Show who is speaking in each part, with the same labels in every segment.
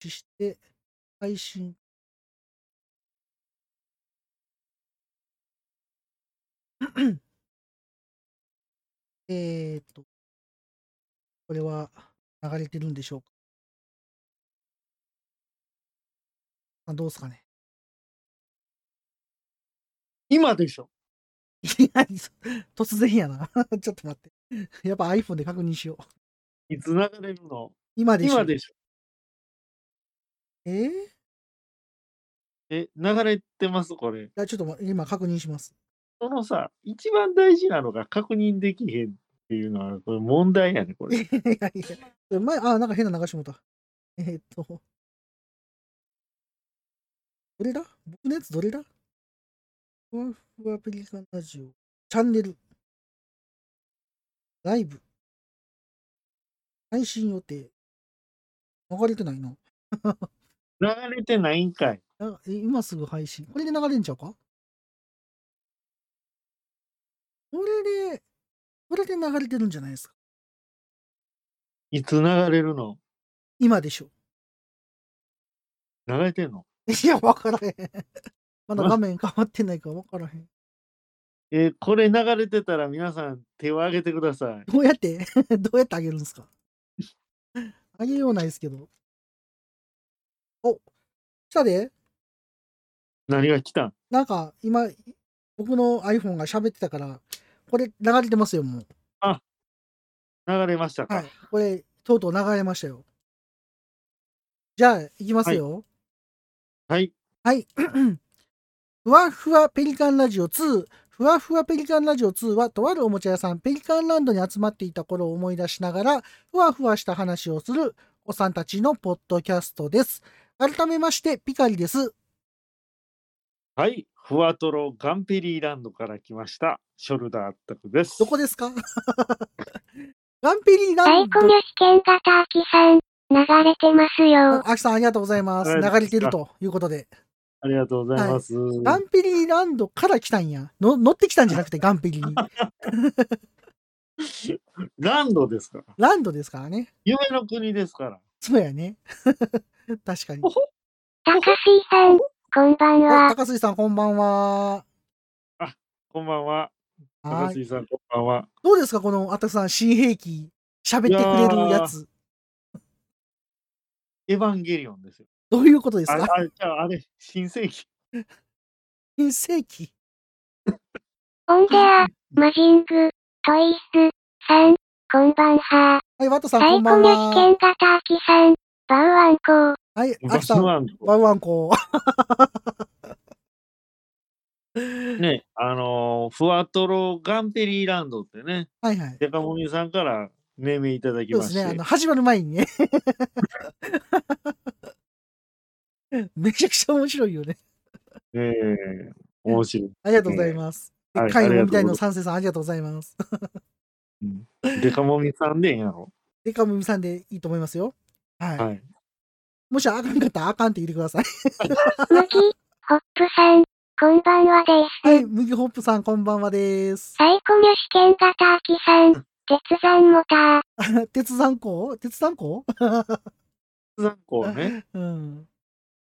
Speaker 1: 視して、配信えっと。これは流れてるんでしょうか？あ、どうすかね？
Speaker 2: 今でしょ。
Speaker 1: いや、いそ突然やな。 ちょっと待って。 やっぱ iPhone で確認しよう。
Speaker 2: いつ流れるの？
Speaker 1: 今でし
Speaker 2: 今
Speaker 1: ょ。
Speaker 2: でしょ。
Speaker 1: ええ？
Speaker 2: え、流れてます？これ。
Speaker 1: あ、ちょっとま、今確認します。
Speaker 2: そのさ、一番大事なのが確認できへんっていうのは、これ問題やね、こ
Speaker 1: い
Speaker 2: れ。
Speaker 1: やいやいや、前あ、なんか変な流してもうた。えっとどれだ？僕のやつどれだ？ふわふわペリカンラジオ、チャンネル。ライブ。配信予定。流れてないな。
Speaker 2: 流れてないんかい。
Speaker 1: あ、え、今すぐ配信。これで流れんちゃうか？これでこれで流れてるんじゃないすか？
Speaker 2: いつ流れるの？
Speaker 1: 今でしょ。
Speaker 2: 流れてんの？
Speaker 1: いや、分からへん。まだ画面変わってないから分からへん。
Speaker 2: え、これ流れてたら皆さん手を挙げてください。
Speaker 1: どうやって？ どうやって上げるんすか？上げようないすけど。お、来たで。
Speaker 2: 何が来たん？
Speaker 1: なんか今、い僕の iPhone が喋ってたから、これ流れてますよ、もう。
Speaker 2: あ。流れました
Speaker 1: はい、
Speaker 2: か。
Speaker 1: これ、とうとう流れましたよ。じゃあ、いきます
Speaker 2: はい。
Speaker 1: よ。
Speaker 2: はい。
Speaker 1: はい。 ふわふわペリカンラジオ2。ふわふわペリカンラジオ2は、とあるおもちゃ屋さん、ペリカンランドに集まっていた頃を思い出しながら、ふわふわした話をするおさんたちのポッドキャストです。改めまして、ピカリです。
Speaker 2: はい、ふわとろガンペリーランドから来ました、ショルダーたくで
Speaker 1: どこ
Speaker 2: す。
Speaker 1: ですか？ ガンペリーラ
Speaker 3: 在
Speaker 1: ン
Speaker 3: 庫
Speaker 1: ド
Speaker 3: なし剣型アキさん、流れてますよ。
Speaker 1: あ、アキさんありがとうございます。
Speaker 2: あ、
Speaker 1: 流
Speaker 2: で
Speaker 1: れ
Speaker 2: す
Speaker 1: てる
Speaker 2: か。
Speaker 1: ということで。
Speaker 2: ありがとうござい
Speaker 1: は
Speaker 2: ま
Speaker 1: い。
Speaker 2: す。
Speaker 1: ガンペリーランドから来たんや。の乗ってきたんじゃなくて、ガンペリに。
Speaker 2: ランドですから。
Speaker 1: ランドですからね。
Speaker 2: 夢の国ですから。
Speaker 1: そうやね。 確かに。
Speaker 2: ほほ、
Speaker 3: 高
Speaker 2: ほほ、
Speaker 3: 水さ
Speaker 2: ほ
Speaker 3: ん、
Speaker 2: ほ。
Speaker 3: こんばん
Speaker 1: あ、
Speaker 3: は。
Speaker 1: 高杉さんこんばんは。
Speaker 2: あ、こんばんは。高
Speaker 1: はい。
Speaker 2: 杉さん、こんばんは。
Speaker 1: どうですか、このあたくさん、新兵器、喋
Speaker 2: い
Speaker 1: ってくれるや
Speaker 2: や。
Speaker 1: つ。
Speaker 2: エヴァンゲリオンですよ。
Speaker 1: どういうことです
Speaker 2: あれ
Speaker 1: か？
Speaker 2: あれ、じゃあ、あれ、新世紀。
Speaker 1: 新世紀。
Speaker 3: オンデア、マジング、トイス、さん、こんばんは。
Speaker 1: はい、ワットさんこ
Speaker 3: 在
Speaker 1: んば
Speaker 3: 庫
Speaker 1: ん
Speaker 3: なし
Speaker 1: は。
Speaker 3: 剣型アキさん、バウアンコー。
Speaker 1: はい、ア
Speaker 2: バ
Speaker 1: キさ
Speaker 2: ス
Speaker 1: ん、
Speaker 2: ワンコ。
Speaker 1: ワウワンコ。
Speaker 2: ね、あの、ふわとろガンペリーランドってね、
Speaker 1: はいはい。
Speaker 2: デカモミさんから命名いただき
Speaker 1: そうで
Speaker 2: ますし
Speaker 1: ね、あの
Speaker 2: て。
Speaker 1: 始まる前にね。 めちゃくちゃ面白いよね。
Speaker 2: ええ、面白い
Speaker 1: ありがとう
Speaker 2: ね。
Speaker 1: ございます。でっ
Speaker 2: はい、
Speaker 1: かい
Speaker 2: あり
Speaker 1: の
Speaker 2: が
Speaker 1: み
Speaker 2: とう
Speaker 1: たい
Speaker 2: ご
Speaker 1: の
Speaker 2: ざ
Speaker 1: 三世さんありがとうございます。
Speaker 2: うん。デカモミさんでええんやろ？
Speaker 1: でかもみさんでいいと思いますよ。はい。
Speaker 2: はい。
Speaker 1: もしあかんかったら、あかんって言ってください。
Speaker 3: むぎ、ホップさん、こんばんはで
Speaker 1: はい、
Speaker 3: す。
Speaker 1: 麦ホップさんこんばんはです。
Speaker 3: 在庫なし剣型アキさん、鉄山モター。
Speaker 1: 鉄山港？鉄山港？
Speaker 2: ざんこうね。
Speaker 1: うん。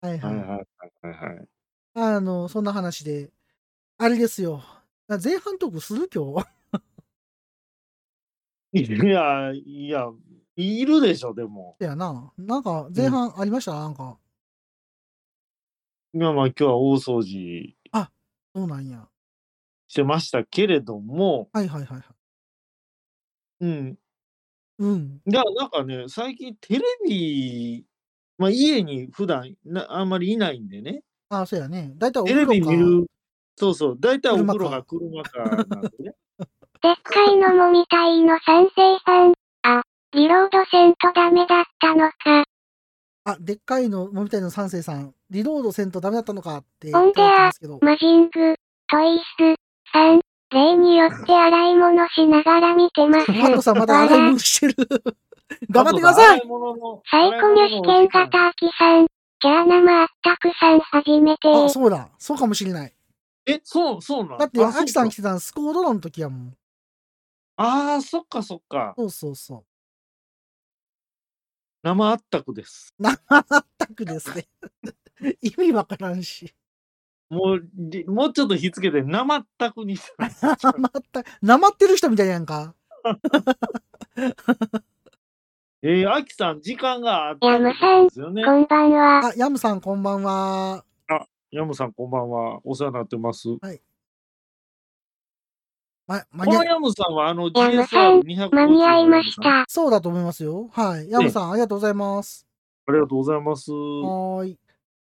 Speaker 1: はい
Speaker 2: は
Speaker 1: は。
Speaker 2: いはいいはいはいはい。
Speaker 1: あの、そんな話で、あれですよ。あ、前半トークする？今日。
Speaker 2: いや、いや、いるでしょ、でも。
Speaker 1: そやな。なんか
Speaker 2: う
Speaker 1: 前
Speaker 2: ん。
Speaker 1: 半ありました？なんか。
Speaker 2: いや、まあ、今日は大掃除
Speaker 1: あ、そうなんや。
Speaker 2: してましたけれども
Speaker 1: はいはいはいはい。
Speaker 2: うん。
Speaker 1: うん。
Speaker 2: いや、なんかね、最近テレビ、ま、家に普段、なあんまりいないんでね。
Speaker 1: ああ、そやね。だいたいお
Speaker 2: テ
Speaker 1: 風
Speaker 2: レ
Speaker 1: 呂
Speaker 2: ビ見
Speaker 1: か
Speaker 2: るそうそう、だいたいお
Speaker 1: 車
Speaker 2: 風呂が
Speaker 1: か。
Speaker 2: 車かなんでね。
Speaker 3: でっかいのもみたいの賛成さん。あ、リロードせんとダメだったのか。
Speaker 1: あ、でっかいのもみたいの三世さん、リロードせんとダメだったのかって
Speaker 3: オ
Speaker 1: い
Speaker 3: ン
Speaker 1: ただ
Speaker 3: デ
Speaker 1: いてま
Speaker 3: ア、
Speaker 1: すけど。
Speaker 3: マジング、トイス、さん。例によって洗い物しながら見 てます。
Speaker 1: ワットさんまだ洗い
Speaker 3: 笑。
Speaker 1: 物して る。
Speaker 2: あ
Speaker 1: 頑張って
Speaker 2: と
Speaker 1: くだ
Speaker 2: さ、
Speaker 1: さ
Speaker 2: 洗
Speaker 1: い。
Speaker 2: い物の
Speaker 3: サイ
Speaker 2: 洗い
Speaker 3: コミュ
Speaker 2: 物
Speaker 3: 試
Speaker 2: のお
Speaker 3: 験
Speaker 2: 時間
Speaker 3: 型アキさん。キャー生あったくさん初めて。
Speaker 1: あ、そうだ。そうかもしれない。
Speaker 2: え、そうそうな
Speaker 1: だっ
Speaker 2: ん？
Speaker 1: て、
Speaker 2: あ、
Speaker 1: ア
Speaker 2: そ
Speaker 1: キ
Speaker 2: う
Speaker 1: さん
Speaker 2: か。
Speaker 1: 来てたんスコードロの時やもん。
Speaker 2: ああ、そっかそっか。
Speaker 1: そうそうそう。
Speaker 2: 生あったくです。
Speaker 1: 全くですね。 意味わからんし。
Speaker 2: もう、りもうちょっと火つけて、生あったくにし た
Speaker 1: 全く、なまってる人みたいやんか。
Speaker 2: えー、アキさん、時間があったんですよね。
Speaker 3: こんばんは。
Speaker 1: あ、ヤムさんこんばんは。
Speaker 2: ヤムさん、こんばんは。お世話になってます。こ
Speaker 1: ま、間に合
Speaker 2: の
Speaker 1: い
Speaker 2: ヤムさんは、あの、
Speaker 3: ヤムさん
Speaker 2: GSR250
Speaker 3: 間に合いまし
Speaker 2: あ
Speaker 3: た。
Speaker 1: そうだと思いますよ。はい。ヤムさん、ありがとうございます。
Speaker 2: りがとうございます。
Speaker 1: はーい。っ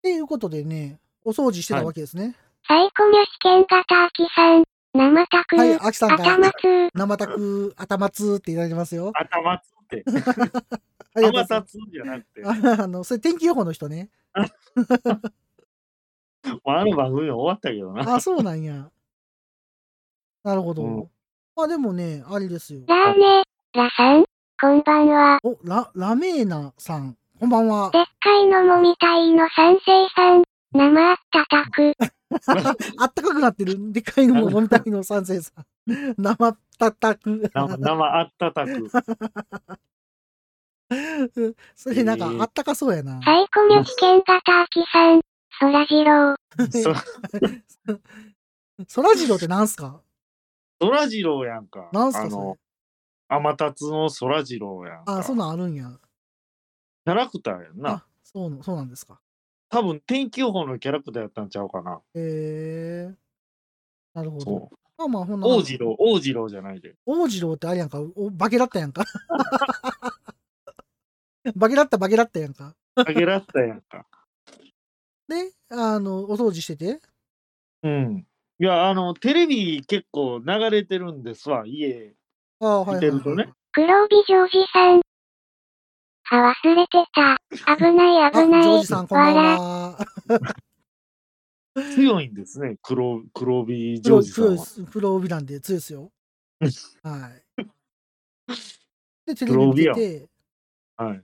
Speaker 1: ていうことでね、お掃除してたわけですね。
Speaker 3: サイコミュ試験型アキさん。生タク、
Speaker 1: はい、アキさんから
Speaker 3: 頭痛、
Speaker 1: 生たく頭つーっていただきますよ。
Speaker 2: 頭つって。
Speaker 1: ありがとうご
Speaker 2: 頭
Speaker 1: ざいます
Speaker 2: つじゃなくて。
Speaker 1: ああの、それ天気予報の人ね。
Speaker 2: まあ、あの番組は終わったけ どな。
Speaker 1: あ、そうなんや。なるほど。
Speaker 2: うん
Speaker 1: まあでもね、あれですよ。
Speaker 3: ラーメラさん。こんばんは。
Speaker 1: お、ラ、ラメーナさん、こんばんは。
Speaker 3: でっかいのもみたいの賛成さん。生あった たく。
Speaker 1: あったかくなってる。でかいのも飲みたいの三世さん。生たたく。
Speaker 2: 生生あったたく。
Speaker 1: それなんか
Speaker 2: えー
Speaker 1: あったかそうやな。
Speaker 3: サイコミュ試験型アキさん。そらジロー。
Speaker 2: そ
Speaker 1: そらジローってなんすか
Speaker 2: そらジローやんか。
Speaker 1: なんすか
Speaker 2: あ
Speaker 1: それ
Speaker 2: の、天達のそらジローやんか。
Speaker 1: あ、そんなんあるんや。
Speaker 2: キャラクターやんな
Speaker 1: あ。、そうの、そうなんですか。
Speaker 2: 多分天気予報のキャラクターやったんちゃうかな。
Speaker 1: へえなるほど
Speaker 2: そ。
Speaker 1: まあまあ、ほん
Speaker 2: う。
Speaker 1: なら
Speaker 2: 王次郎、王次郎じゃないで。
Speaker 1: 王次郎ってあれやんか。おバケだったやんか。 バケだった、バケだったやんか。
Speaker 2: あげらったやんか。
Speaker 1: で、あの、お掃除してて。
Speaker 2: うん。いや、あの、テレビ結構流れてるんですわ、 家。
Speaker 1: ああ、はい、はい。
Speaker 2: 見てるとね。
Speaker 3: 黒帯ジョージさん。あ、忘れてた。危ない
Speaker 1: あ、ジ
Speaker 3: 危ない。
Speaker 1: ョージさん、こんばん
Speaker 3: 笑
Speaker 1: は。
Speaker 2: 強いんですね、黒、黒帯ジョ
Speaker 1: 黒
Speaker 2: ージさん
Speaker 1: 黒い
Speaker 2: は。
Speaker 1: 黒帯なんで強いですよ
Speaker 2: うん。
Speaker 1: はい。 で、テレビ見て
Speaker 2: 黒
Speaker 1: て、
Speaker 2: はい。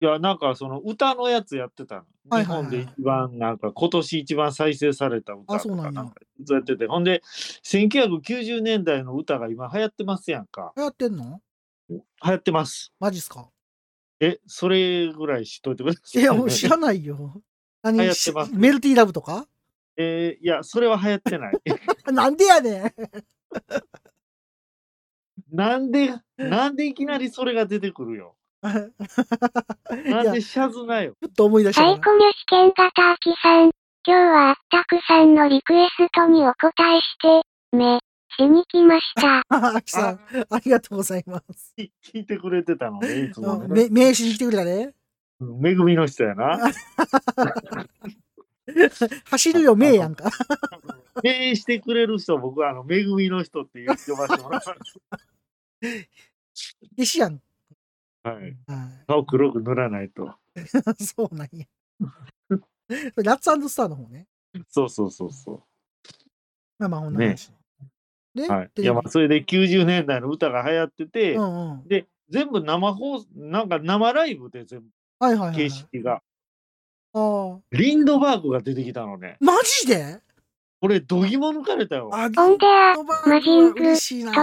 Speaker 2: いや、なんかその歌のやつやってたの。
Speaker 1: はい
Speaker 2: 日
Speaker 1: はいはい
Speaker 2: 本で一番、なんか今年一番再生された歌
Speaker 1: あそ
Speaker 2: と
Speaker 1: うな
Speaker 2: か、
Speaker 1: んや
Speaker 2: なんかずっとやってて。ほんで、1990年代の歌が今流行ってますやんか。
Speaker 1: 流行ってんの
Speaker 2: 流行ってます。
Speaker 1: マジっすか
Speaker 2: え、それぐらい知っといてくださ
Speaker 1: い
Speaker 2: い。
Speaker 1: や、俺知らないよ。何
Speaker 2: 流行ってます
Speaker 1: メルティーラブとか
Speaker 2: えーいや、それは流行ってない。
Speaker 1: なんでやねん。
Speaker 2: なんで、なんでいきなりそれが出てくるよ。
Speaker 1: い
Speaker 2: な
Speaker 1: や
Speaker 2: んでシャズなよ。
Speaker 1: ふっと思い出
Speaker 3: い
Speaker 1: した
Speaker 3: サイ
Speaker 1: か
Speaker 3: コミュ試験型アキさん。今日はあったくさんのリクエストにお答えして、め、しに来ました。
Speaker 1: ら。あきさ
Speaker 2: あ
Speaker 1: ん、ありがとうございます。
Speaker 2: き聞いてくれてたのね、いつも
Speaker 1: め
Speaker 2: ね。
Speaker 1: 名刺に来てくれたね。
Speaker 2: うんめぐみの人やな。
Speaker 1: 走るよ、名やんか。
Speaker 2: 礼儀してくれる人、僕はあの、めぐみの人って呼ばせてもらいます。
Speaker 1: 弟子やん。
Speaker 2: はい。
Speaker 1: は
Speaker 2: 顔黒く塗らないと。
Speaker 1: い、 そうなんや。ラッツスターの方ね。
Speaker 2: そうそうそうそ
Speaker 1: まあまあ、ほんな話。で、
Speaker 2: う。はい。
Speaker 1: テ
Speaker 2: い
Speaker 1: レ
Speaker 2: や、
Speaker 1: ビ
Speaker 2: まあ、それで90年代の歌が流行ってて、
Speaker 1: うんうん。
Speaker 2: で、全部生放送、なんか生ライブで全部、
Speaker 1: はいはいはい、はい
Speaker 2: 形。式が。
Speaker 1: ああ。
Speaker 2: リンドバーグが出てきたのね。
Speaker 1: マジで
Speaker 2: これ、度肝抜かれたよ。
Speaker 1: あ、
Speaker 3: オンデア、
Speaker 1: ドバ
Speaker 3: マジング
Speaker 1: 嬉しいな
Speaker 3: トイ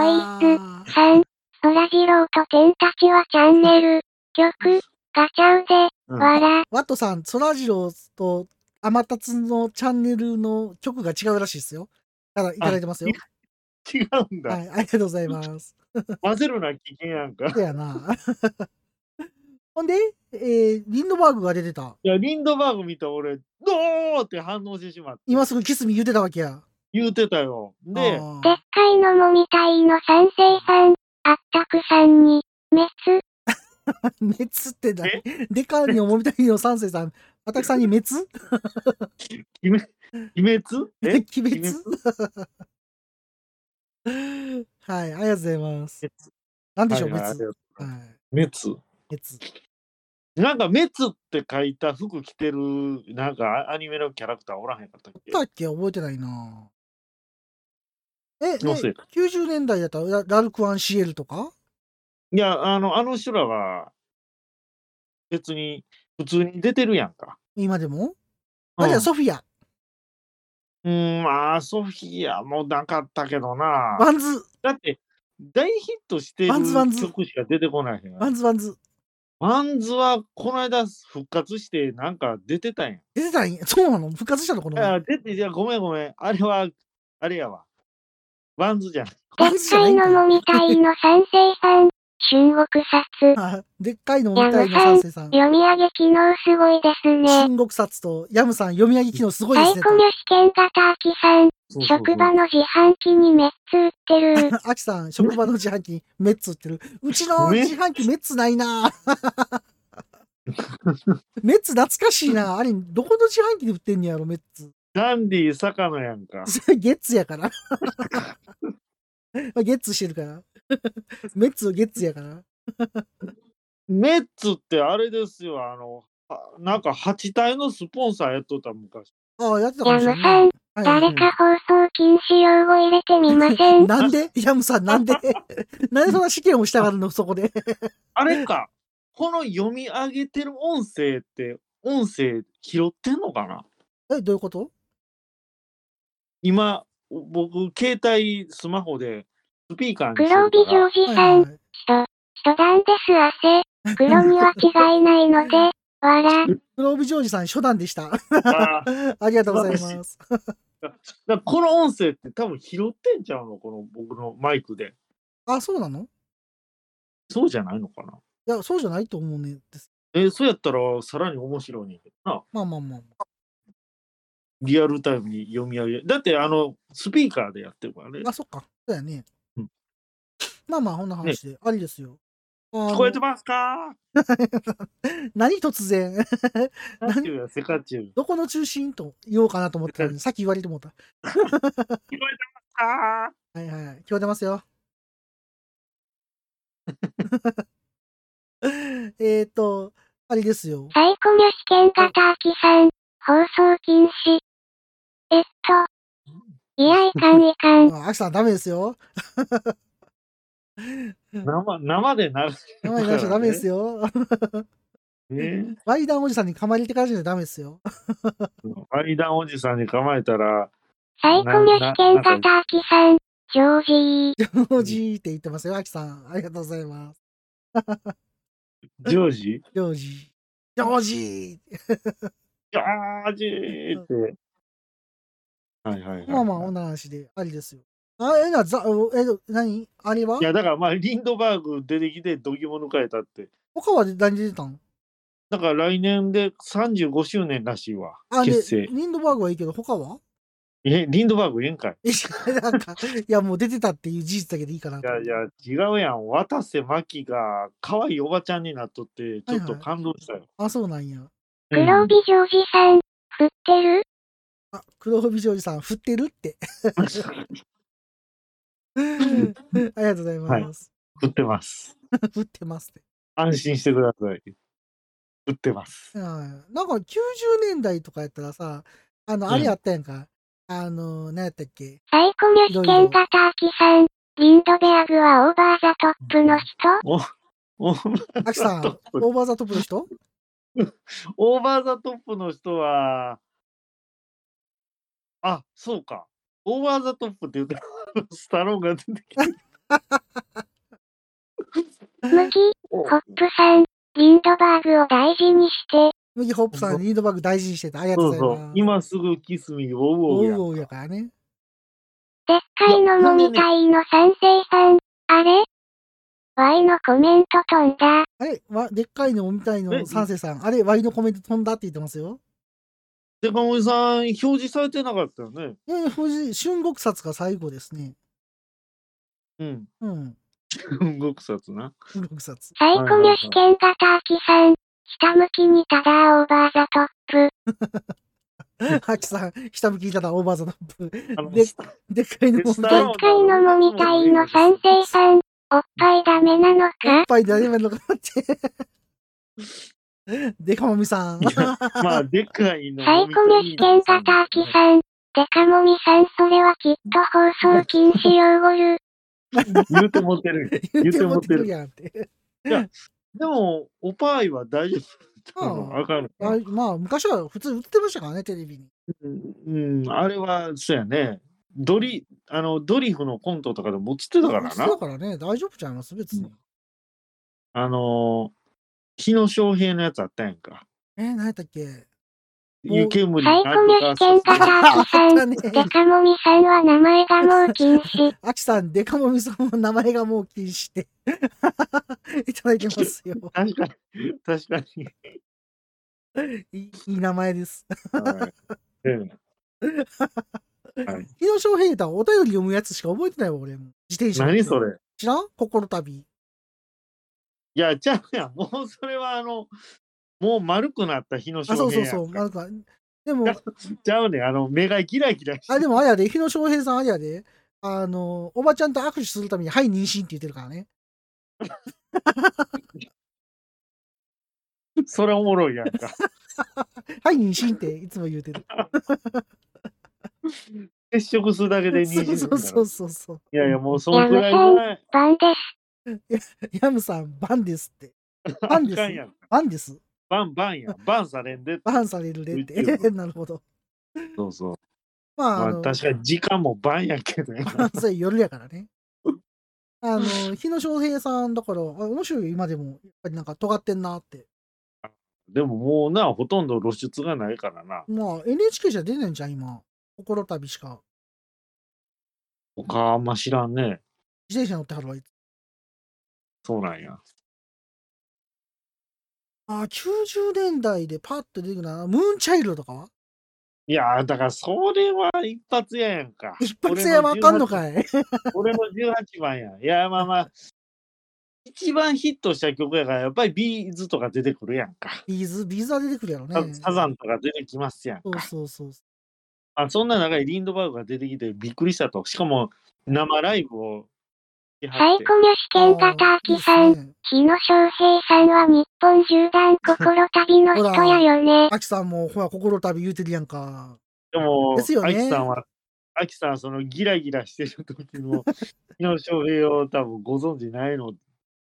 Speaker 3: さん。そらジローと天たちはチャンネル、曲、ガチャウで、
Speaker 2: うん
Speaker 3: わら、
Speaker 1: ワットさん、そらジローとアマタツのチャンネルの曲が違うらしいですよ。ただ、いただいてますよ。
Speaker 2: 違うんだ。
Speaker 1: はい、ありがとうございます。
Speaker 2: 混ぜるな危険やんか。
Speaker 1: そうやな。 ほんで、えー、リンドバーグが出てた。
Speaker 2: いや、リンドバーグ見た俺、どーって反応してしまって。
Speaker 1: 今すぐキスミ言うてたわけや。
Speaker 2: 言うてたよ。で、
Speaker 1: あ
Speaker 3: でっ
Speaker 1: ー
Speaker 3: かいのもみたいの賛成さん。あったくさんに、めつ、
Speaker 1: 熱ってだ。でかに思みたいの三世さん。アタクさんに滅
Speaker 2: 鬼滅え
Speaker 1: 鬼滅 はい、ありがとうございます。なんでしょう、
Speaker 2: はいはい
Speaker 1: 滅。
Speaker 2: ありがとうござい
Speaker 1: は
Speaker 2: ま
Speaker 1: い、
Speaker 2: す滅。
Speaker 1: 滅。
Speaker 2: なんか、滅って書いた服着てる、なんかアニメのキャラクターおらへんかったっけ
Speaker 1: だっけ覚えてないなえ、ね、
Speaker 2: のせいか
Speaker 1: 90年代だったらララルク・アン・シエルとか
Speaker 2: いや、あの、あの人らは、別に、普通に出てるやんか。
Speaker 1: 今でも、
Speaker 2: うん
Speaker 1: あじゃあソフィア、
Speaker 2: うん、まあ、ソフィアもなかったけどな。
Speaker 1: バンズ、
Speaker 2: だって、大ヒットしてる
Speaker 1: ワンズワンズ
Speaker 2: 曲しか出てこないへん。
Speaker 1: バンズ、バンズ。
Speaker 2: バンズはこの間復活してなんか出てたんや。
Speaker 1: 出てたんや そうなの復活したのこの前
Speaker 2: あ出て、じゃごめんごめん。あれは、あれやわ。バンズじゃん。
Speaker 1: バン
Speaker 3: で
Speaker 1: ズ
Speaker 3: っ
Speaker 1: じゃない
Speaker 3: かい
Speaker 1: んか
Speaker 3: のもみたいの三世 さん、春国殺。
Speaker 1: あでっかいのみたいな三世さん
Speaker 3: 読み上げ機能すごいですね。
Speaker 1: 新国札とヤムさん読み上げ機能すごいで
Speaker 3: サ
Speaker 1: す
Speaker 3: イ
Speaker 1: ね
Speaker 3: コミュ試験型アキさん、
Speaker 2: そうそうそう
Speaker 3: 職場の自販機にめっつ売っ てる。
Speaker 1: とアキさん職場の自販機メッツ売ってるうちの
Speaker 2: メッ
Speaker 1: 自販機メッツないな メッツ懐かしいなあれどこの自販機で売ってんねやろメッツ
Speaker 2: ダンディ坂野やんか。
Speaker 1: それゲッツやから ゲッツしてるからメッツゲッツやから
Speaker 2: メッツってあれですよ、あの、あなんか八体のスポンサーやっとった昔。
Speaker 1: ああやってた
Speaker 3: ヤ
Speaker 1: かも
Speaker 3: ム
Speaker 1: し
Speaker 3: さ
Speaker 1: れない
Speaker 3: ん、
Speaker 1: はい
Speaker 3: 誰か放送禁止用語入れてみませ ん。
Speaker 1: なんでヤムさん、なんで なんでそんな試験をしたがるのそこで。
Speaker 2: あれか、この読み上げてる音声って、音声拾ってんのかな
Speaker 1: え、どういうこと
Speaker 2: 今、僕、携帯、スマホで、スピーカーにして
Speaker 3: 黒
Speaker 2: るから
Speaker 3: 帯ジョージさん、
Speaker 1: い。
Speaker 3: 初段で す汗。黒には違いないので、わら。
Speaker 1: 黒帯ジョージさん、初段でした。
Speaker 2: あーだか
Speaker 1: ありがとうございます。
Speaker 2: らこの音声って多分拾ってんちゃうのこの僕のマイクで。
Speaker 1: あ、そうなの
Speaker 2: そうじゃないのかない
Speaker 1: や、そうじゃないと思うねんです。
Speaker 2: えーそうやったらさらに面白いねんけどな。
Speaker 1: まあまあまあ。
Speaker 2: リアルタイムに読み上げ。だってあの、スピーカーでやってるからね
Speaker 1: あ、。そっか。そうやね
Speaker 2: うん。
Speaker 1: まあまあ、こんな話で。ありですよ。
Speaker 2: 聞
Speaker 1: 聞
Speaker 2: こえてますか
Speaker 1: 何突然
Speaker 2: セカチュウやセカチュウ。聞こ
Speaker 1: どこの中心と言おうかなと思ってた のに、さっき言われてもうた。
Speaker 2: えてますか
Speaker 1: はいはいはい。聞こえてますよ。 えっと、あれですよ。
Speaker 3: サイコミュ試験型アキさん、放送禁止。えっと、いや、いかんい かん。
Speaker 1: あ秋さん、ダメですよ。
Speaker 2: 生生で流
Speaker 1: 名前出しちゃダメですよ。
Speaker 2: ね。
Speaker 1: ワイダンおじさんに噛まれてからじゃダメですよ。
Speaker 2: アイダンおじさんに構えたら、
Speaker 3: サイコミュ試験型アキさん、ジョージー。
Speaker 1: おじーって言ってますよ、秋さん。ありがとうございます。
Speaker 2: ジョージ
Speaker 1: ジョージー。ジョージ
Speaker 2: ジョージーって。はいはいはい。
Speaker 1: ーまあまあ、女話で、ありですよ。あ、えな、ざ、おえ、何あれはい
Speaker 2: やだからまあ、リンドバーグ出てきて、どぎも抜かれたって。
Speaker 1: 他は何で出たの
Speaker 2: だから来年で35周年らしいわ
Speaker 1: あ、。で
Speaker 2: 結、成。
Speaker 1: リンドバーグはいいけど、他は
Speaker 2: え、リンドバーグええんかい。
Speaker 1: え、なんか、いや、もう出てたっていう事実だけでいいかない
Speaker 2: やいや、違うやん。渡瀬真希が可愛いおばちゃんになっとって、ちょっと感動したよ。
Speaker 1: あ、そうなんや。
Speaker 3: 黒帯ジョージさん、振ってる
Speaker 1: あ、黒帯ジョージさん、振ってる って。ありがとうございます。
Speaker 2: 振ってます。
Speaker 1: 振ってますって。
Speaker 2: 安心してください。振ってます。
Speaker 1: はいなんか90年代とかやったらさ、あの、
Speaker 2: うん
Speaker 1: あれやったやんか。あの、何やったっけ
Speaker 3: サイコミュ試験型アキさん、リンドベアグはオーバーザトップの人
Speaker 2: オ
Speaker 1: アキさん、オーバーザトップの人
Speaker 2: ーバーザトップの人は、あ、そうか。オーバーザトップって言って、スタローンが出てきて。
Speaker 3: ムキ、ホップさん、リンドバーグを大事にして、
Speaker 1: 麦ホップさ
Speaker 2: そ
Speaker 1: ん、
Speaker 2: う
Speaker 1: リードバッグ大事にしてた。ありがとう
Speaker 2: そ
Speaker 1: ご
Speaker 2: う
Speaker 1: ざいま
Speaker 2: そ
Speaker 1: す
Speaker 2: う。。今すぐキスミー、オ
Speaker 1: お
Speaker 2: ウ
Speaker 1: う
Speaker 2: オ
Speaker 1: お
Speaker 2: ウ
Speaker 1: う
Speaker 2: や
Speaker 1: や
Speaker 2: ん
Speaker 1: か
Speaker 2: か。
Speaker 1: らね。
Speaker 3: でっかいのもみたいの三世さん、あれ ?Y のコメント飛んだ。
Speaker 1: あれわでっかいのみたいの
Speaker 2: え
Speaker 1: 三世さん。あれワイのコメント飛んだって言ってますよ。
Speaker 2: で、かもいさん、表示されてなかったよね。
Speaker 1: いやいや、藤井春国殺が最後ですね。
Speaker 2: うん。
Speaker 1: うん。
Speaker 2: 中 国札な。
Speaker 1: 春国殺。
Speaker 3: サイコミュ試験型アキさん、下向きにただオーバーザトップ。
Speaker 1: アキさん、下向きいたらオーバーザトップ。
Speaker 2: あの
Speaker 1: で でっかいのもみ
Speaker 2: ス
Speaker 1: た
Speaker 2: タ
Speaker 1: い
Speaker 2: ロ
Speaker 1: の
Speaker 2: ーン
Speaker 3: でっかいのもみたいの三世さん、おっぱいダメなの
Speaker 1: おっ
Speaker 3: か
Speaker 1: ぱいでやればいいのかなって。デカモミさん。
Speaker 2: まあ、でかいの。
Speaker 3: サイコミュ試験型アキさん、デカモミさんそれはきっと放送禁止用語る。
Speaker 2: 言うて持ってる。言うて持ってる。
Speaker 1: やんって。
Speaker 2: でも、おぱいは大丈
Speaker 1: あ
Speaker 2: 夫。
Speaker 1: あ
Speaker 2: わかる。
Speaker 1: あまあ、昔は普通売ってましたからね、テレビに。
Speaker 2: うん、あれは、そうやね。ドリ、あの、ドリフのコントとかでも映ってたから
Speaker 1: そうだ
Speaker 2: な。
Speaker 1: からね、大丈夫ちゃいます、別に。
Speaker 2: あの、日野翔平のやつあったやんか。
Speaker 1: えー、何やったっけお
Speaker 2: 湯煙
Speaker 3: サイ
Speaker 2: な
Speaker 3: コミュ
Speaker 2: ん
Speaker 3: 危
Speaker 2: とか
Speaker 3: 険型アキ さん、
Speaker 1: ね
Speaker 3: デカモミさんは名前がもう禁止。
Speaker 1: あきさん、デカモミさんの名前がもう禁止で いただきますよ。
Speaker 2: 確かに、確かに。
Speaker 1: いいいい名前です。
Speaker 2: はいうん
Speaker 1: 日野翔平だ、お便り読むやつしか覚えてないわ、俺も。自転車。
Speaker 2: 何それ
Speaker 1: 知らん心旅。
Speaker 2: いや、じゃあやん、もうそれはあの、もう丸くなった日野
Speaker 1: あ、そ
Speaker 2: 翔
Speaker 1: うそう
Speaker 2: 平やんか。
Speaker 1: そう。なんか、で も、
Speaker 2: ちゃうねんあの、目がギラギラして
Speaker 1: あ、でもあれやで、日野翔平さんあれやで、あの、おばちゃんと握手するために、はい、妊娠って言ってるからね。
Speaker 2: それおもろいやんか。
Speaker 1: はい、妊娠っていつも言うてる。
Speaker 2: 接触するだけで
Speaker 1: そ
Speaker 2: 妊娠
Speaker 1: う
Speaker 2: す
Speaker 1: そう
Speaker 2: るか
Speaker 1: そ
Speaker 2: ら
Speaker 1: う。そうそう。
Speaker 2: いやいや、もうそのくらいの前。
Speaker 3: 番です。
Speaker 1: ヤムさん、バンですって。
Speaker 2: あ
Speaker 1: バ
Speaker 2: ん
Speaker 1: ンです
Speaker 2: かんやん。
Speaker 1: バンです。
Speaker 2: バンバンやん。バンされんで。
Speaker 1: バンされるでって。
Speaker 2: 言って る
Speaker 1: なるほど。
Speaker 2: そうそう。
Speaker 1: まあ、
Speaker 2: ま
Speaker 1: あ
Speaker 2: あ、
Speaker 1: の、
Speaker 2: 確かに時間もバンやけど やな。
Speaker 1: それ夜やからね。あの、日野翔平さんだから、あ面白いよ今でも、やっぱりなんか尖ってんなって。
Speaker 2: でももうな、ほとんど露出がないからな。
Speaker 1: まあ、NHK じゃ出ないんじゃん、今。心旅しか。
Speaker 2: 他あんま知らんね。
Speaker 1: 自転車乗ってはるわ、いつ
Speaker 2: そうなんや。
Speaker 1: あー、90年代でパッと出てくるな。ムーンチャイルドとかはい
Speaker 2: やー、だからそれは一発ややんか。
Speaker 1: 一発屋わかんのかい
Speaker 2: 俺も18番や。いや、まあまあ、一番ヒットした曲やから、やっぱりビーズとか出てくるやんか。
Speaker 1: ビーズ、ビーズは出てくるやろ
Speaker 2: サ
Speaker 1: ね。
Speaker 2: サザンとか出てきますやん
Speaker 1: そう
Speaker 2: か。
Speaker 1: そうそう。
Speaker 2: あそんな中にリンドバーグが出てきてびっくりしたと。しかも生ライブをし
Speaker 3: サ
Speaker 2: は
Speaker 3: イ
Speaker 2: って
Speaker 3: コミュ危険型アキさん、
Speaker 1: ん。
Speaker 3: 日野翔平さんは日本縦断心旅の人やよね。
Speaker 1: アキさんも、ほら、心旅言うてるやんか。
Speaker 2: でも、
Speaker 1: ですよね
Speaker 2: アキさんは、アキさん、そのギラギラしてる時の日野翔平を多分ご存知ないの。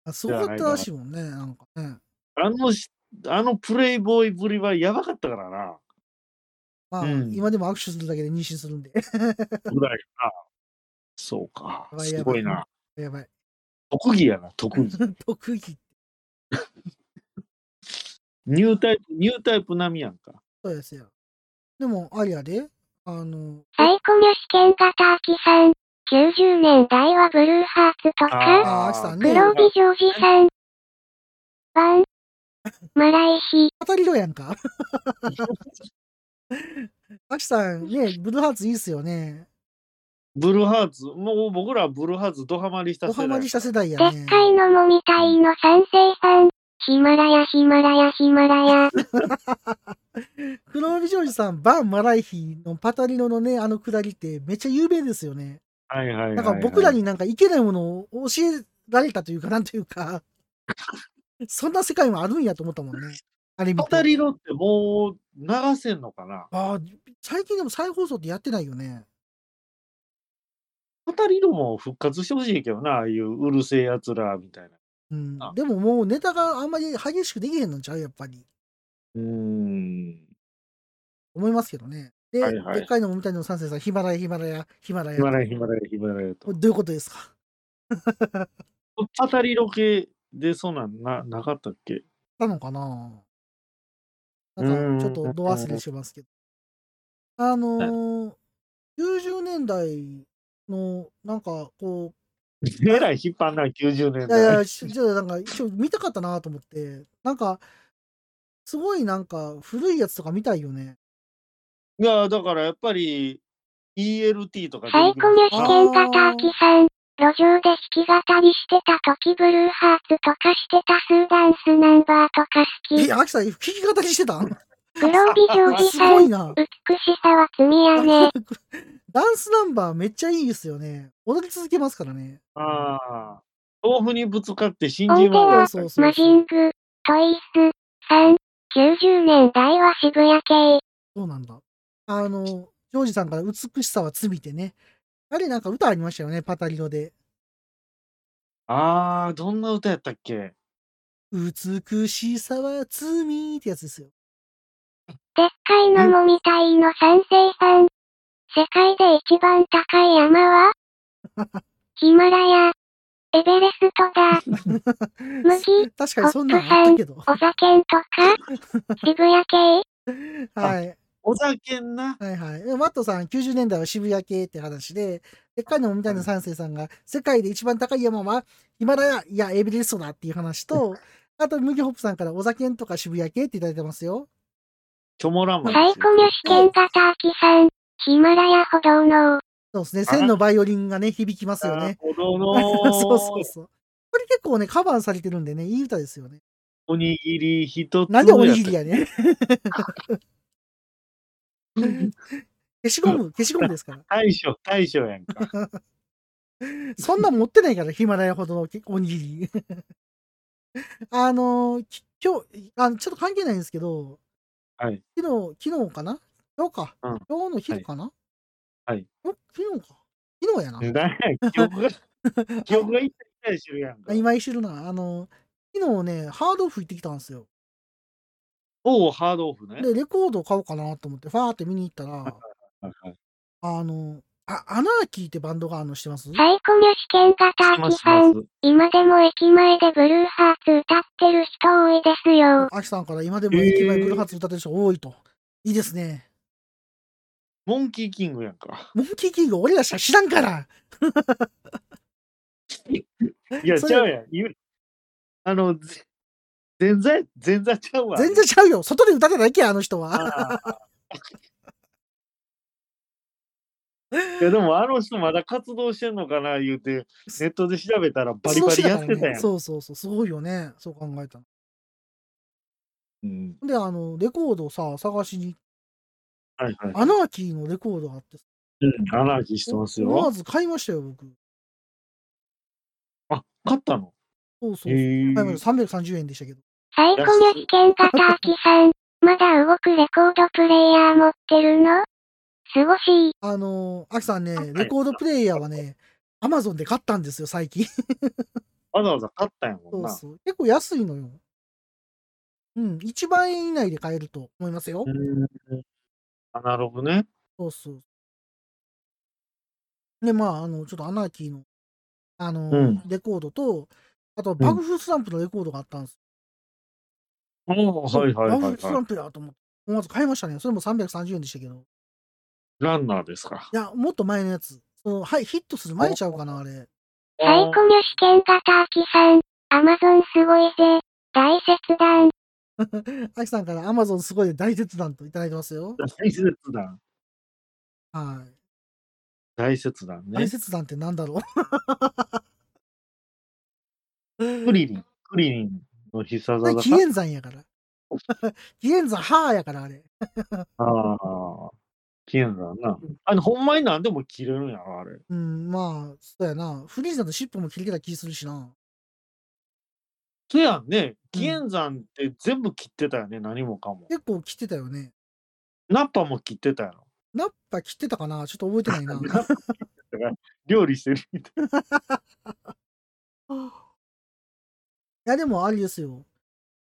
Speaker 1: あすごかったらしいもんね、なんかね。
Speaker 2: あのし、あのプレイボーイぶりはやばかったからな。
Speaker 1: まあ、
Speaker 2: うん
Speaker 1: 今でも握手するだけで妊娠するんで。
Speaker 2: ぐらいな。そうか。
Speaker 1: やばい
Speaker 2: す
Speaker 1: やばい
Speaker 2: ごいな。
Speaker 1: やばい。
Speaker 2: 特技やな、特技。
Speaker 1: 特技。
Speaker 2: ニュータイプ、ニュータイプ並みやんか。
Speaker 1: そうですよ。でも、ありやで、あの、
Speaker 3: サイコミュ危険型アキさん、90年代はブルーハーツと
Speaker 1: あ
Speaker 3: か、
Speaker 1: ーアキさんね
Speaker 3: 黒帯ジョージさん、バン、 マライヒ、
Speaker 1: 語りろやん か。アキさん、ね、ブルーハーツいいっすよね。
Speaker 2: ブルーハーツ、もう僕らはブルーハーツドハマりした
Speaker 1: お
Speaker 2: 世
Speaker 1: はま
Speaker 2: 代
Speaker 1: り。した世代や
Speaker 3: で
Speaker 1: ね
Speaker 3: っ。かいのもみたいの三世さん、ヒマラヤヒマラヤヒマラヤ、
Speaker 1: 黒帯ジョージさん、バン・マライヒのパタリロのね、あのくだりってめっちゃ有名ですよね。
Speaker 2: はいはいはいはい。
Speaker 1: なんか僕らになんかいけないものを教えられたというか、なんというか、そんな世界もあるんやと思ったもんね。あれ見
Speaker 2: 語
Speaker 1: て。
Speaker 2: りのってもう流せんのかな
Speaker 1: ああ、最近でも再放送ってやってないよね。
Speaker 2: 語りのも復活してほしいけどな、ああいううるせえやつらみたいな。
Speaker 1: うん
Speaker 2: あ。
Speaker 1: でももうネタがあんまり激しくできへんのちゃうやっぱり。
Speaker 2: うーん。
Speaker 1: 思いますけどね。で、
Speaker 2: はいはい
Speaker 1: でっかいのもみたいの三世さん、ヒマラヤ、ヒマラヤ、ヒマラヤ。
Speaker 2: ヒマラヤヒマラヤヒマラヤ
Speaker 1: ことれ。どういうことですか
Speaker 2: 語りロケでそんなんななかったっ け
Speaker 1: なのかな
Speaker 2: う
Speaker 1: なん
Speaker 2: ん
Speaker 1: か、ちょっとど忘れしますけど。あのー、90年代の、なんか、 こ
Speaker 2: えらい引っ張んな、90
Speaker 1: う、
Speaker 2: 年
Speaker 1: いやい
Speaker 2: 代。
Speaker 1: や、ちょちょっとなんか、一応見たかったなと思って、なんか、すごいなんか、古いやつとか見たいよ ね。
Speaker 2: いや、だからやっぱり ELT とか
Speaker 3: サイコミュ
Speaker 1: き
Speaker 2: か
Speaker 1: ま
Speaker 2: ら
Speaker 1: す
Speaker 3: 危険型アキさん、路上で弾き語りしてた時ブルーハーツとかしてたスーダンスナンバーとか好
Speaker 1: え、
Speaker 3: き、
Speaker 1: 秋さん、聞き語りしてたん
Speaker 3: 黒帯ジョージ
Speaker 1: す
Speaker 3: さん
Speaker 1: ご、いな。
Speaker 3: 美しさは積み上げ。
Speaker 1: ダンスナンバーめっちゃいいですよね。踊り続けますからね。
Speaker 2: ああ。豆腐にぶつかって新
Speaker 3: 音
Speaker 2: 人
Speaker 3: 程は
Speaker 2: は
Speaker 1: そうそう
Speaker 3: マジング、トイス、3、90年代は渋谷系。
Speaker 1: そうなんだ。あの、ジョージさんから美しさは罪でね。あれなんか歌ありましたよね、パタリロで。
Speaker 2: ああ、どんな歌やったっけ
Speaker 1: 美しさは罪ってやつです よ。
Speaker 3: でっかいのもみたいの三世さん。 世界で一番高い山はヒマラヤ。エベレスト だ。麦、
Speaker 1: 確かにそんなんあったけど。
Speaker 3: お酒んとか渋谷系
Speaker 1: はい。
Speaker 2: お酒な。
Speaker 1: はいはい。でマットさん、90年代は渋谷系って話で、でっかいのもみたいな三世さんが、世界で一番高い山はヒマラヤ、いや、エベレストだっていう話 と、あと、麦ホップさんから、お酒んとか渋谷系っていただいてますよ。
Speaker 2: チョモランマン
Speaker 3: サイ
Speaker 2: です
Speaker 3: コ
Speaker 2: よ。
Speaker 3: ミュ試験型アキさん。ヒマラヤ歩道の。
Speaker 1: そうですね。千のバイオリンがね、響きますよね。
Speaker 2: なるほどの
Speaker 1: そうそうそう。これ結構ね、カバーされてるんでね、いい歌ですよね。
Speaker 2: おにぎり一つ。
Speaker 1: なんでおにぎりや ねん消しゴム、消しゴムですから。
Speaker 2: 大将、大将やん か。
Speaker 1: そんなん持ってないから、ヒマラヤほどのおにぎり。 あのー、き今日あの、ちょっと関係ないんですけど、
Speaker 2: はい。
Speaker 1: 昨日、昨日かな今日か、
Speaker 2: うん
Speaker 1: 今日の昼かな
Speaker 2: はいはい
Speaker 1: お昨日か昨日やな。
Speaker 2: な んや記憶が、記憶がいったり来たりしてるやんか
Speaker 1: あ。今一緒な。あの、昨日ね、ハードオフ行ってきたんですよ。
Speaker 2: おお、ハードオフね。
Speaker 1: で、レコード買おうかなと思って、ファーって見に行ったら、
Speaker 2: はいはい
Speaker 1: あの、あアナーキーってバンドがあのしてます
Speaker 3: サイコミュ試験
Speaker 2: し
Speaker 3: 型ア
Speaker 2: ま
Speaker 3: キ
Speaker 2: すし
Speaker 3: さ
Speaker 2: ま
Speaker 3: ん。
Speaker 2: す。
Speaker 3: 今でも駅前でブルーハーツ歌ってる人多いですよ。
Speaker 1: アキさんから今でも駅前ブルーハーツ歌ってる人多いと。いいですね。
Speaker 2: モンキーキングやんか。
Speaker 1: モンキーキング俺らしか知らんから
Speaker 2: いや、
Speaker 1: そ
Speaker 2: ち
Speaker 1: れ
Speaker 2: ゃうやん。言うあの、ぜ全然、全然ちゃうわ。
Speaker 1: 全然ちゃうよ外で歌ってないけやあの人は。
Speaker 2: あーいやでもあの人まだ活動してんのかな言うてネットで調べたらバリバリやってたやん。
Speaker 1: そうそうそう、すごいよね。そう考えたら
Speaker 2: うん
Speaker 1: で、あの、レコードさ、探しに、
Speaker 2: はいはい。
Speaker 1: アナーキーのレコードがあって、
Speaker 2: うん、アナーキーしてます
Speaker 1: 思わ
Speaker 2: よ。
Speaker 1: ず買いましたよ、僕。
Speaker 2: あ、買ったの
Speaker 1: そうそう。
Speaker 2: へ
Speaker 1: 買い
Speaker 2: え。
Speaker 1: ました330円でしたけど。
Speaker 3: サイコミュ試験型アキ さん。まだ動くレコードプレイヤー持ってるのすごしい。
Speaker 1: あの、アキさんね、
Speaker 2: い
Speaker 1: レコードプレイヤーはね、アマゾンで買ったんですよ、最近。
Speaker 2: わざわざ買ったんやも
Speaker 1: そ
Speaker 2: ん
Speaker 1: う
Speaker 2: な。
Speaker 1: そう。結構安いのよ。うん、1万円以内で買えると思いますよ。
Speaker 2: うんあなるほどね。
Speaker 1: そうそう。で、まあ、あの、ちょっとアナーキーの、あの、
Speaker 2: うん
Speaker 1: レコードと、あと、バグフスランプのレコードがあったんです
Speaker 2: ああ、はいはい
Speaker 1: バ
Speaker 2: は
Speaker 1: グ
Speaker 2: い、
Speaker 1: フスラ
Speaker 2: は
Speaker 1: ンプやと思って、思わず買いましたね。それも330円でしたけど。
Speaker 2: い。ランナーですか。
Speaker 1: いや、もっと前のやつ。そのはい、ヒットする前ちゃうかな、あれ。
Speaker 3: サイコミュ試験型アキさん。アマゾンすごいぜ。大切断。
Speaker 1: アキさんからアマゾンすごいで大切断といただいてます よ。
Speaker 2: 大切談。
Speaker 1: はい。
Speaker 2: 大切談ね
Speaker 1: 大。切断ってなんだろう
Speaker 2: クリリン。クリリンの必殺技
Speaker 1: 紀
Speaker 2: か。
Speaker 1: 元山やから。 紀元山はーやから、あれ。
Speaker 2: ああ。キンだな。あの、ほんまに何でも切れるんやろ、あれ。
Speaker 1: うん、まあ、そうやな。フリーザの尻尾も切れてた気するしな。
Speaker 2: そうやんね。紀元山って全部切ってたよね、何もかも。
Speaker 1: 結構切ってたよね。
Speaker 2: ナッパも切ってたやろ。
Speaker 1: ナッパ切ってたかなちょっと覚えて ないな。
Speaker 2: 料理してるみたい。
Speaker 1: いや、でもあれですよ。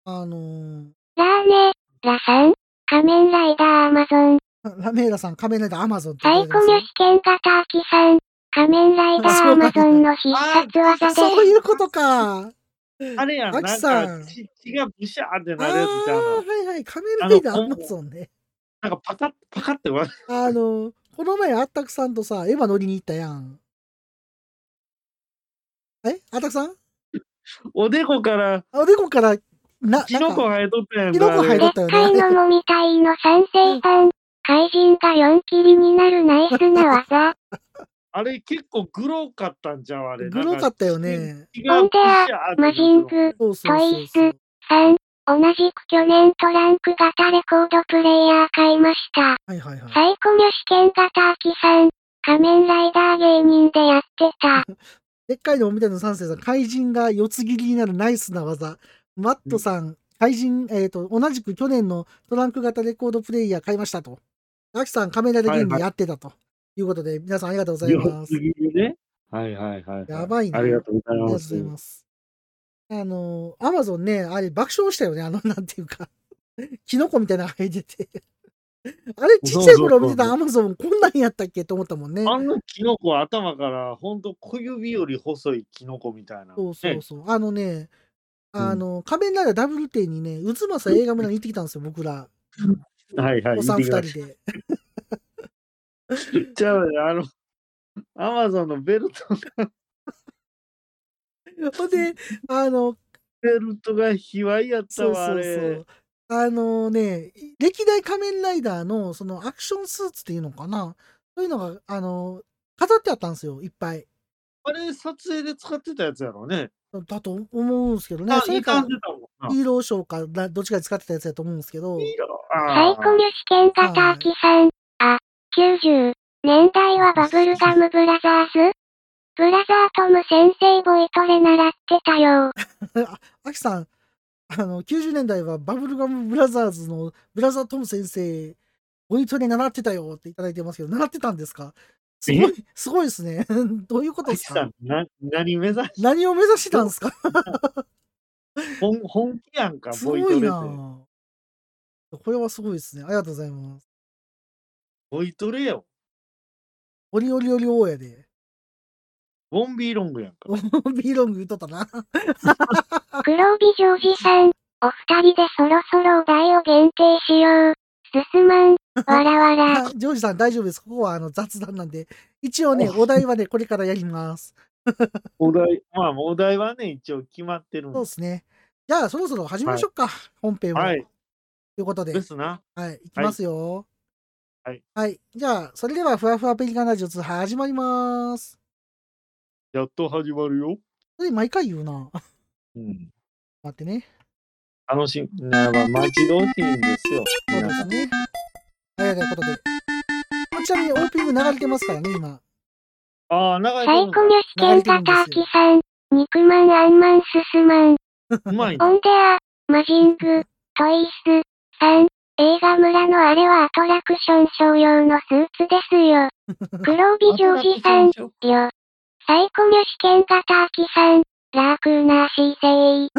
Speaker 1: あのー
Speaker 3: ラーネ、ラさん。仮面ライダーアマゾン。
Speaker 1: ラメーラさん、仮面ライダーアマゾンって
Speaker 3: サイコミュ試験型アキさん。仮面ライダーアマゾンの必殺技です。
Speaker 1: そういうこと か。あ
Speaker 2: あれやん、
Speaker 1: ア
Speaker 2: な
Speaker 1: キ
Speaker 2: ん
Speaker 1: さん
Speaker 2: か血血がブシャーって
Speaker 1: あ
Speaker 2: なるやつじゃん。
Speaker 1: ー、はいはい。仮面ライダーアマゾンね。
Speaker 2: なんかパカッ、パカッて割れ
Speaker 1: あのーこの前、あったくさんとさ、エヴァ乗りに行ったやん。えあったくさん
Speaker 2: おでこから
Speaker 1: あおでこから、な、
Speaker 2: キ
Speaker 1: なん
Speaker 2: ノ
Speaker 1: か
Speaker 2: コ生えとったやん
Speaker 1: キ
Speaker 2: か。
Speaker 1: ノコ生えと
Speaker 2: あれ
Speaker 3: で
Speaker 1: っ
Speaker 3: った
Speaker 1: よね
Speaker 3: かいのもみたいの三星版。怪人が4切りになるナイスな技。
Speaker 2: あれ結構グロかったんじゃん、あれ。
Speaker 1: グロかったよ。ね。
Speaker 2: 違う
Speaker 3: マジング。
Speaker 1: そうそうそうそう。
Speaker 3: 3、同じく去年トランク型レコードプレイヤー買いました。
Speaker 1: はいはいはい。
Speaker 3: サイコミュ試験型アキさん。仮面ライダー芸人でやってた。
Speaker 1: でっかいのみたいな三世さん、怪人が四つ切りになるナイスな技。マットさん、怪人、えっ、と、同じく去年のトランク型レコードプレイヤー買いましたと。アキさん、カメラで芸人やってたと。いうことで、皆さんありがとうござい
Speaker 2: よ
Speaker 1: ます。
Speaker 2: す
Speaker 1: あり
Speaker 2: ぎるね。はいはいはい。
Speaker 1: やばいね
Speaker 2: ありがとうござい
Speaker 1: がとう
Speaker 2: ま
Speaker 1: ご
Speaker 2: す
Speaker 1: ざい。ます。あのー、アマゾンね、あれ爆笑したよね、あの、なんていうか。キノコみたいなのが生えてて。あれ、ちっちゃい頃見てたアマゾンこんなんやったっけと思ったもんね。
Speaker 2: あのキノコは頭からほんと小指より細いキノコみたいな。
Speaker 1: そう
Speaker 2: ね
Speaker 1: そうそう。あのね、
Speaker 2: うん
Speaker 1: あの、仮面ライダーダブルテにね、 渦政映画村に行ってきたんですよ、僕ら。
Speaker 2: はいはい。
Speaker 1: おさん二人
Speaker 2: 言ってき
Speaker 1: で。
Speaker 2: ましたじゃあ、あの、アマゾンのベルト、
Speaker 1: ほんで、あ の、
Speaker 2: ベルトが卑猥やった
Speaker 1: そう
Speaker 2: わ、あ
Speaker 1: そう
Speaker 2: れ。
Speaker 1: そう。あのね、歴代仮面ライダーのそのアクションスーツっていうのかなそういうのが、あの、飾ってあったんですよ、いっぱい。
Speaker 2: あれ、撮影で使ってたやつやろうね。
Speaker 1: だと思うんですけどね
Speaker 2: あ、。
Speaker 1: そ
Speaker 2: い
Speaker 1: れ
Speaker 2: か
Speaker 1: か
Speaker 2: ん、でたもんな。
Speaker 1: ヒーローショーか、などっちかで使ってたやつだと思うんですけど、
Speaker 2: いいな
Speaker 3: サイ
Speaker 2: あ
Speaker 3: コミュ試験型アキさん。あ、90。年代はバブルガムブラザーズブラザートム先生ボイトレ習ってたよ。
Speaker 1: アキさん、あの、90年代はバブルガムブラザーズのブラザートム先生、ボイトレ習ってたよっていただいてますけど、習ってたんですかすごい、すごいですね。 どういうこと
Speaker 2: ア
Speaker 1: で
Speaker 2: キ
Speaker 1: す
Speaker 2: さ
Speaker 1: か
Speaker 2: ん、な何目指し
Speaker 1: 何を目指してたんですか
Speaker 2: 本本気やんか、
Speaker 1: す
Speaker 2: ボ
Speaker 1: ご
Speaker 2: イトレ
Speaker 1: い
Speaker 2: って。
Speaker 1: なこれはすごいですね。ありがとうございます。
Speaker 2: ボイトレよ。
Speaker 1: オリオリオリオーやで。
Speaker 2: ボンビーロングやんか。
Speaker 1: ビーロング言うとったな。
Speaker 3: 黒帯ジョージさん。お二人でそろそろお題を限定しよう。進まん。わらわ ら。
Speaker 1: あジョージさん大丈夫です。ここはあの雑談なんで。一応ね、お題はね、これからやります。
Speaker 2: お題、まあ、お題はね、一応決まってるん
Speaker 1: そうですね。じゃあ、そろそろ始めましょうか。本編を。
Speaker 2: はい
Speaker 1: ということで
Speaker 2: で。すな。
Speaker 1: はい、いきますよ。
Speaker 2: はい。
Speaker 1: はい。じゃあ、それでは、ふわふわペリカンラジオ2始まります。
Speaker 2: やっと始まるよ。
Speaker 1: それ毎回言うな。
Speaker 2: うん、
Speaker 1: 待ってね。
Speaker 2: 楽しみ、なまあ、待ち遠しいんですよ。
Speaker 1: そうですね。はい、ということで。ちなみにオープニング流れてますからね、今。
Speaker 2: ああ、長い
Speaker 3: サイコミュ試験型アキさん。肉まんアンマン進まん。
Speaker 2: うまい
Speaker 3: オ
Speaker 2: な。
Speaker 3: ンデア、マジング、トイス、3、映画村のあれはアトラクションショー用のスーツですよ。黒帯ジョージさん、よ。サイコミュ試験型アキさん、ラークーナーシーセイ。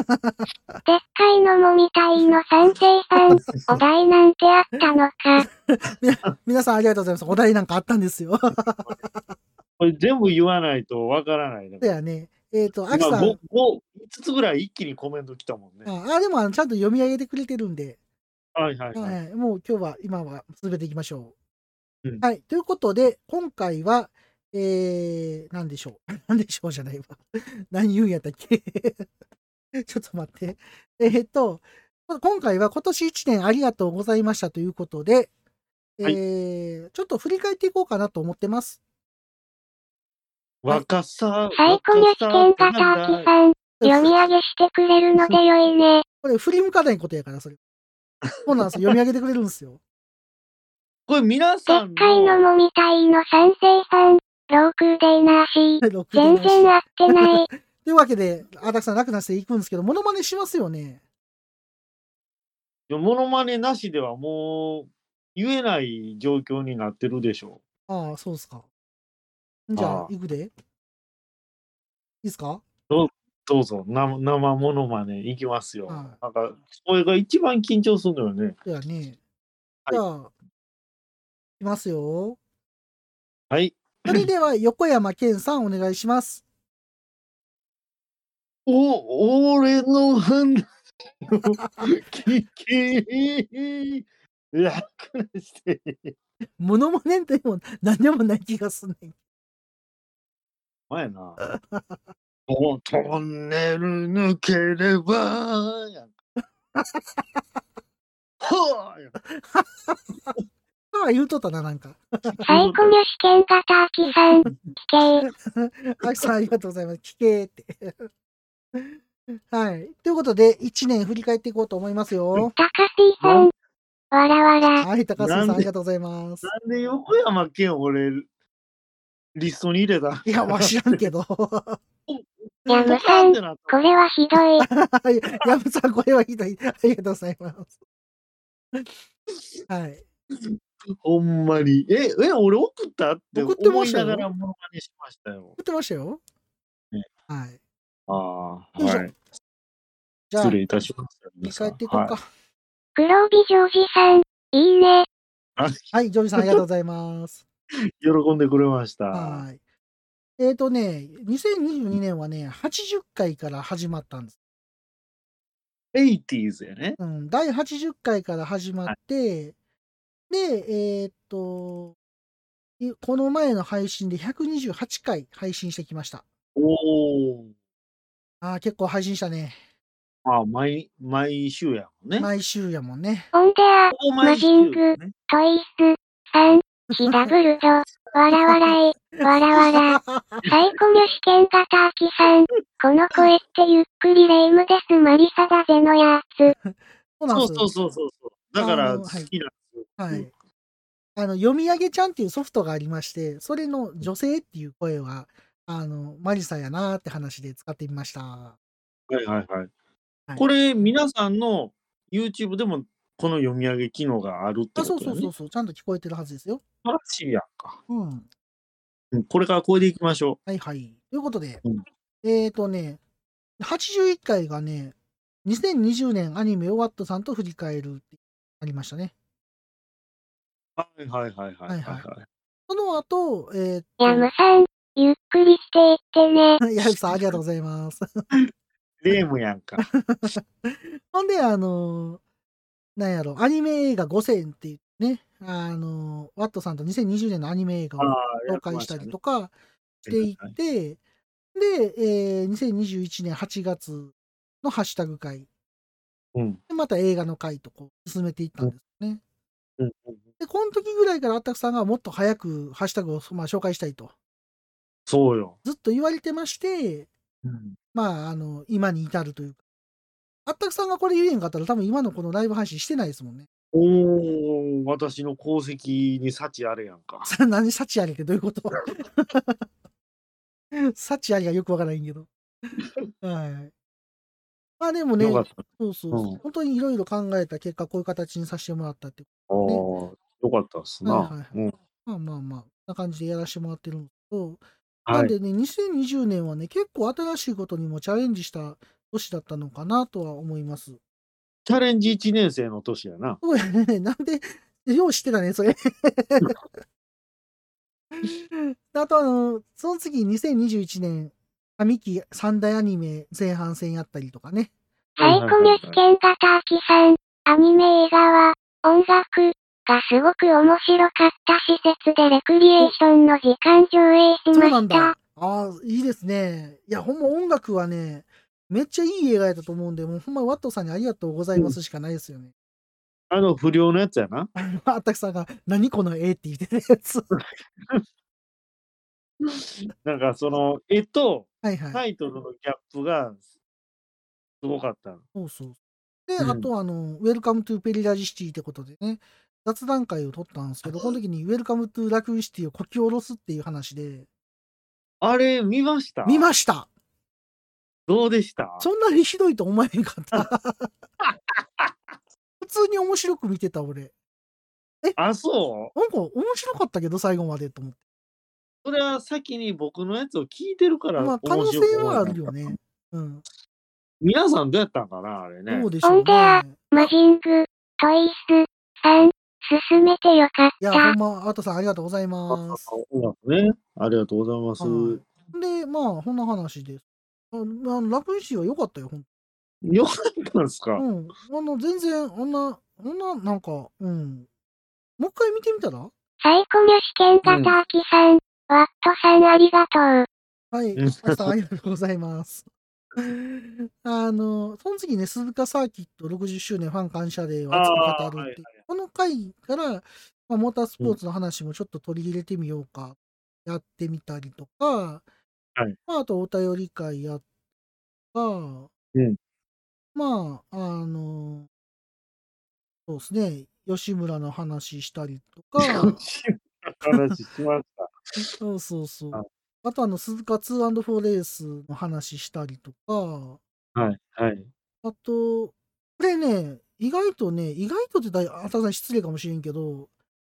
Speaker 3: でっかいのもみたいの三成さん、お題なんてあったのか。
Speaker 1: 皆さんありがとうございます。お題なんかあったんですよ。
Speaker 2: これ全部言わないとわからないね。
Speaker 1: だよね。えっ、と、
Speaker 2: 今
Speaker 1: アキさん。
Speaker 2: 5、5 5つぐらい一気にコメント来たもんね。
Speaker 1: ああ、でもあのちゃんと読み上げてくれてるんで、
Speaker 2: はいはい
Speaker 1: は
Speaker 2: はいい。
Speaker 1: もう今日は、今は全ていきましょう。
Speaker 2: うん
Speaker 1: はい。ということで、今回は、えー、なんでしょう。 なんでしょうじゃないわ。何言うんやったっけ ちょっと待って。えーっと、今回は今年1年ありがとうございましたということで、えーちょっと振り返っていこうかなと思ってます。
Speaker 2: 若さ、
Speaker 3: サイコミュ試験型
Speaker 2: 若さ
Speaker 3: アキさん、読み上げしてくれるのでよいね。
Speaker 1: これ振り向かないことやから、それ。そうなんですよ。読み上げてくれるんですよ。
Speaker 2: これ皆
Speaker 3: でっ
Speaker 2: さん
Speaker 3: かいの
Speaker 2: の
Speaker 3: もみたいの三成さん、ロークーデイナーシー。
Speaker 1: 全
Speaker 3: 全然合ってない。
Speaker 1: というわけで、あたくさん楽なしていくんですけど、モノマネしますよね。
Speaker 2: モノマネなしではもう言えない状況になってるでしょ
Speaker 1: ああ、そうですか。じゃ
Speaker 2: あ
Speaker 1: あ
Speaker 2: あ、
Speaker 1: いくで。いいですか
Speaker 2: う。どうぞ、な生モノマネいきますよ。
Speaker 1: は
Speaker 2: なんか、これが一番緊張するのよね。
Speaker 1: ではね。
Speaker 2: はい
Speaker 1: じゃあ、いきますよ。
Speaker 2: はい。
Speaker 1: それでは、横山健さん、お願いします。
Speaker 2: お、俺の判断を聞き、楽にして。
Speaker 1: モノマネでも 何でもない気がすんねん。
Speaker 2: お前な。おトンネル抜ければやんか。はあやんか
Speaker 1: ああ、言うとったな、なんか。
Speaker 3: サイコミュ試験型アキさん、聞け。
Speaker 1: あきさん、ありがとうございます。聞けーって。 はい。ということで、1年振り返っていこうと思いますよ。
Speaker 3: 高水さん、わらわら。
Speaker 1: はい、高杉
Speaker 2: なん
Speaker 1: さん、
Speaker 2: で
Speaker 1: ありがとうございます。
Speaker 2: なんで横山健俺、リストに入れた
Speaker 1: いや、わ しらんけど。
Speaker 3: やむ
Speaker 2: パ
Speaker 3: さ
Speaker 2: ン
Speaker 3: ん
Speaker 2: ってなっ
Speaker 3: これはひどい。
Speaker 1: はい、 やぶさん、これはひどい。ありがとうございます。はい。
Speaker 2: たほんまに。え、え、俺送ったって
Speaker 1: 送ってま
Speaker 2: 思
Speaker 1: し
Speaker 2: い
Speaker 1: たよ
Speaker 2: ながらモノマネしましたよ
Speaker 1: 送。ってましたよ
Speaker 2: ね。
Speaker 1: はい。
Speaker 2: ああ、は
Speaker 1: よいしょ
Speaker 2: い。
Speaker 1: じゃあ、
Speaker 2: 失礼
Speaker 1: 振
Speaker 2: いたしました。
Speaker 1: り
Speaker 2: 皆さん
Speaker 1: 返っていこうか。あ
Speaker 2: はい
Speaker 3: 黒帯ジョージさん、いいね。
Speaker 1: はい、ジョージさんありがとうございます。
Speaker 2: 喜んでくれました。
Speaker 1: はい。えっ、とね、2022年はね、80回から始まったんです。
Speaker 2: 80s やね。
Speaker 1: うん、第80回から始まって、で、えっ、と、いこの前の配信で128回配信してきました。
Speaker 2: おお。
Speaker 1: ああ、結構配信したね。
Speaker 2: まあ、毎、毎週やもんね。
Speaker 1: 毎週やもんね。
Speaker 3: オンデア、
Speaker 2: ほぼ毎週やね。
Speaker 3: トイス、さん、ひダブルド、わらわらえ、わらわら。サイコミュ試験型アキさん。この声ってゆっくりレイムですマリサだぜのやつ。
Speaker 1: そうなん
Speaker 2: そ
Speaker 1: で
Speaker 2: う
Speaker 1: す
Speaker 2: そうそうそうそう。だから、
Speaker 1: あの
Speaker 2: 好き
Speaker 1: は
Speaker 2: ないんですよ。
Speaker 1: はい。あの、読み上げちゃんっていうソフトがありまして、それの女性っていう声は、あの、マリサやなーって話で使ってみました。
Speaker 2: はいはいはい。
Speaker 1: はい
Speaker 2: これ、皆さんの YouTube でも、この読み上げ機能があるって
Speaker 1: あ、
Speaker 2: こ
Speaker 1: そう
Speaker 2: と
Speaker 1: そ
Speaker 2: や
Speaker 1: うそ
Speaker 2: ね
Speaker 1: う。そう、ちゃんと聞こえてるはずですよ。
Speaker 2: 素晴らしいやんか。
Speaker 1: うん。
Speaker 2: うんこれからこれでいきましょ
Speaker 1: はいはい。ということで、
Speaker 2: うん
Speaker 1: えっ、ー、とね、81回がね、2020年アニメをワットさんと振り返るってありましたね。
Speaker 2: う。はいはいはいはいはい
Speaker 1: は
Speaker 2: はいい。
Speaker 1: その後、えっ、
Speaker 3: ヤム
Speaker 1: ー、
Speaker 3: さん、ゆっくりしていってね。
Speaker 1: と、ヤムさんありがとう ございます。
Speaker 2: レームや んか。
Speaker 1: ほんで、あのーなんやろ、アニメ映画5000っていうね、あのーワットさんと2020年のアニメ映画を
Speaker 2: あ
Speaker 1: 紹介したりと
Speaker 2: か
Speaker 1: かしていって、で、えー2021年8月のハッシュタグ会、
Speaker 2: うん。
Speaker 1: でまた映画の会とこう進めていったんですよね。
Speaker 2: うんうん
Speaker 1: で、この時ぐらいからあったくさんがもっと早くハッシュタグを、まあ、紹介したいと、
Speaker 2: そうよ。
Speaker 1: ずっと言われてまして、
Speaker 2: うん
Speaker 1: まあ、あの、今に至るというか。あったくさんがこれ言えんかったら多分今のこのライブ配信してないですもんね。
Speaker 2: おお、私の功績に幸あれやんか。
Speaker 1: それ 何幸ありってどういうこと 幸ありがよくわからないんけ ど。はい。まあでもね、
Speaker 2: よか
Speaker 1: そ
Speaker 2: っ
Speaker 1: う
Speaker 2: た。
Speaker 1: そうそう、
Speaker 2: うん
Speaker 1: 本当にいろいろ考えた結果、こういう形にさせてもらったっていう。
Speaker 2: ああ、よかったっす
Speaker 1: はいはい
Speaker 2: な。うん
Speaker 1: まあまあまあ、こんな感じでやらせてもらってるんですけど、な
Speaker 2: は
Speaker 1: ん
Speaker 2: い。
Speaker 1: でね、2020年はね、結構新しいことにもチャレンジした年だったのかなとは思います。
Speaker 2: チャレンジ1年生の年やな。
Speaker 1: そうやね。 なんで、よう知ってたね、それ。 あと、あの、その次、2021年、上期三大アニメ前半戦やったりとかね。
Speaker 3: サイコミュ試験型アキさん。アニメ映画は、音楽、がすごく面白かった施設でレクリエーションの時間上映し
Speaker 1: そう
Speaker 3: ま
Speaker 1: なん
Speaker 3: し
Speaker 1: だ。
Speaker 3: た
Speaker 1: あ。あー、いいですね。いや、ほんま音楽はね、めっちゃいい映画やったと思うんで、もうほんまワットさんにありがとうございますしかないですよね。
Speaker 2: あの不良のやつやな。
Speaker 1: あのあったくさんが、何この絵って言ってたやつ。
Speaker 2: なんかその絵と
Speaker 1: はいはい。
Speaker 2: タイトルのギャップがすごかった。
Speaker 1: そうそう。で、
Speaker 2: うん
Speaker 1: あとあの、ウェルカムトゥペリラジシティってことでね、雑談会を取ったんですけど、この時にウェルカムトゥラクーンシティをこき下ろすっていう話で、
Speaker 2: あれ見ました
Speaker 1: 見ました
Speaker 2: どうでした
Speaker 1: そんなにひどいと思えへんか った。普通に面白く見てた俺。
Speaker 2: あ、そう
Speaker 1: なんか面白かったけど、最後までと思って。
Speaker 2: それは先に僕のやつを聞いてるから
Speaker 1: まあ、
Speaker 2: 面
Speaker 1: 可能性
Speaker 2: 白く思
Speaker 1: は
Speaker 2: わな
Speaker 1: あ
Speaker 2: かった
Speaker 1: るよね。うん。
Speaker 2: 皆さんどうやったんかなあれね
Speaker 1: どう。でしょうね。
Speaker 3: マジング、トイス、さん、進めてよかっ
Speaker 1: いや、
Speaker 3: た
Speaker 1: ほ。んま、アートさんありがとうございます。
Speaker 2: 音楽ね。ありがとうございます。
Speaker 1: はい、で、まあ、こんな話です。ああの楽園シティは良かったよ、ほん
Speaker 2: よかったんですか、
Speaker 1: うん、あの全然あんな、あんな、なんか、うん。もう一回見てみたらは
Speaker 3: サイコミュ試験型アキさん、ワットさんありがとう。
Speaker 1: い、
Speaker 2: うん
Speaker 1: あさんありがとうございます。 あの、その次ね、鈴鹿サーキット60周年ファン感謝デーを熱く語るっていう、この回から、まあ、モータースポーツの話もちょっと取り入れてみようか、やってみたりとか、
Speaker 2: はい
Speaker 1: まあ、あとお便り会やったりとか、
Speaker 2: うん
Speaker 1: まあ、あの、そうですね、吉村の話したりとか、
Speaker 2: 話しました。
Speaker 1: そうそうそう
Speaker 2: あ。
Speaker 1: あとあの、鈴鹿 2&4 レースの話したりとか、
Speaker 2: はい、はい。
Speaker 1: あと、これね、意外とね、意外とって大あたさん失礼かもしれんけど、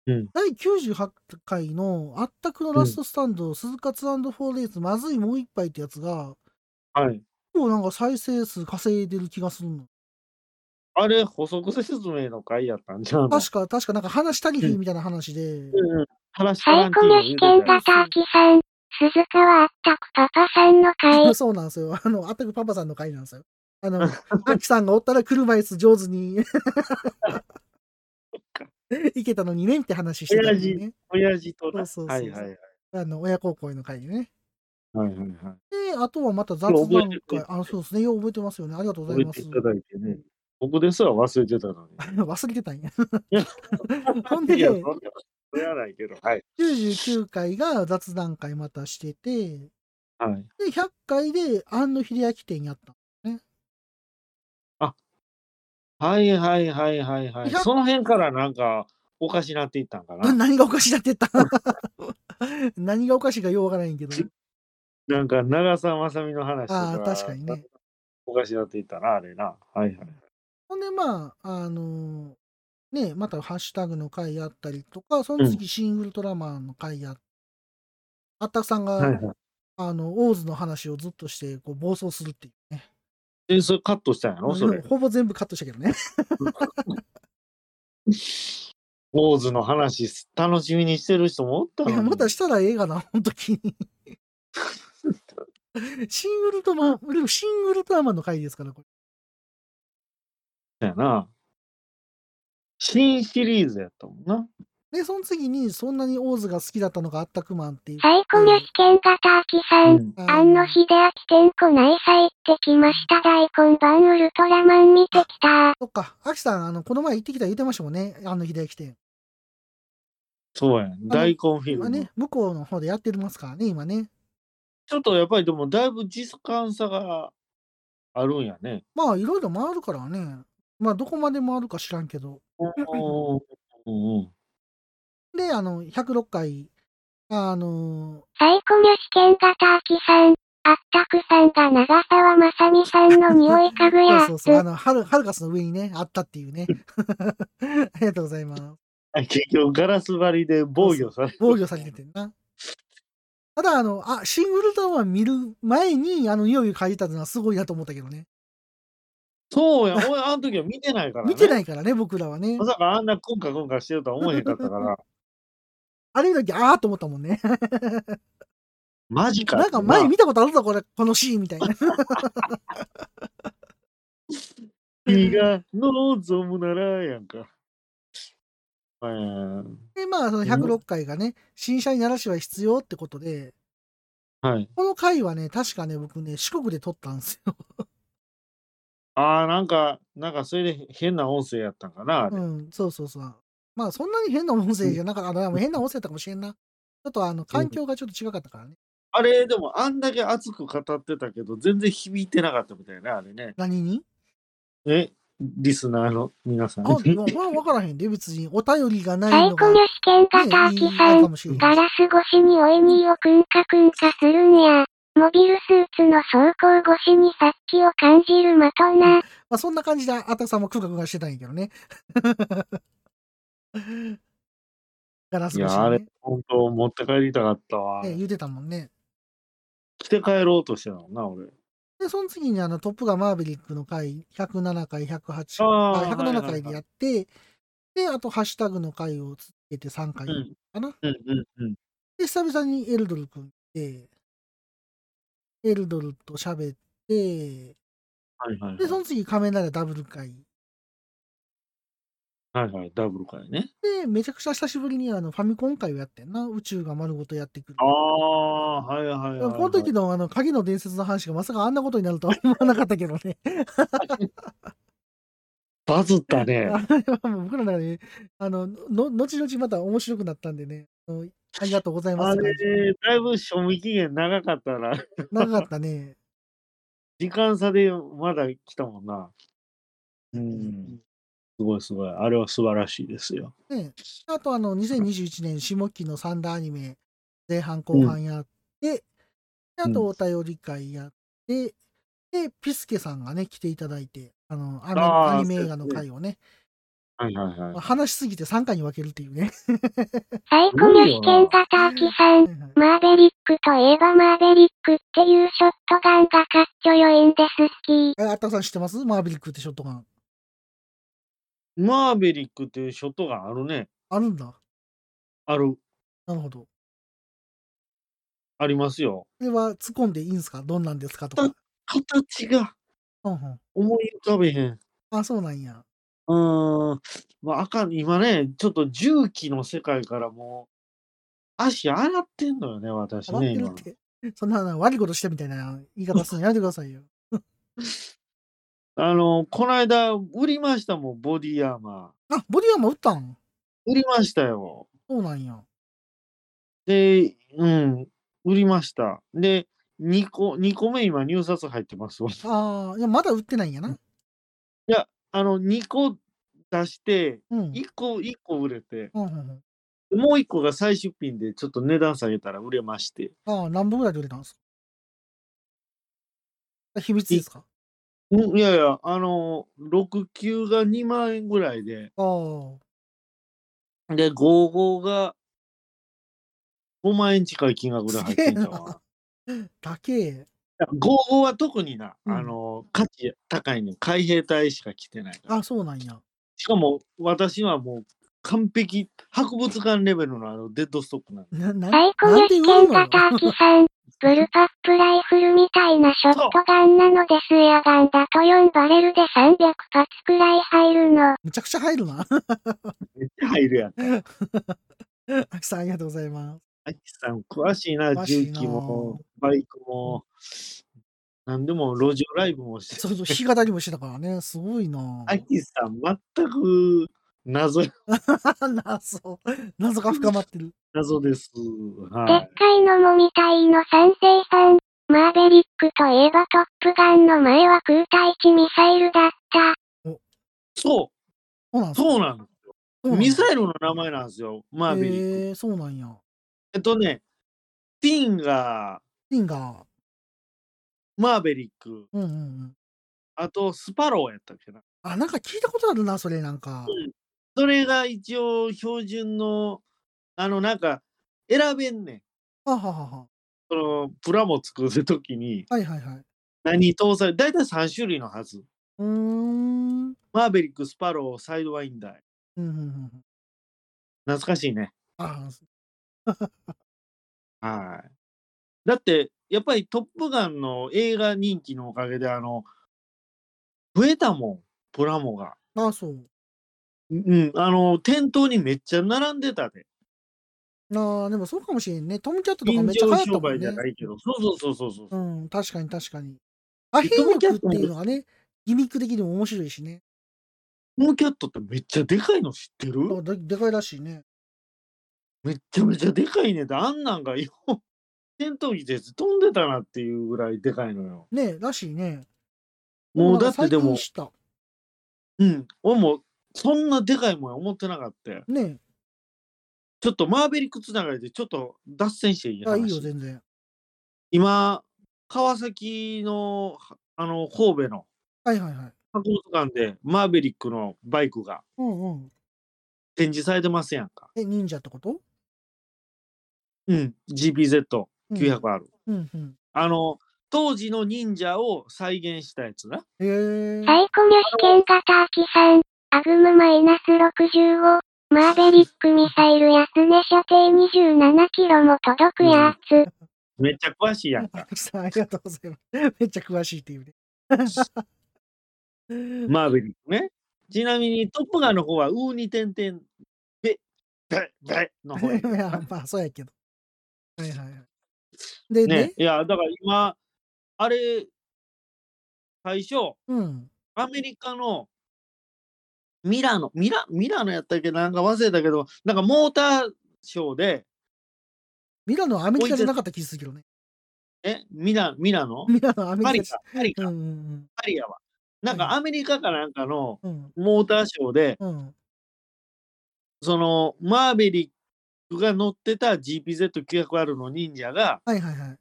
Speaker 2: うん
Speaker 1: 第98回のあったくのラストスタンド、鈴鹿 2&4 レース、まずいもう一杯ってやつが、
Speaker 2: はい。
Speaker 1: 結構なんか再生数稼いでる気がするの。
Speaker 2: あれ、補足説明の回やったんじゃん。
Speaker 1: 確か、確かなんか話足りひんみたいな話で、
Speaker 2: うんうん。話し
Speaker 3: サイコミュ試験型アキさん、鈴川あったくパパさんの会、
Speaker 1: そうなんですよ。あの、あたくパパさんの回なんですよ。あの、あきさんがおったら車椅子上手にいけたのにねって話してたんでね。
Speaker 2: 親父とな。
Speaker 1: そうそうそうそう
Speaker 2: はいはいはい。
Speaker 1: あの、親孝行への会でね。
Speaker 2: はいはいはい。
Speaker 1: で、あとはまた雑
Speaker 2: よう
Speaker 1: 談
Speaker 2: 覚え
Speaker 1: 会。
Speaker 2: て
Speaker 1: あ、そうですね。よう覚えてますよね。ありがとうござ
Speaker 2: 覚
Speaker 1: い
Speaker 2: え
Speaker 1: ます
Speaker 2: てい。ただいてね。僕ですら忘れてた の
Speaker 1: 忘れてたんや。
Speaker 2: に。
Speaker 1: ほんで
Speaker 2: いや、そんなそれはないけど。はい。
Speaker 1: 99回が雑談会またしてて、で、
Speaker 2: はい。
Speaker 1: 100回で庵野秀明店やった。
Speaker 2: はいはいはいはいはい。
Speaker 1: 100
Speaker 2: その辺からなんか、おかしなっていったんか
Speaker 1: あ
Speaker 2: な。
Speaker 1: 何がおかしいだって言った 何がおかしいかようわからへんけど。
Speaker 2: なんか、長澤まさみの話とか。
Speaker 1: あー確かにね。
Speaker 2: おかしなっていったな、あれな。はいはい。
Speaker 1: ほんで、まあ、あのね、またハッシュタグの回やったりとか、その次、シン・ウルトラマンの回やあったくさんが、
Speaker 2: はいはい。
Speaker 1: あの、オーズの話をずっとして、こう、暴走するっていうね。
Speaker 2: え、それカットしたんやろそれ。
Speaker 1: ほぼ全部カットしたけどね。
Speaker 2: オーズの話、楽しみにしてる人もおった
Speaker 1: い
Speaker 2: の
Speaker 1: や、
Speaker 2: に
Speaker 1: またしたらええがな、ほんと 気に。シン・ウルトラマン、でもシン・ウルトラマンの回ですから、これ。
Speaker 2: やな。新シリーズやったもんな。
Speaker 1: で、その次に、そんなにオーズが好きだったのがあったくまんっていう。
Speaker 3: サイコミュ試験型アキさん、
Speaker 2: ん、
Speaker 1: あ
Speaker 3: 庵野秀明店舗内入ってきました大根版ウルトラマン見てきた。
Speaker 1: そっか、アキさん、あの、この前行ってきた言ってましたもんね、あの秀明店。
Speaker 2: そうやん。大根フィル
Speaker 1: 今
Speaker 2: ム。
Speaker 1: ね、向こうの方でやってますからね、今ね。
Speaker 2: ちょっとやっぱりでも、だいぶ実感差があるんやね。
Speaker 1: まあ、いろいろ回るからね。まあ、どこまで回るか知らんけど。
Speaker 2: おーうんうん
Speaker 1: で、あの、106回、あの
Speaker 3: サイコミュ試験型アキさん、あったくさんが長澤まさみさんの匂い嗅ぐ
Speaker 1: ー、
Speaker 3: や
Speaker 1: そうそうそう、あ
Speaker 3: つ。
Speaker 1: の、ハルハルカスの上にね、あったっていうね。 ありがとうございます。
Speaker 2: あ結局、ガラス張りで防御されて
Speaker 1: 防御されててんな。ただ、あの、あ、シングルトンは見る前に、あの、匂いを嗅いだのはすごいなと思ったけどね。
Speaker 2: そう やん。俺、あの時は見てないから、ね。。
Speaker 1: 見てないいからね、僕らはね
Speaker 2: ま。さかあんなコンカコンカしてるとは思えへんかったから。
Speaker 1: あれの時、あーと思ったもんね。
Speaker 2: マジか。
Speaker 1: なんか前見たことあるぞ、これ、このシーンみたいな。
Speaker 2: 君が望むならやんか。えー
Speaker 1: で、まあ、その106回がね、新車にならしは必要ってことで、
Speaker 2: はい。
Speaker 1: この回はね、確かね、僕ね、四国で撮ったんですよ。
Speaker 2: ああ、なんか、なんかそれで変な音声やったんかな。あれ
Speaker 1: うん、そうそうそう。まあ、そんなに変な音声じゃなかった。あ の変な音声だったかもしれんな。ちょっと、あの、環境がちょっと違かったからね。
Speaker 2: あれ、でもあんだけ熱く語ってたけど、全然響いてなかったみたいな、あれね。
Speaker 1: 何に
Speaker 2: え、リスナーの皆さん。
Speaker 1: あ、まあ、分からへんで、別に。お便りがない
Speaker 3: サイ
Speaker 1: の
Speaker 3: コ
Speaker 1: が、
Speaker 3: ミ
Speaker 1: ね、
Speaker 3: ュ試験型ア
Speaker 1: い
Speaker 3: キ
Speaker 1: い
Speaker 3: さ
Speaker 1: か
Speaker 3: ん、
Speaker 1: もしれん。
Speaker 3: ガラス越しにおいにをくんかくんかするんや。モビルスーツの走行越しに殺気を感じる的な。
Speaker 1: まあ、そんな感じで、あたくさんも空覚がしてたんやけどね。 ガラス
Speaker 2: い
Speaker 1: 越し
Speaker 2: や、
Speaker 1: に
Speaker 2: あ
Speaker 1: ね、
Speaker 2: れ、本当持って帰りたかったわ。
Speaker 1: ね言うてたもんね。
Speaker 2: 着て帰ろうとしてたもんな、俺。
Speaker 1: で、その次にあのトップがマーヴェリックの回、107回、108回、
Speaker 2: あー
Speaker 1: あ
Speaker 2: はいはい
Speaker 1: 107
Speaker 2: はい
Speaker 1: 回でやって、で、あとハッシュタグの回を続けて3回。
Speaker 2: うん
Speaker 1: かな
Speaker 2: うんうんうん。
Speaker 1: で、久々にエルドル君で、エルドルと喋って、
Speaker 2: はいはい、
Speaker 1: で、
Speaker 2: は
Speaker 1: その次仮面ライダーダブル回。
Speaker 2: い。はいはい、ダブルかいね。
Speaker 1: で、めちゃくちゃ久しぶりにあのファミコン回をやってんな。宇宙が丸ごとやってくる
Speaker 2: あ。あ、はいはいは
Speaker 1: で
Speaker 2: い、
Speaker 1: も
Speaker 2: はい。
Speaker 1: この時のあの鍵の伝説の話がまさかあんなことになるとは思わなかったけどね。
Speaker 2: バズったね。
Speaker 1: あれはもう僕らの中で、あの、の後々また面白くなったんでね、あのありがとうございま
Speaker 2: あ
Speaker 1: す。
Speaker 2: れ、だいぶ賞味期限長かったな。
Speaker 1: 長かったね。
Speaker 2: 時間差でまだ来たもんな。うん。すごいすごい。あれは素晴らしいですよ。
Speaker 1: ねあと、あの、2021年下期の三大アニメ、前半後半やって、であとお便り会やって、で、ピスケさんがね、来ていただいて、あの、アニ
Speaker 2: あー
Speaker 1: アニメ映画の回をね、
Speaker 2: はいはいはい。
Speaker 1: 話しすぎて3回に分けるっていうね。
Speaker 3: サイコミュ試験型アキさん、 マーベリックといえばマーベリックっていうショットガンがかっちょよいんです好き。
Speaker 1: え、あったくさん知ってますマーヴェリックってショットガン。
Speaker 2: マーベリックっていうショットガンあるね。
Speaker 1: あるんだ。
Speaker 2: ある。
Speaker 1: なるほど。
Speaker 2: ありますよ。
Speaker 1: これは突っ込んでいいんですかどんなんですかとか。
Speaker 2: 形が
Speaker 1: うんうん。
Speaker 2: 思い浮かべへん。
Speaker 1: あ、そうなんや。
Speaker 2: うーん。まあ、あかん。今ね、ちょっと重機の世界からもう、足洗ってんのよね、私
Speaker 1: 洗っ
Speaker 2: ね、
Speaker 1: てるっ
Speaker 2: 今。
Speaker 1: て。そんなな悪いことしてみたいな言い方するのやめてくださいよ。
Speaker 2: あの、この間、売りましたもん、ボディアーマ
Speaker 1: あ、ボディアーマー打ったん
Speaker 2: ー。売りましたよ。
Speaker 1: そうなんや。
Speaker 2: で、うん、売りました。で、2個、二個目今入札入ってますわ。
Speaker 1: ああ、いや、まだ打ってないんやな。
Speaker 2: あの、2個出して、
Speaker 1: うん。うん
Speaker 2: 1個、一個売れて、
Speaker 1: うんうん、
Speaker 2: もう1個が再出品で、ちょっと値段下げたら売れまして。
Speaker 1: ああ、何本ぐらいで売れたんですか秘密ですか
Speaker 2: うん、いやいや、あの、6級が2万円ぐらいで、
Speaker 1: ああ。
Speaker 2: で、55が5万円近い金額ぐらい入ってんじゃん
Speaker 1: すげえなだけ。
Speaker 2: 55は特にな、
Speaker 1: うん
Speaker 2: あの、価値高いね。海兵隊しか来てないから。
Speaker 1: あそうなんや。
Speaker 2: しかも、私はもう完璧、博物館レベルのあの、デッドストックな
Speaker 1: な
Speaker 2: の。
Speaker 1: な
Speaker 3: サイコミ
Speaker 1: なん
Speaker 3: ュ
Speaker 1: で
Speaker 3: 試
Speaker 1: 売るの
Speaker 3: 験
Speaker 1: よ
Speaker 3: 型アキさん、ブルパップライフルみたいなショットガンなのですやガンだと4バレルで300発くらい入るの。
Speaker 1: むちゃくちゃ入るな。
Speaker 2: めっちゃ入るやん。
Speaker 1: あきさん、ありがとうございます。
Speaker 2: アキさん、詳しいな、
Speaker 1: 詳しい
Speaker 2: 重
Speaker 1: な
Speaker 2: 機も、バイクも、何でも路上ライブもして
Speaker 1: そうそう、弾き語りもしてたからね。すごいな。
Speaker 2: アキさん、全く謎、
Speaker 1: 謎、謎が深まってる。
Speaker 2: 謎です。
Speaker 3: でっ
Speaker 2: はい。
Speaker 3: かいのもみたいの賛成さん。マーベリックといえばトップガンの前は空対地ミサイルだった。
Speaker 1: そ
Speaker 2: そ
Speaker 1: うなん
Speaker 2: う、
Speaker 1: すか
Speaker 2: そうなの。
Speaker 1: そうなん
Speaker 2: ミ
Speaker 1: イ
Speaker 2: サイルの名前なんですよ、マーベリック。
Speaker 1: えー、そうなんや。
Speaker 2: えっとね、ティンが
Speaker 1: リンガー。
Speaker 2: マーベリック、
Speaker 1: うんうんうん。
Speaker 2: あとスパローやったっけな。
Speaker 1: あ、なんか聞いたことあるな、それなんか。
Speaker 2: それが一応標準の、あの、なんか、選べんねん。
Speaker 1: あははは。
Speaker 2: その、プラモ作るときに、
Speaker 1: はいはいはい。
Speaker 2: 何搭載、大体3種類のはず。
Speaker 1: うーん。うん
Speaker 2: マーベリック、スパロー、サイドワインダー。
Speaker 1: うんうん。
Speaker 2: 懐かしいね。
Speaker 1: あ
Speaker 2: はい。だって、やっぱりトップガンの映画人気のおかげで、あの、増えたもん、プラモが。
Speaker 1: あ、そう。
Speaker 2: うん、あの、店頭にめっちゃ並んでたで。
Speaker 1: なあ、でもそうかもしれんね。トムキャットとか
Speaker 2: 臨
Speaker 1: めっちゃ流行
Speaker 2: 場
Speaker 1: った
Speaker 2: 商
Speaker 1: も
Speaker 2: 売
Speaker 1: ん
Speaker 2: じ
Speaker 1: ね
Speaker 2: ゃ。ないけど。そうそうそうそうそうう。
Speaker 1: ん、確かに確かに。アヘンクっていうのはね、ギミック的にも面白いしね。
Speaker 2: モーキャットってめっちゃでかいの知ってる
Speaker 1: あででかいらしいね。
Speaker 2: めっちゃめちゃでかいねんって、あんなんがよ、戦闘機で飛んでたなっていうぐらいでかいのよ。
Speaker 1: ねえ、らしいね。
Speaker 2: もうだ
Speaker 1: なん
Speaker 2: っ
Speaker 1: か
Speaker 2: てで
Speaker 1: 最
Speaker 2: も
Speaker 1: 近、知った。
Speaker 2: うん、俺もそんなでかいもんや思ってなかったよ。
Speaker 1: ね
Speaker 2: ちょっとマーベリックつながりでちょっと脱線していい
Speaker 1: え。あ、
Speaker 2: 話
Speaker 1: いいよ、全然。
Speaker 2: 今、川崎の、はあの、神戸の
Speaker 1: はいはいはい。
Speaker 2: 博物館でマーベリックのバイクが
Speaker 1: うんうん。
Speaker 2: 展示されてますやんか。
Speaker 1: え、忍者ってこと
Speaker 2: うん、GPZ900R。
Speaker 1: うんうんうん。
Speaker 2: あの、当時の忍者を再現したやつな。
Speaker 1: へえ。
Speaker 3: サイコミュ試験型アキさん、アグムマイナス65、マーベリックミサイル安値射程27キロも届くやつ。
Speaker 2: めっちゃ詳しいやん
Speaker 1: あ
Speaker 2: か。
Speaker 1: き さん、ありがとうございます。めっちゃ詳しいっていうね。
Speaker 2: マーベリックね。ちなみに、トップガンの方は、ウーに点々、べ、べ、べの方やけど
Speaker 1: いや、まあ、そうやけ ど。はいはいはい。で ね
Speaker 2: ね。いや、だから今、あれ、最初、
Speaker 1: うん。
Speaker 2: アメリカのミラノ、ミラ、ミラノやったっけなんか忘れたけど、なんかモーターショーで、
Speaker 1: ミラノはアメリカじゃなかった気するけどね。
Speaker 2: え、ミラ、ミラノ
Speaker 1: ミラノはアメ
Speaker 2: パ
Speaker 1: リカ
Speaker 2: リ
Speaker 1: じゃ
Speaker 2: か、パリ
Speaker 1: う
Speaker 2: か、
Speaker 1: んうん
Speaker 2: パリやわ。なん
Speaker 1: うん
Speaker 2: かアメリカかなんかの
Speaker 1: うん。
Speaker 2: モーターショーで、
Speaker 1: うん。うん。
Speaker 2: その、マーベリックが乗ってた GPZ900R の忍者が、
Speaker 1: はいはいはい。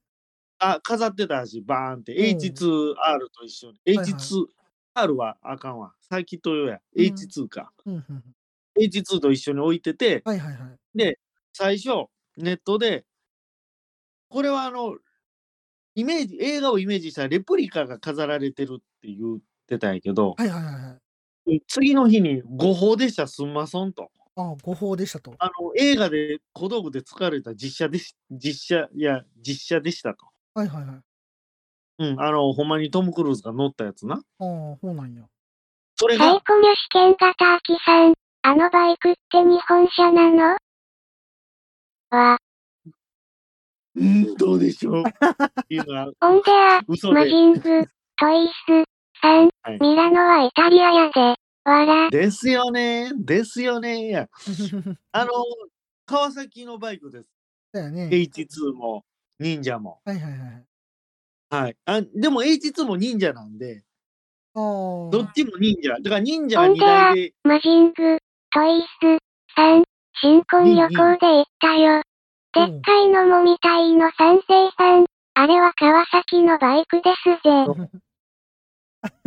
Speaker 2: あ、飾ってたし、バーンって、
Speaker 1: ん
Speaker 2: H2R と一緒に。
Speaker 1: はい
Speaker 2: H2R はあかんわ。サーキット用や。
Speaker 1: うん
Speaker 2: H2 か。
Speaker 1: うんうんうん。
Speaker 2: H2 と一緒に置いてて、
Speaker 1: はいはいはい。
Speaker 2: 最初、ネットで、これはあの、イメージ、映画をイメージしたレプリカが飾られてるって言ってたんやけど、
Speaker 1: はいはいはいはい。
Speaker 2: 次の日に誤報でした、すんまそんと。
Speaker 1: あ誤報でしたと。
Speaker 2: あの、映画で小道具で疲れた実写でし、実写、いや、実写でしたと。
Speaker 1: はいはいはい。ああ、
Speaker 2: うん、あの、ほんまにトム・クルーズが乗ったやつな。
Speaker 1: そうなんや。
Speaker 2: それ
Speaker 3: サイ
Speaker 2: が、
Speaker 3: コミュ試験型アキさん、あのバイクって日本車なのわ、
Speaker 2: うん、どうでしょう。っていうのは、
Speaker 3: オンデア、
Speaker 2: 嘘
Speaker 3: マ
Speaker 2: で。
Speaker 3: ジング、トイス、さん
Speaker 2: はい、
Speaker 3: ミラノはイタリアやで、わら、
Speaker 2: ですよね、ですよね。いやあの、川崎のバイクです。
Speaker 1: だよね。
Speaker 2: H2 も、忍者も。
Speaker 1: はいはいはい。
Speaker 2: はい。あでも H2 も忍者なんで、
Speaker 1: ああ。
Speaker 2: どっちも忍者。だから忍者が2台で、
Speaker 3: マジング、トイス、さん、新婚旅行で行ったよ。
Speaker 1: う
Speaker 3: で
Speaker 1: ん
Speaker 3: っかいのもみたいの三世さん、あれは川崎のバイクですぜ。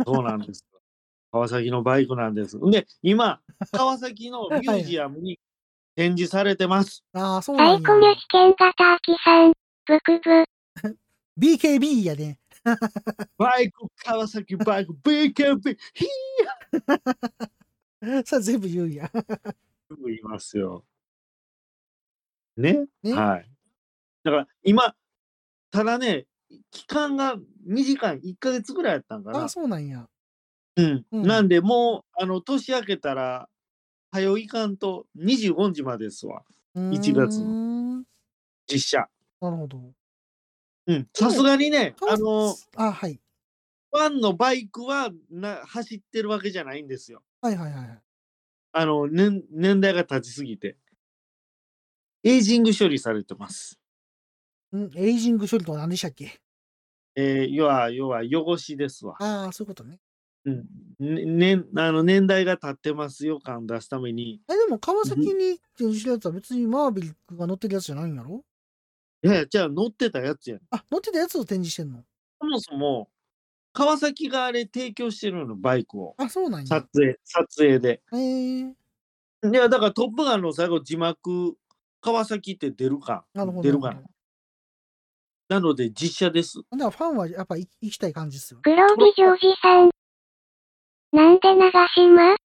Speaker 2: そうなんですよ。川崎のバイクなんです。で、今、川崎のミュージアムに展示されてます。
Speaker 1: ああ、そう
Speaker 3: サ
Speaker 1: な
Speaker 3: イ
Speaker 1: ん
Speaker 3: コミュ
Speaker 1: や。
Speaker 3: 試験型アキさん、ブクブ。
Speaker 1: BKB や ね。
Speaker 2: バイク、川崎バイク、BKB、ヒー
Speaker 1: さあ全部言うんや。
Speaker 2: 言いますよ。ね
Speaker 1: ね
Speaker 2: はい。だから今、ただね、期間が2時間、1ヶ月ぐらいやったんか
Speaker 1: あ
Speaker 2: な
Speaker 1: あ、。そうなんや。
Speaker 2: うん。
Speaker 1: うん
Speaker 2: なんで、もう、あの、年明けたら、早いかんと25日までですわ、
Speaker 1: 1
Speaker 2: 月
Speaker 1: の。
Speaker 2: 実写。
Speaker 1: なるほど。
Speaker 2: うん。さすがにね、あの、
Speaker 1: あはい。
Speaker 2: ファンのバイクはな走ってるわけじゃないんですよ。
Speaker 1: はいはいはいはい。
Speaker 2: あの、年年代が経ちすぎて。エイジング処理されてます。
Speaker 1: うん、エイジング処理とは何でしたっけ
Speaker 2: えー要は、要は汚しですわ。
Speaker 1: ああ、そういうことね。
Speaker 2: うんね年あの年代が経ってますよ感出すために。
Speaker 1: え、でも川崎に展示したやつは別にマーヴェリックが乗ってるやつじゃないんやろ
Speaker 2: いやいや、じゃあ乗ってたやつやん。
Speaker 1: あ、乗ってたやつを展示してんの
Speaker 2: そもそも、川崎があれ提供してるの、バイクを。
Speaker 1: あ、そうなん
Speaker 2: 撮
Speaker 1: や。
Speaker 2: 影、撮影で。
Speaker 1: えー、
Speaker 2: いや、だからトップガンの最後字幕、川崎って出るか。
Speaker 1: なるほど。
Speaker 2: 出るかな。なので実 写です。
Speaker 1: だからファンはやっぱ行き行きたい感じっすよ。
Speaker 3: グロービジョージさん。なんで長島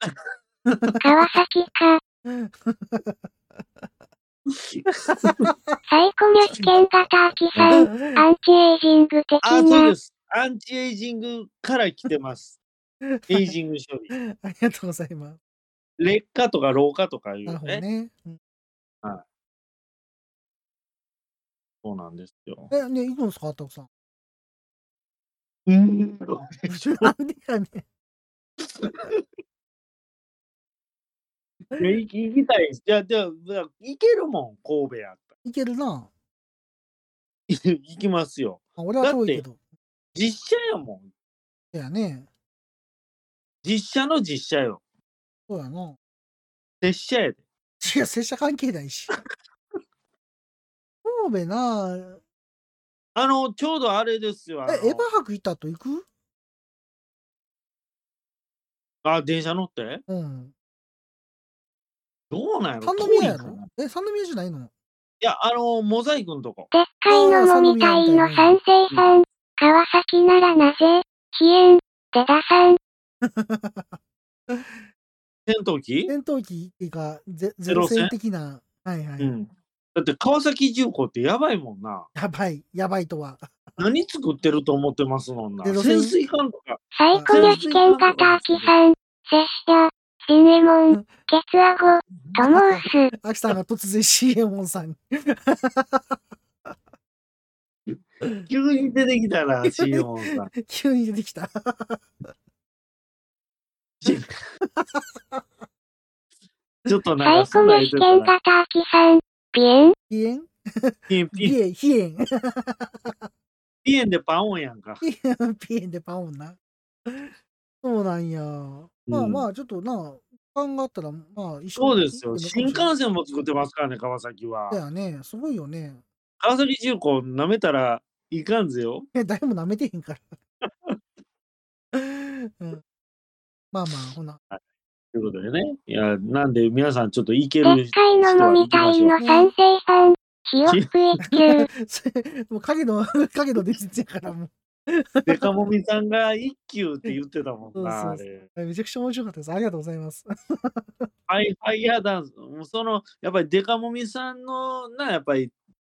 Speaker 3: 川崎か。サイコミュ試験型アキさ ん。 アンチエイジング的
Speaker 2: あ、そう
Speaker 3: な
Speaker 2: で。す。アンチエイジングから来 てます。エイジング処理。
Speaker 1: ありがとうございます。
Speaker 2: 劣化とか老化とかい
Speaker 1: なる
Speaker 2: う
Speaker 1: ほど
Speaker 2: ね。
Speaker 1: ね。うん
Speaker 2: そうなんですよ。
Speaker 1: え、ね、行くんですか、たくさん。
Speaker 2: うん。
Speaker 1: なんでやねん。
Speaker 2: いや行き行きたいです。じゃあ、じゃあ、じゃあ行けるもん、神戸やったら。
Speaker 1: いけるな。
Speaker 2: 行きますよ。
Speaker 1: あ俺は遠いけど。
Speaker 2: 実写やもん。
Speaker 1: そうやね。
Speaker 2: 実写の実写よ。
Speaker 1: そうやな。
Speaker 2: 拙者やで。
Speaker 1: いや、拙者関係ないし。神戸な
Speaker 2: あの、ちょうどあれですよ。あ
Speaker 1: え、
Speaker 2: の
Speaker 1: エヴァ博行った後行く
Speaker 2: あ、電車乗って
Speaker 1: うん。
Speaker 2: どうなんやろ
Speaker 1: 三宮や
Speaker 2: 遠いんかな
Speaker 1: ろ
Speaker 2: い
Speaker 1: え、三宮じゃないの
Speaker 2: や、あの、モザイクのとこ。
Speaker 3: でっかいのもみたいの三世さん。川崎ならなぜキエン、出田さん。
Speaker 2: 戦闘機
Speaker 1: 戦闘機っていうか、ゼゼ
Speaker 2: ゼ
Speaker 1: ロ
Speaker 2: ロ戦
Speaker 1: 戦的な。はいはい。
Speaker 2: うん。だって川崎重工ってやばいもんな。
Speaker 1: やばい、やばいとは。
Speaker 2: 何作ってると思ってますもんな。
Speaker 1: ゼロ戦
Speaker 2: 潜水艦とか。
Speaker 3: サイコミュ試験型アキさん。拙者、シネモン、ケツアゴ、トモ ウス。
Speaker 1: アキさんが突然 CM さんに。
Speaker 2: 急に出てきたら、シーモンさん。
Speaker 1: 急に出てきた。
Speaker 2: ちょっと
Speaker 3: サ
Speaker 2: なん
Speaker 3: イ
Speaker 2: かそ
Speaker 3: コ
Speaker 2: ん
Speaker 3: ミ
Speaker 2: な
Speaker 3: ュ
Speaker 2: ん言
Speaker 3: 試
Speaker 2: って
Speaker 3: 験
Speaker 2: たら、
Speaker 3: 型アキさん。ピエン、
Speaker 1: ピエン
Speaker 2: ピンピン
Speaker 1: ピエン、ヒエン。
Speaker 2: ピエンでパオンやんか。
Speaker 1: ピエンでパオンな。そうなんや。まあ
Speaker 2: うん
Speaker 1: まあ、ちょっとな、時間があったら、まあ、一緒
Speaker 2: そ
Speaker 1: に
Speaker 2: うですよ。
Speaker 1: 行って
Speaker 2: 新
Speaker 1: みようかも
Speaker 2: 幹線も作ってますからね、川崎は
Speaker 1: しれ。ないだよね、すごいよね。
Speaker 2: 川崎重工舐めたらいかんぜよ。
Speaker 1: え、誰も舐めてへんから。 うん、まあまあ、ほな。
Speaker 2: ということでね。いや、なんで皆さんちょっといけ
Speaker 3: でっ
Speaker 2: る。
Speaker 3: かいのもみたいの三世さん。記憶一 級。
Speaker 1: それもう影の、影の伝説やからもう。
Speaker 2: デカモミさんが一休って言ってたもんな、
Speaker 1: そう
Speaker 2: あ
Speaker 1: そう
Speaker 2: れ。
Speaker 1: めちゃくちゃ面白かったです。ありがとうございます。
Speaker 2: はいはいやダンス。もうその、やっぱりデカモミさんの、な、やっぱり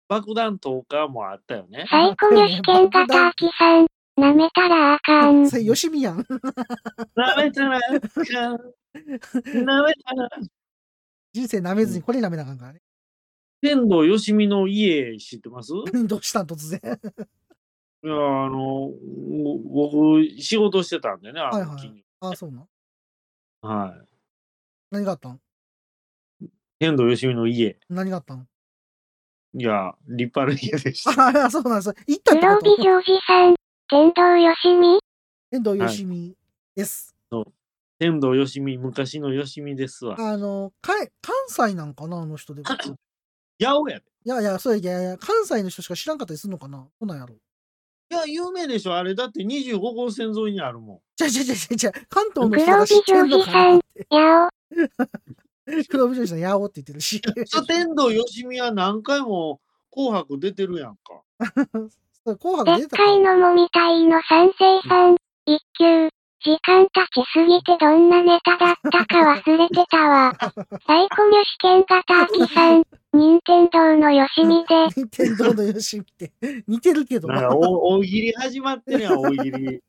Speaker 2: 爆弾投下もあったよね。
Speaker 3: サイコミュ試験型アキさん、舐めたらあかん。
Speaker 1: それ、よしみやん。
Speaker 2: なめたら、なめたら、
Speaker 1: 人生舐めずにこれ舐めなあかんからね。
Speaker 2: 天童よしみの家知ってます
Speaker 1: どうしたん突然。
Speaker 2: いや、あの、ぼ僕、仕事してたんでね、あ
Speaker 1: はい
Speaker 2: の
Speaker 1: はい
Speaker 2: 時に。
Speaker 1: あ、そうなん。
Speaker 2: はい。
Speaker 1: 何があったん
Speaker 2: 天童よしみの家。
Speaker 1: 何があったん
Speaker 2: いや、立派な家 でした。
Speaker 1: ああ、そうなんです。行ったっ
Speaker 3: 黒
Speaker 1: てこ
Speaker 3: 帯
Speaker 1: と
Speaker 3: ジョージさん、天童よしみ、
Speaker 1: 遠藤よしみです。
Speaker 2: 天童よしみ、昔のよしみですわ。
Speaker 1: あの、か関西なんかなあの人でも。
Speaker 2: 八百屋で。
Speaker 1: いやいや、そういやいや、関西の人しか知らんかったりするのかなどうなんやろ
Speaker 2: いや、有名でしょ。あれ、だって25号線沿いにあるもん。
Speaker 1: じゃじゃじゃじゃじゃ関東の人が知ってんのかなって。
Speaker 3: や
Speaker 1: 黒帯女子のやおって言ってるし。
Speaker 2: さ天童よしみは何回も紅白出てるやんか。
Speaker 1: そう
Speaker 3: お、
Speaker 1: 紅白
Speaker 3: で
Speaker 1: 出
Speaker 3: って
Speaker 1: た
Speaker 3: かいのもみたいの三成さん、一級。時間経ちすぎてどんなネタだったか忘れてたわ。サイコミュ試験型アキさん、任天堂のよしみで、
Speaker 1: 任天堂のよしみって。似てるけど
Speaker 2: だか
Speaker 1: な。
Speaker 2: らお大喜利始まってるやん、 大喜利。
Speaker 3: でっ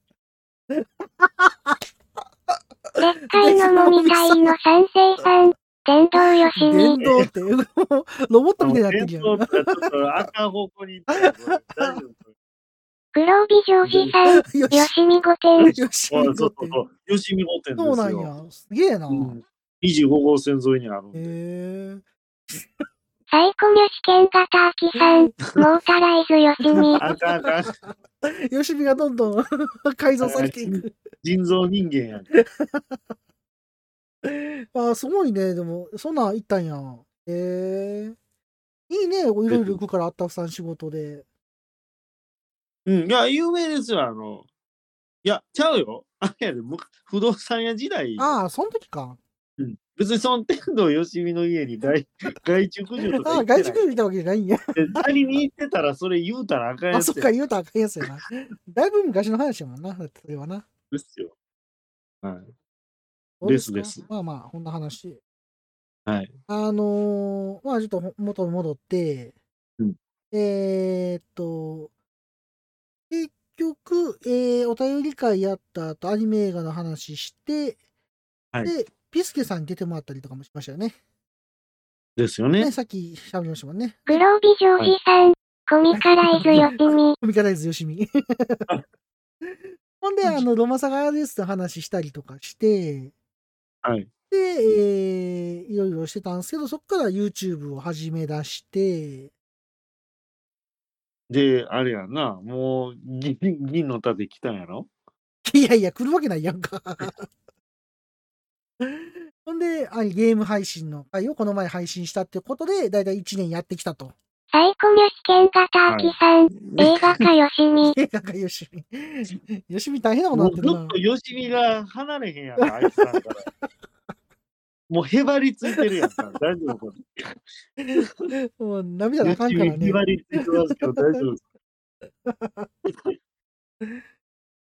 Speaker 3: かいのもみたいの三成さん、天童よしみ
Speaker 1: 電。動って、ロボットみたいになってるや
Speaker 2: 伝
Speaker 1: ん。
Speaker 2: 統ってちょっと赤方向に行ってるこれ大 丈夫これ
Speaker 3: 黒帯ジョージさん、
Speaker 1: よ
Speaker 3: よ
Speaker 1: し
Speaker 3: しみ御殿。
Speaker 1: よし
Speaker 2: あ
Speaker 1: み
Speaker 2: そ
Speaker 1: と
Speaker 2: うそ
Speaker 1: っ
Speaker 2: う
Speaker 1: て。
Speaker 2: そう。よしみ御殿
Speaker 1: そうな
Speaker 2: です
Speaker 1: ん
Speaker 2: よ。
Speaker 1: や。すげえな。
Speaker 2: うん25号線沿いにある
Speaker 1: へ
Speaker 2: んで。
Speaker 1: え。
Speaker 3: サイコミュ試験型アキさん、モータライズよしみ。
Speaker 2: あかんあ かん。
Speaker 1: よしみがどんどん 改造されていく。
Speaker 2: 人造人間やん。
Speaker 1: ああ、すごいね。でも、そんなん行ったんや。へえ。いいね。いろいろ行くから、あったふさん仕事で。
Speaker 2: うん、いや、有名ですよ、あの。いや、ちゃうよ。あれやで、む不動産屋時代。
Speaker 1: ああ、その時か。
Speaker 2: うん別にその天童よしみの家 に外外中駆除とか
Speaker 1: あ
Speaker 2: 行
Speaker 1: あ、
Speaker 2: ってない
Speaker 1: 外国人見たわけじゃないんや。
Speaker 2: 仮に行ってたらそれ言うたらあかんや
Speaker 1: あ、
Speaker 2: つ
Speaker 1: そ
Speaker 2: や
Speaker 1: っか、言うたらあかんやつやな。だいぶ昔の話やもんな。だってそれはな。
Speaker 2: ですよ。は
Speaker 1: どうか
Speaker 2: ですです
Speaker 1: まあまあ、こんな話。
Speaker 2: い。はい。
Speaker 1: あのーまあちょっとほ元に戻って、
Speaker 2: うん
Speaker 1: えーっと、結局、えーお便り会やった後、アニメ映画の話して、
Speaker 2: はい
Speaker 1: で、ピスケさんに出てもらったりとかもしましたよね。
Speaker 2: ですよ
Speaker 1: ね
Speaker 2: ね。
Speaker 1: さっき喋りましたもんね。
Speaker 3: 黒帯ジョージさん、コミカライズよしみ。
Speaker 1: コミカライズよしみ。 ほんで、あの、ロマサガですの話したりとかして、
Speaker 2: はい。
Speaker 1: で、えーいろいろしてたんですけど、そっから YouTube を始め出して、
Speaker 2: で、あれやんな、もう銀銀の盾来たんやろ
Speaker 1: いやいや、来るわけないやんか。 ほんで、あゲーム配信の回をこの前配信したってことで、だいたい1年やってきたと。
Speaker 3: サイコミュ試験型アキさん、映画化よし み。
Speaker 1: 映画がよしみ。よしみ大変なこと
Speaker 2: も
Speaker 1: に
Speaker 2: うず
Speaker 1: なっ
Speaker 2: ってとよしみが離れへんやんか、あいつさんから。 もうへばりついてるやんか、大丈夫これ。
Speaker 1: るな。もう涙があ
Speaker 2: よ
Speaker 1: かん
Speaker 2: し
Speaker 1: か
Speaker 2: み
Speaker 1: らね
Speaker 2: へ。ばりついてますけど、大丈夫。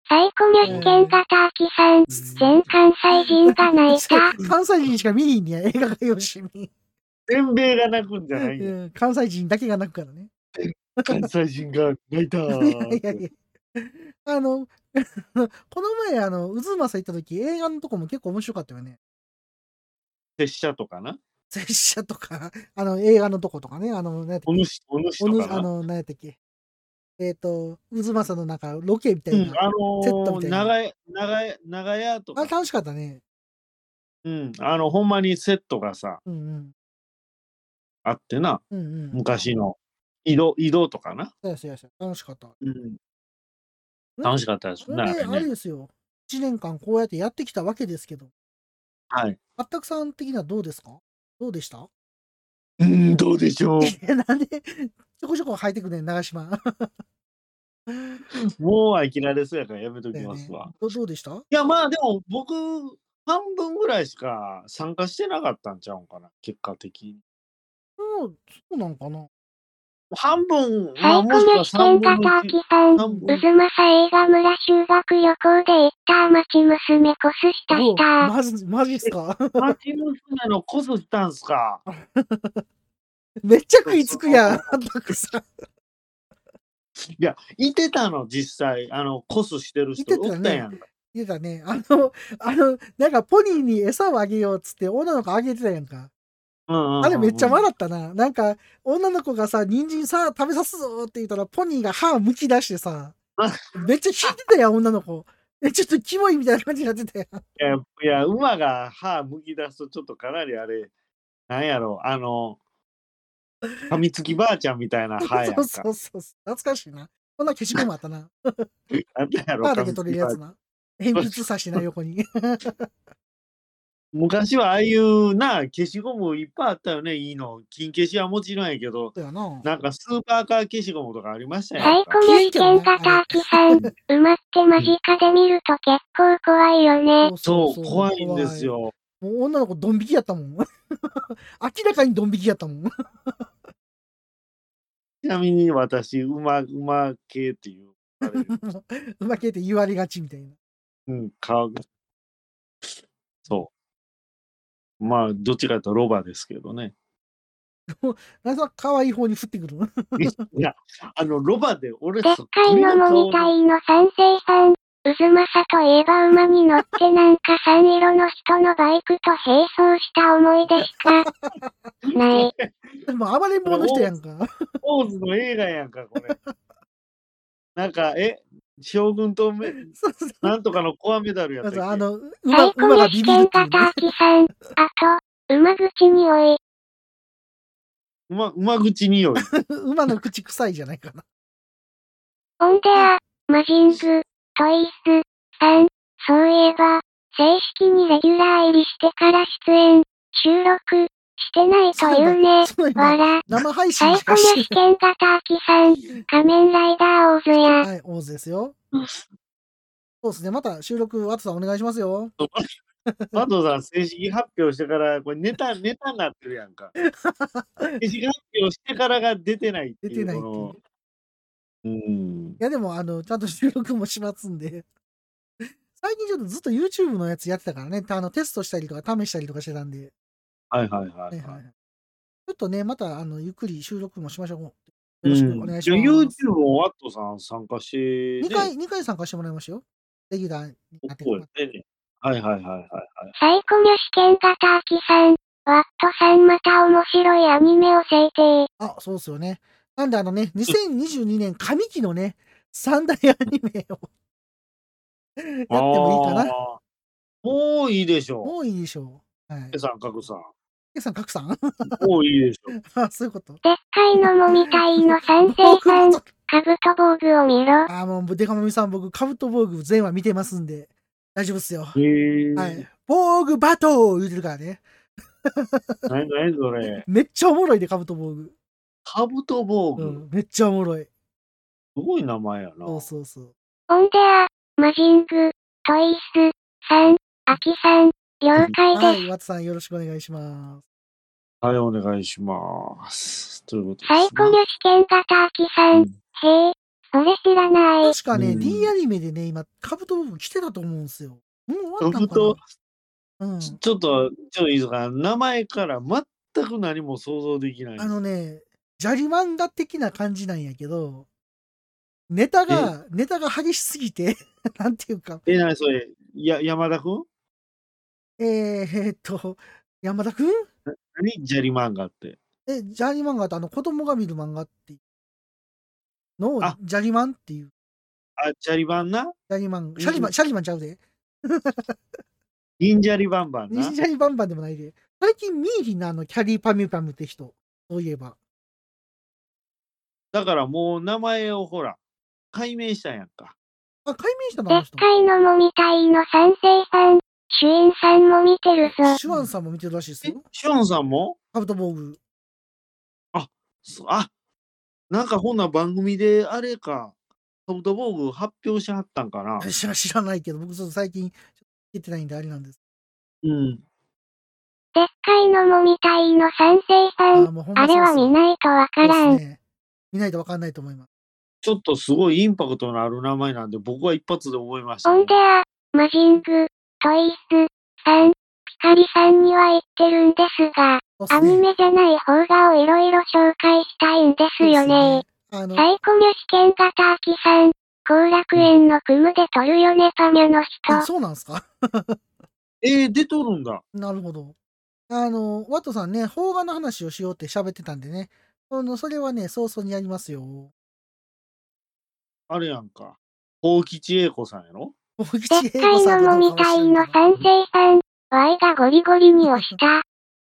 Speaker 3: サイコミュ試験型アキさん、全関西人が 泣いた。
Speaker 1: 関西人しか見にんねや、映画がよしみ。
Speaker 2: せんべいが泣くんじゃな いよ。
Speaker 1: うん関西人だけが泣くからね。
Speaker 2: 関西人が泣いた
Speaker 1: いやいやい
Speaker 2: ー。
Speaker 1: や。あの、 この前、あの、渦政行った時、映画のとこも結構面白かったよね。
Speaker 2: 拙者とかな。
Speaker 1: 拙者とか、 あの、映画のとことかね、あの、何やったっけ
Speaker 2: お主、お主
Speaker 1: お
Speaker 2: と
Speaker 1: ぬ
Speaker 2: か
Speaker 1: あ
Speaker 2: な。
Speaker 1: の、何やったっけえっ、と、渦政の中、ロケみた
Speaker 2: う
Speaker 1: い
Speaker 2: ん
Speaker 1: な。、
Speaker 2: あの
Speaker 1: セットみた
Speaker 2: ー、
Speaker 1: いな
Speaker 2: 長屋、長屋、長屋と
Speaker 1: あ
Speaker 2: か
Speaker 1: れ。楽しかったね。
Speaker 2: うん、あの、ほんまにセットがさ、
Speaker 1: うんうん。
Speaker 2: あってな、
Speaker 1: うんうん。
Speaker 2: 昔の。井戸、井戸とかな。
Speaker 1: そうやそうやそうや楽しかった。
Speaker 2: うん。楽しかったです
Speaker 1: そ
Speaker 2: ね。
Speaker 1: れで、
Speaker 2: あ
Speaker 1: あ
Speaker 2: れ
Speaker 1: れ
Speaker 2: ね
Speaker 1: ですよ。1年間こうやってやってきたわけですけど、
Speaker 2: はい。
Speaker 1: あったくさん的にはどうですかどうでした
Speaker 2: うん、どうでしょ
Speaker 1: えなんで、ちょこちょこ入ってくね、長島。
Speaker 2: う。 もう飽きられそうやからやめときますわ。
Speaker 1: どどうでした
Speaker 2: いや、まあでも僕、半分ぐらいしか参加してなかったんちゃうんかな、結果的に。
Speaker 1: そうそうなんかな
Speaker 2: 半分、ま
Speaker 3: サ
Speaker 2: あ
Speaker 3: イコミ
Speaker 2: もしく
Speaker 3: ュ
Speaker 2: は
Speaker 3: 試験
Speaker 2: 三分
Speaker 3: 型
Speaker 2: の一三分の
Speaker 3: アキさん、渦政映画村修学旅行で行った町娘コスしたし
Speaker 1: お
Speaker 3: た。
Speaker 1: マジ、マジっすか
Speaker 2: 町娘のコスしたんすか。
Speaker 1: めっちゃ食いつくやん、たくさん。
Speaker 2: いや、いてたの、実際。あの、コスしてる人
Speaker 1: いてたね
Speaker 2: おったやんか。
Speaker 1: 言うたね。あの、あの、なんかポニーに餌をあげようっつって女の子あげてたやんか。あ
Speaker 2: あ
Speaker 1: れめっちゃ笑ったな。なんか、女の子がさ、人参さ、食べさすぞって言ったら、ポニーが歯むき出して さ
Speaker 2: あ、
Speaker 1: めっちゃ引いてたやん、女の子。え、ちょっとキモいみたいな感じになってたやん。
Speaker 2: いや、いや馬が歯むき出すと、ちょっとかなりあれ、なんやろ、あの、噛みつきばあちゃんみたいな歯や
Speaker 1: そ
Speaker 2: んか。
Speaker 1: う そうそう。懐かしいな。こんな消しゴムあった な。
Speaker 2: あったやろ
Speaker 1: パーだけ取れるやつな。鉛筆差しな、横 に。
Speaker 2: 昔はああいうな、消しゴムいっぱいあったよね、いいの。金消しはもちろんやけど、
Speaker 1: だよな。
Speaker 2: なんかスーパーカー消しゴムとかありました
Speaker 3: サ
Speaker 2: やん
Speaker 3: イ
Speaker 2: か
Speaker 3: コ。ミュ試験型アキさん、埋まって間近で見ると結構怖いよね。
Speaker 2: そう、怖いんです。よ。
Speaker 1: もう女の子ドン引きやったもん。 明らかにドン引きやったもん。
Speaker 2: ちなみに私、馬、馬系っていう。あれ
Speaker 1: うまけって言われがちみたいな。
Speaker 2: うん、顔が。そう。まあ、どっちかというとロバですけどね。
Speaker 1: なんか可愛い方に降ってくる。
Speaker 2: いや、あの、ロバで俺、
Speaker 3: でっ
Speaker 2: そっ
Speaker 3: かい
Speaker 2: くり
Speaker 3: のもみた
Speaker 2: 顔の
Speaker 3: いの賛成さん。渦政といえば馬に乗ってなんか三色の人のバイクと並走した思い出しかない。
Speaker 1: で も暴れん坊の人やんか。
Speaker 2: ポーズの映画やんか、これ。なんか、え、将軍とめ
Speaker 1: そうそう
Speaker 2: なんとかのコアメダルやったっけ
Speaker 1: あの、う
Speaker 3: サ
Speaker 1: ま
Speaker 3: イコミ
Speaker 1: 馬が
Speaker 3: ュ
Speaker 1: ビ
Speaker 3: 試
Speaker 1: ビるっ
Speaker 3: 験
Speaker 1: ていう
Speaker 3: 型
Speaker 1: ね
Speaker 3: ア。キさん。あと、馬口におい。
Speaker 2: 馬馬口におい。
Speaker 1: 馬の口臭いじゃないか な。
Speaker 3: オンデア、マジング、トイス、さん、そういえば、正式にレギュラー入りしてから出演、収録、してないという ね。
Speaker 1: そうやな
Speaker 3: わら、
Speaker 1: 生配信
Speaker 3: サイ
Speaker 1: しか
Speaker 3: コミ
Speaker 1: し
Speaker 3: ュ試
Speaker 1: て
Speaker 3: 験型アキさん、仮面ライダーオーズ
Speaker 1: な
Speaker 3: や
Speaker 1: い。、はい、大津ですよ。そうですね。また収録、ワトさんお願いしますよ。
Speaker 2: 佐藤さん、正式発表してから、これネタ、ネタになってるやん か。正式発表してからが出てないっていう。
Speaker 1: 出てないっていう
Speaker 2: このうん。
Speaker 1: いや、でも、あの、ちゃんと収録もしますんで。 最近ちょっとずっと YouTube のやつやってたからね、あのテストしたりとか試したりとかしてたんで、
Speaker 2: はいはいは、
Speaker 1: はいい
Speaker 2: は
Speaker 1: はいいはい、ちょっとね、またあのゆっくり収録もしましょう。よ
Speaker 2: うん
Speaker 1: ろしくお願いします。
Speaker 2: じゃあ YouTube もワットさん参加して、
Speaker 1: 2
Speaker 2: ね。
Speaker 1: 回、二回参加してもらいましたよ。レギュラーになってく
Speaker 2: そう
Speaker 1: る
Speaker 2: やね。はいはいはいはいはい。
Speaker 3: サイコミュ試験型アキさん、ワットさんまた面白いアニメを制定。
Speaker 1: あ、そうですよね。なんであのね、2022年上期のね、三大アニメ をやってもいいかな。
Speaker 2: あー。もういいでしょ
Speaker 1: もういいでしょう。 はい。
Speaker 2: う。さん、角さん。
Speaker 1: ケイさん、角さん
Speaker 2: もういいでしょう。
Speaker 1: あ、そういうこと。
Speaker 3: でっかいのもみたいの賛成さん、カブト防具を見 ろ。
Speaker 1: あ、もう、デカモミさん、僕、カブト防具全話見てますんで、大丈夫っすよ。は
Speaker 2: へえ。
Speaker 1: い。防具バトル言うてるからね。
Speaker 2: 何何それ。
Speaker 1: めっちゃおもろいで、カブト防具。
Speaker 2: カブトボー
Speaker 1: う
Speaker 2: グ。
Speaker 1: ん、めっちゃおもろい。
Speaker 2: すごい名前やな。
Speaker 1: そうそうそう。
Speaker 3: オンデア、マジング、トイス、さん、アキさん、了解
Speaker 1: は
Speaker 3: です。
Speaker 1: い、ワッツさん、よろしくお願いします。
Speaker 2: はい、お願いします。ということです、
Speaker 3: サイコミュ試験型アキさん、へえ、それ知らない。
Speaker 1: 確かね、
Speaker 2: うん
Speaker 1: D アニメでね、今、カブト防具来てたと思うんですよ。もう終わ
Speaker 2: カ
Speaker 1: ったの
Speaker 2: ブ
Speaker 1: かな
Speaker 2: ト、
Speaker 1: うん、
Speaker 2: ちょっと、ちょっといいですか、名前から全く何も想像できない。
Speaker 1: あのね、砂利漫画的な感じなんやけど、ネタが、ネタが激しすぎて、 なんていうか、
Speaker 2: え、なにそれ、や山田くん
Speaker 1: えー、えーっと、山田くん
Speaker 2: 何砂利漫画って。
Speaker 1: え、砂利漫画ってあの子供が見る漫画っていうのを
Speaker 2: あ
Speaker 1: 砂利マンっていう、
Speaker 2: あ、砂利版な
Speaker 1: 砂利漫
Speaker 2: ん
Speaker 1: 画、シャリマン、シャリマンちゃうで。
Speaker 2: 銀砂利バンバンな
Speaker 1: 忍。者にバンバンでもないで。最近見えひんな、あの、キャリーパミュパムって人。そういえば。
Speaker 2: だからもう名前をほら、解明したやんか。
Speaker 1: あ、解明したな、
Speaker 3: で
Speaker 1: あ
Speaker 3: っ
Speaker 1: の人。
Speaker 3: かいのもみたいの賛成さん、主演さんも見てるぞ。
Speaker 1: シュワンさんも見てるらしいです
Speaker 2: え
Speaker 1: よ。、
Speaker 2: ションさんも
Speaker 1: カブトボーグ。
Speaker 2: そあ、なんかほんな番組であれか、カブトボーグ発表しはったんかな。
Speaker 1: 知ら知らないけど、僕ちょっと最近、聞いてないんであれなんです。
Speaker 2: うん。
Speaker 3: でっかいのもみたいの賛成さ
Speaker 1: あ
Speaker 3: ん、
Speaker 1: ー、もうほん
Speaker 3: あれは
Speaker 1: そう
Speaker 3: 見
Speaker 1: っ
Speaker 3: ないとわ
Speaker 1: す
Speaker 3: から。
Speaker 1: そうんですね。見ないと分かんないと思います。
Speaker 2: ちょっとすごいインパクトのある名前なんで、僕は一発で覚えました
Speaker 3: オ
Speaker 2: ね、
Speaker 3: ンデア、マジング、トイス、さん、ピカリさんには言ってるんですが、
Speaker 1: そうっす
Speaker 3: ア
Speaker 1: ね
Speaker 3: ニメじゃない方がをいろいろ紹介したいんですよね。。
Speaker 1: そうっすあの、
Speaker 3: サイコミュ試験型秋さん、後楽園のクムで撮るよねパミュの人。
Speaker 1: あそうなんですか
Speaker 2: えー、出とるんだ。
Speaker 1: なるほど。あの、ワトさんね、邦画の話をしようって喋ってたんでね、あのそれはね、早々にやりますよ。
Speaker 2: あれやんか。幸吉英子さんやろ
Speaker 3: でっかいのもみたいの賛成さん、Y がゴリゴリに押した。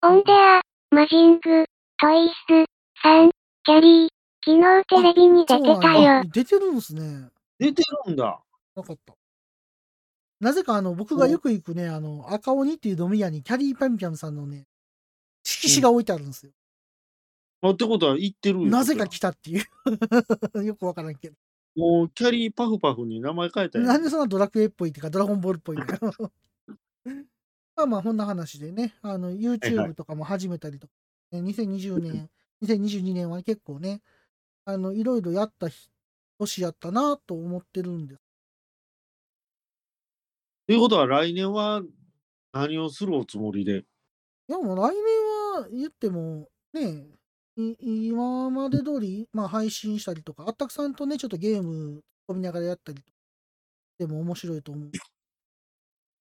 Speaker 3: オンデア、マジング、トイス、さん、キャリー、昨日テレビに出てたよ。。
Speaker 1: 出てるんですね。
Speaker 2: 出てるんだ。
Speaker 1: なかった。なぜかあの、僕がよく行くね、あの、赤鬼っていう飲み屋にキャリーパンピャンさんのね、色紙が置いてあるんですよ。
Speaker 2: あってことは言ってるよ
Speaker 1: なぜか来たっていう。 よくわからんけど。
Speaker 2: もうキャリーパフパフに名前変えたやん。
Speaker 1: なんでそんなドラクエっぽいっていうか、ドラゴンボールっぽいんだ よ。まあまあ、こんな話でね、あの、
Speaker 2: はいは
Speaker 1: YouTube とかも始めたりとか、ね2020年、2022年は結構ね、あの、いろいろやった日年やったなと思ってるんです。
Speaker 2: ということは来年は何をするおつもりで。
Speaker 1: いや、もう来年は言っても、ね、い今まで通り、まあ、配信したりとか、あったくさんとね、ちょっとゲーム飛びながらやったりとか、でも面白いと思 う。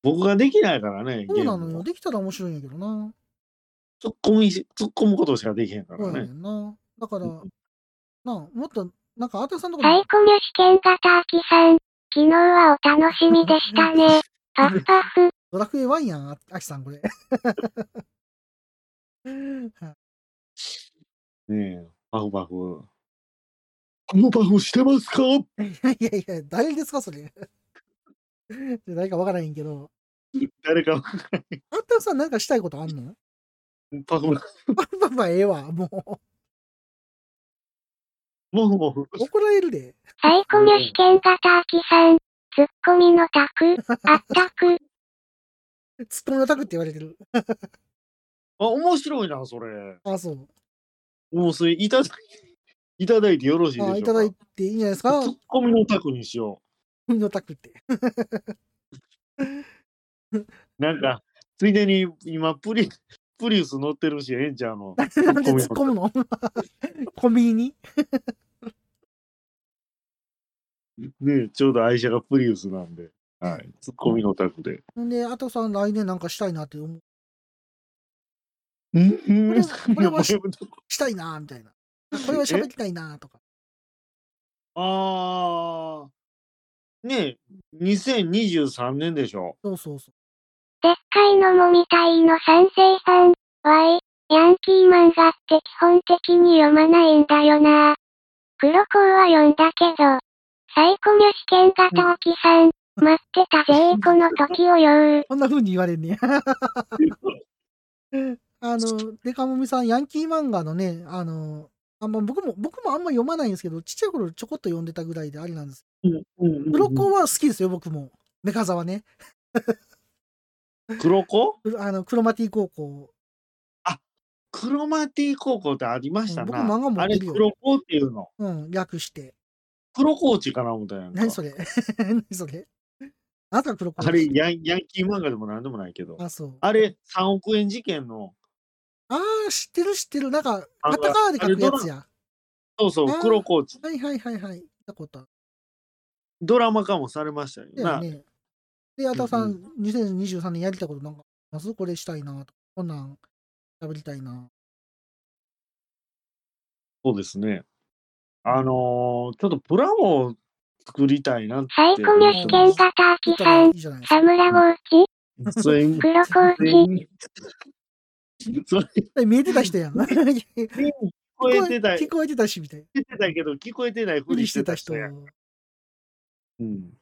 Speaker 2: 僕ができないからね。
Speaker 1: そうなの
Speaker 2: ゲーム
Speaker 1: よ。
Speaker 2: を
Speaker 1: できたら面白いんやけどな。
Speaker 2: 突っ込みし、突っ込むことしかできへんか
Speaker 1: そ
Speaker 2: ら
Speaker 1: うやね
Speaker 2: ね。
Speaker 1: んな。だから、なあ、もっと、なんか、あったくさんのとこ
Speaker 3: サイ
Speaker 1: に、
Speaker 3: コミュ試験型秋さん、昨日はお楽しみでしたね。パフパフ、
Speaker 1: ドラクエ1やん、ああきさん、これ。はい
Speaker 2: ねえ、パフパフ。パフパフしてますか
Speaker 1: いやいや、誰ですか、それ。誰かわからへんけど。
Speaker 2: 誰か、
Speaker 1: あったくさん、なんかしたいことあんの
Speaker 2: パフ、
Speaker 1: パパパ、ええわ、もう。
Speaker 2: もふもふ。
Speaker 1: 怒られるで。
Speaker 3: サイコミュ試験型秋さん、ツッコミのタク、あったく、
Speaker 1: ツッコミのタクって言われてる。
Speaker 2: あ、面白いな、それ。
Speaker 1: あ、そう。
Speaker 2: もうそれ、いただい、いただいてよろしいでしょうか。
Speaker 1: あいただいていいんじゃないですか。
Speaker 2: ツ
Speaker 1: ツ
Speaker 2: ッ
Speaker 1: ッ
Speaker 2: コミのタクにしよ
Speaker 1: コミのタクって。
Speaker 2: う。なんか、ついでに今、プリ、プリウス乗ってるし、ええんちゃうの。
Speaker 1: なんで突っ込むの コンビニに
Speaker 2: ねえちょうど愛車がプリウスなんで。はい。ツッコミのタクで。
Speaker 1: ほんで、あとさん来年なんかしたいなって思う。
Speaker 2: うん
Speaker 1: これは これはし
Speaker 2: 名前も
Speaker 1: したいなみたいな。これは喋りたいなとか。
Speaker 2: あー。ねえ、2023年でしょ。
Speaker 1: そうそうそ
Speaker 3: でっかいのもみたいの賛成さん、わい、ヤンキー漫画って基本的に読まないんだよな。黒子は読んだけど、サイコミュ試験型秋さん、待ってたぜこの時を酔う
Speaker 1: う。。こんな風に言われんね。 あの、デカモミさん、ヤンキー漫画のね、あの、あんま僕も、僕もあんま読まないんですけど、ちっちゃい頃ちょこっと読んでたぐらいであれなんです。
Speaker 2: うんうんうんうん
Speaker 1: 黒子は好きですよ、僕も。メカザワね。
Speaker 2: 黒子
Speaker 1: うあの、クロマティ高校
Speaker 2: クロマティ高校ってありましたな。
Speaker 1: うん僕漫画持
Speaker 2: あ
Speaker 1: って
Speaker 2: れ、
Speaker 1: るよ
Speaker 2: 黒子っていうの。
Speaker 1: うん、略して。
Speaker 2: 黒コーチかな思ったやんか。
Speaker 1: 何それ 何それあなたが黒子
Speaker 2: あれヤン、ヤンキー漫画でも何でもないけど。
Speaker 1: あ、そう。あ
Speaker 2: あれ、3億円事件の、
Speaker 1: あ、知ってる知ってる。なんか、
Speaker 2: あ
Speaker 1: カタカナで書くやつや。
Speaker 2: そうそ
Speaker 1: あー
Speaker 2: う、黒コーチ。
Speaker 1: はいはいはいはい。見たことあ
Speaker 2: ドラマ化もされましたよ
Speaker 1: る。だよ
Speaker 2: な。
Speaker 1: ね。で、あたさ、
Speaker 2: うん
Speaker 1: 2023年やりたいことなんかありますこれしたいなとか。こんなん喋りたいな。
Speaker 2: そうですね。あのーちょっとプラモを作りたいなって。
Speaker 3: サイコミュ試験型
Speaker 1: 言
Speaker 3: 秋
Speaker 1: ったら
Speaker 3: さ
Speaker 1: い
Speaker 3: ん
Speaker 1: い、じゃないです
Speaker 3: サムラゴーチ、
Speaker 2: それに
Speaker 3: 黒子
Speaker 2: それ
Speaker 3: チ、
Speaker 2: にそれに
Speaker 1: か。見えてた人 やん。聞
Speaker 2: 聞こえてた、聞
Speaker 1: 聞
Speaker 2: こ
Speaker 1: こえてたし、みたいな。
Speaker 2: えてたけど、聞こえてないふ
Speaker 1: 無
Speaker 2: り
Speaker 1: 理
Speaker 2: し
Speaker 1: してて
Speaker 2: た
Speaker 1: た
Speaker 2: 人
Speaker 1: 人。
Speaker 2: や。うん。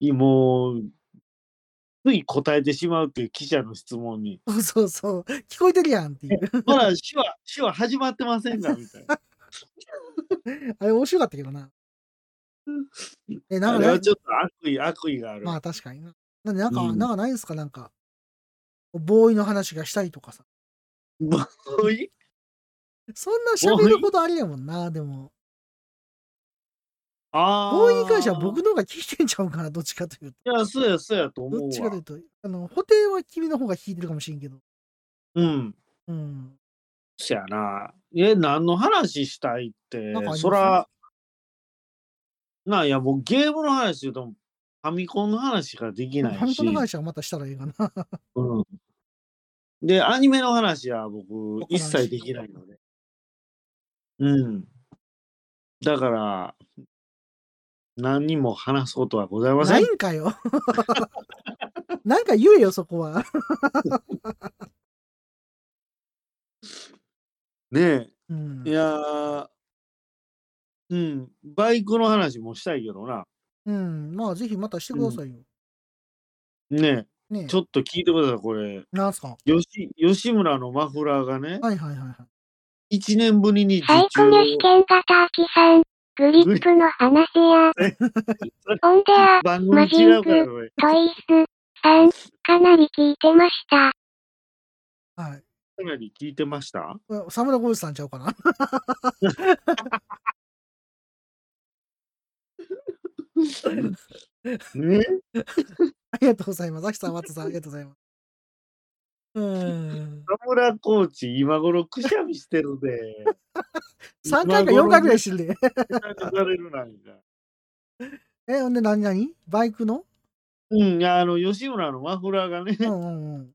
Speaker 2: いもう、つい答えてしまうっていう記者の質問 に。
Speaker 1: そうそうそう。聞こえてるやんっていう。
Speaker 2: まだ手話、手話始まってませんが、みたいな。
Speaker 1: あれ面白かったけどな。え、 な
Speaker 2: あ
Speaker 1: ん
Speaker 2: れ
Speaker 1: か
Speaker 2: は、ちょっと悪意、悪意がある。
Speaker 1: まあ確かにな。なんで、なんか、
Speaker 2: うん
Speaker 1: なんかないですかなんか、ボーイの話がしたいとかさ。
Speaker 2: もういい
Speaker 1: そんな喋るほどあれやもんな、でも。
Speaker 2: ああ。
Speaker 1: ボーイに関しては僕の方が聞いてんちゃうかな、どっちかという
Speaker 2: いや、そうや、そうやと
Speaker 1: と。
Speaker 2: 思う
Speaker 1: ど
Speaker 2: わ
Speaker 1: っ。ちかというと。あの、補填は君の方が聞いてるかもしれんけど。
Speaker 2: うん。
Speaker 1: うん。
Speaker 2: そやな。え、何の話したいって
Speaker 1: なんかありま、す
Speaker 2: そら、なあ、いや、もうゲームの話言うと、ファミコンの話ができ
Speaker 1: フ
Speaker 2: な
Speaker 1: ァ
Speaker 2: い
Speaker 1: ミ
Speaker 2: し
Speaker 1: コン、の話はまたしたらいいかな。
Speaker 2: うん。で、アニメの話は
Speaker 1: わ
Speaker 2: 僕
Speaker 1: か、らん
Speaker 2: 一
Speaker 1: し
Speaker 2: 切できないので。うん。だから、何にも話すことはございませ
Speaker 1: なんい。んか よ。なんか言えよ、そこは。
Speaker 2: ねえ。
Speaker 1: うん
Speaker 2: い。やー、うん、バイクの話もしたいけどな。
Speaker 1: うん。まあ、ぜひまたしてくださいよ。
Speaker 2: ね
Speaker 1: ねえ
Speaker 2: え、ちょっと聞いてください、これ。
Speaker 1: なんすか
Speaker 2: 吉吉村のマフラーがね、
Speaker 1: はいはいはいはい。
Speaker 2: 1年ぶりに受
Speaker 3: サイコ
Speaker 2: 注
Speaker 3: ミュ試験型アキさん、グリップの話や
Speaker 2: え、
Speaker 3: オンデア、
Speaker 2: 番組違うから、これ。
Speaker 3: トイス、さん、かなり聞いてました。
Speaker 1: はい。
Speaker 2: かなり聞いてました
Speaker 1: あ沢村浩二さんちゃうかな
Speaker 2: ね
Speaker 1: ありがとうございます。秋さん、松さん、ありがとうございます。うー ん。
Speaker 2: 田村コーチ、今頃くしゃみしてるで。
Speaker 1: 3回か4回ぐらいしてるで。
Speaker 2: 今頃ね。されるなんか。
Speaker 1: え、ほんで何々バイクの
Speaker 2: うん、いやあの、吉村のマフラーがね、
Speaker 1: うんうんうん。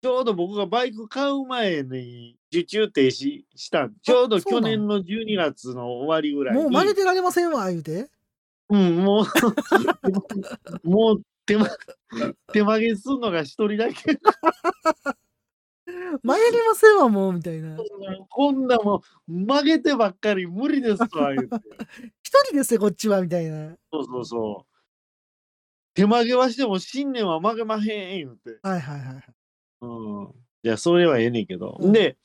Speaker 2: ちょうど僕がバイク買う前に受注停止した、ちょうど
Speaker 1: そう
Speaker 2: 去
Speaker 1: なの
Speaker 2: 年の12月の終わりぐらいに。
Speaker 1: もう曲げてられませんわ、言うて。
Speaker 2: うん、もう、 もう手ま、手曲げすんのが一人だけ。
Speaker 1: 曲げれませんわ、もう、みたいな。
Speaker 2: こんなもん曲げてばっかり無理ですわ、言うて。
Speaker 1: 一人ですよ、こっちは、みたいな。
Speaker 2: そうそうそう。手曲げはしても信念は曲げまへん、言うて。
Speaker 1: はいはいはいはい。
Speaker 2: うん。いや、それはええねんけど。
Speaker 1: うん
Speaker 2: で、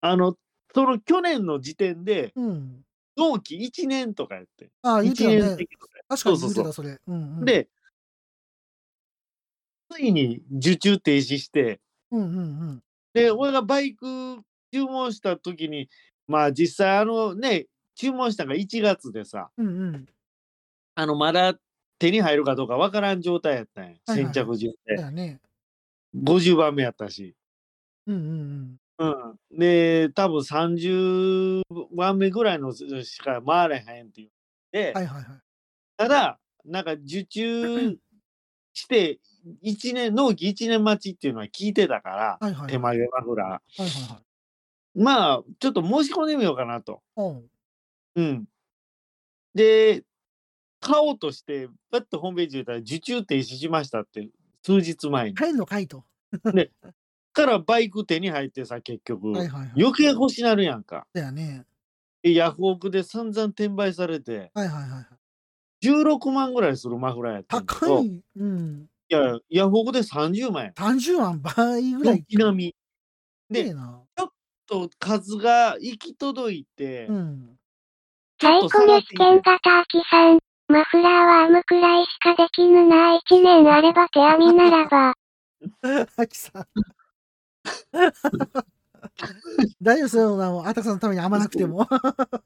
Speaker 2: あの、その去年の時点で、
Speaker 1: うん。
Speaker 2: 同期1年とかやって。
Speaker 1: ああ、言う
Speaker 2: 一
Speaker 1: てたね
Speaker 2: 年生。とか
Speaker 1: 確かに言う
Speaker 2: そう
Speaker 1: て
Speaker 2: そうそ
Speaker 1: た、
Speaker 2: う
Speaker 1: それ。うんうん、、
Speaker 2: で、ついに受注停止して、
Speaker 1: うんうんうん。
Speaker 2: で、俺がバイク注文した時に、まあ実際あのね、注文したのが1月でさ、
Speaker 1: うんうん。
Speaker 2: あのまだ手に入るかどうかわからん状態やったんや。
Speaker 1: はいはい
Speaker 2: 先着順
Speaker 1: だ
Speaker 2: で。
Speaker 1: よね。
Speaker 2: 50番目やったし。
Speaker 1: うんうん
Speaker 2: うん。で、多分30番目ぐらいのしか回れへんっていう。で、
Speaker 1: うん。はいはいはい。
Speaker 2: ただ、なんか受注して、一年、納期1年待ちっていうのは聞いてたから、
Speaker 1: はいはい。
Speaker 2: 手
Speaker 1: はい
Speaker 2: 前マフラ
Speaker 1: はいはい。
Speaker 2: ー。まあ、ちょっと申し込んでみようかなと。
Speaker 1: おう
Speaker 2: うん。で、買おうとして、パッとホームページ見たら、受注停止しましたって、数日前に。
Speaker 1: 帰んのかいと。
Speaker 2: からバイク手に入ってさ、結局。
Speaker 1: はいはいはい。
Speaker 2: 余計欲しなるやんか。
Speaker 1: だよね。
Speaker 2: でヤフオクで散々転売されて、
Speaker 1: はいはいはいはい。
Speaker 2: 16万ぐらいするマフラーやったんだけど。
Speaker 1: 高い。うん。
Speaker 2: いや、ヤフオクで30万や。
Speaker 1: 30万倍ぐらい。
Speaker 2: 軒並み。で
Speaker 1: いいな。
Speaker 2: と数が行き届いて、
Speaker 1: うん。
Speaker 2: ち
Speaker 3: サ
Speaker 2: ょ
Speaker 3: イ
Speaker 2: っ
Speaker 3: コ
Speaker 2: と下がってい
Speaker 3: ミュ試験
Speaker 2: て
Speaker 3: 型アキさん、マフラーは編むくらいしかできぬなあ一年あれば手編みならば。
Speaker 1: あき さん。大丈夫そういうのはもう、あたくさんのために編まなくても。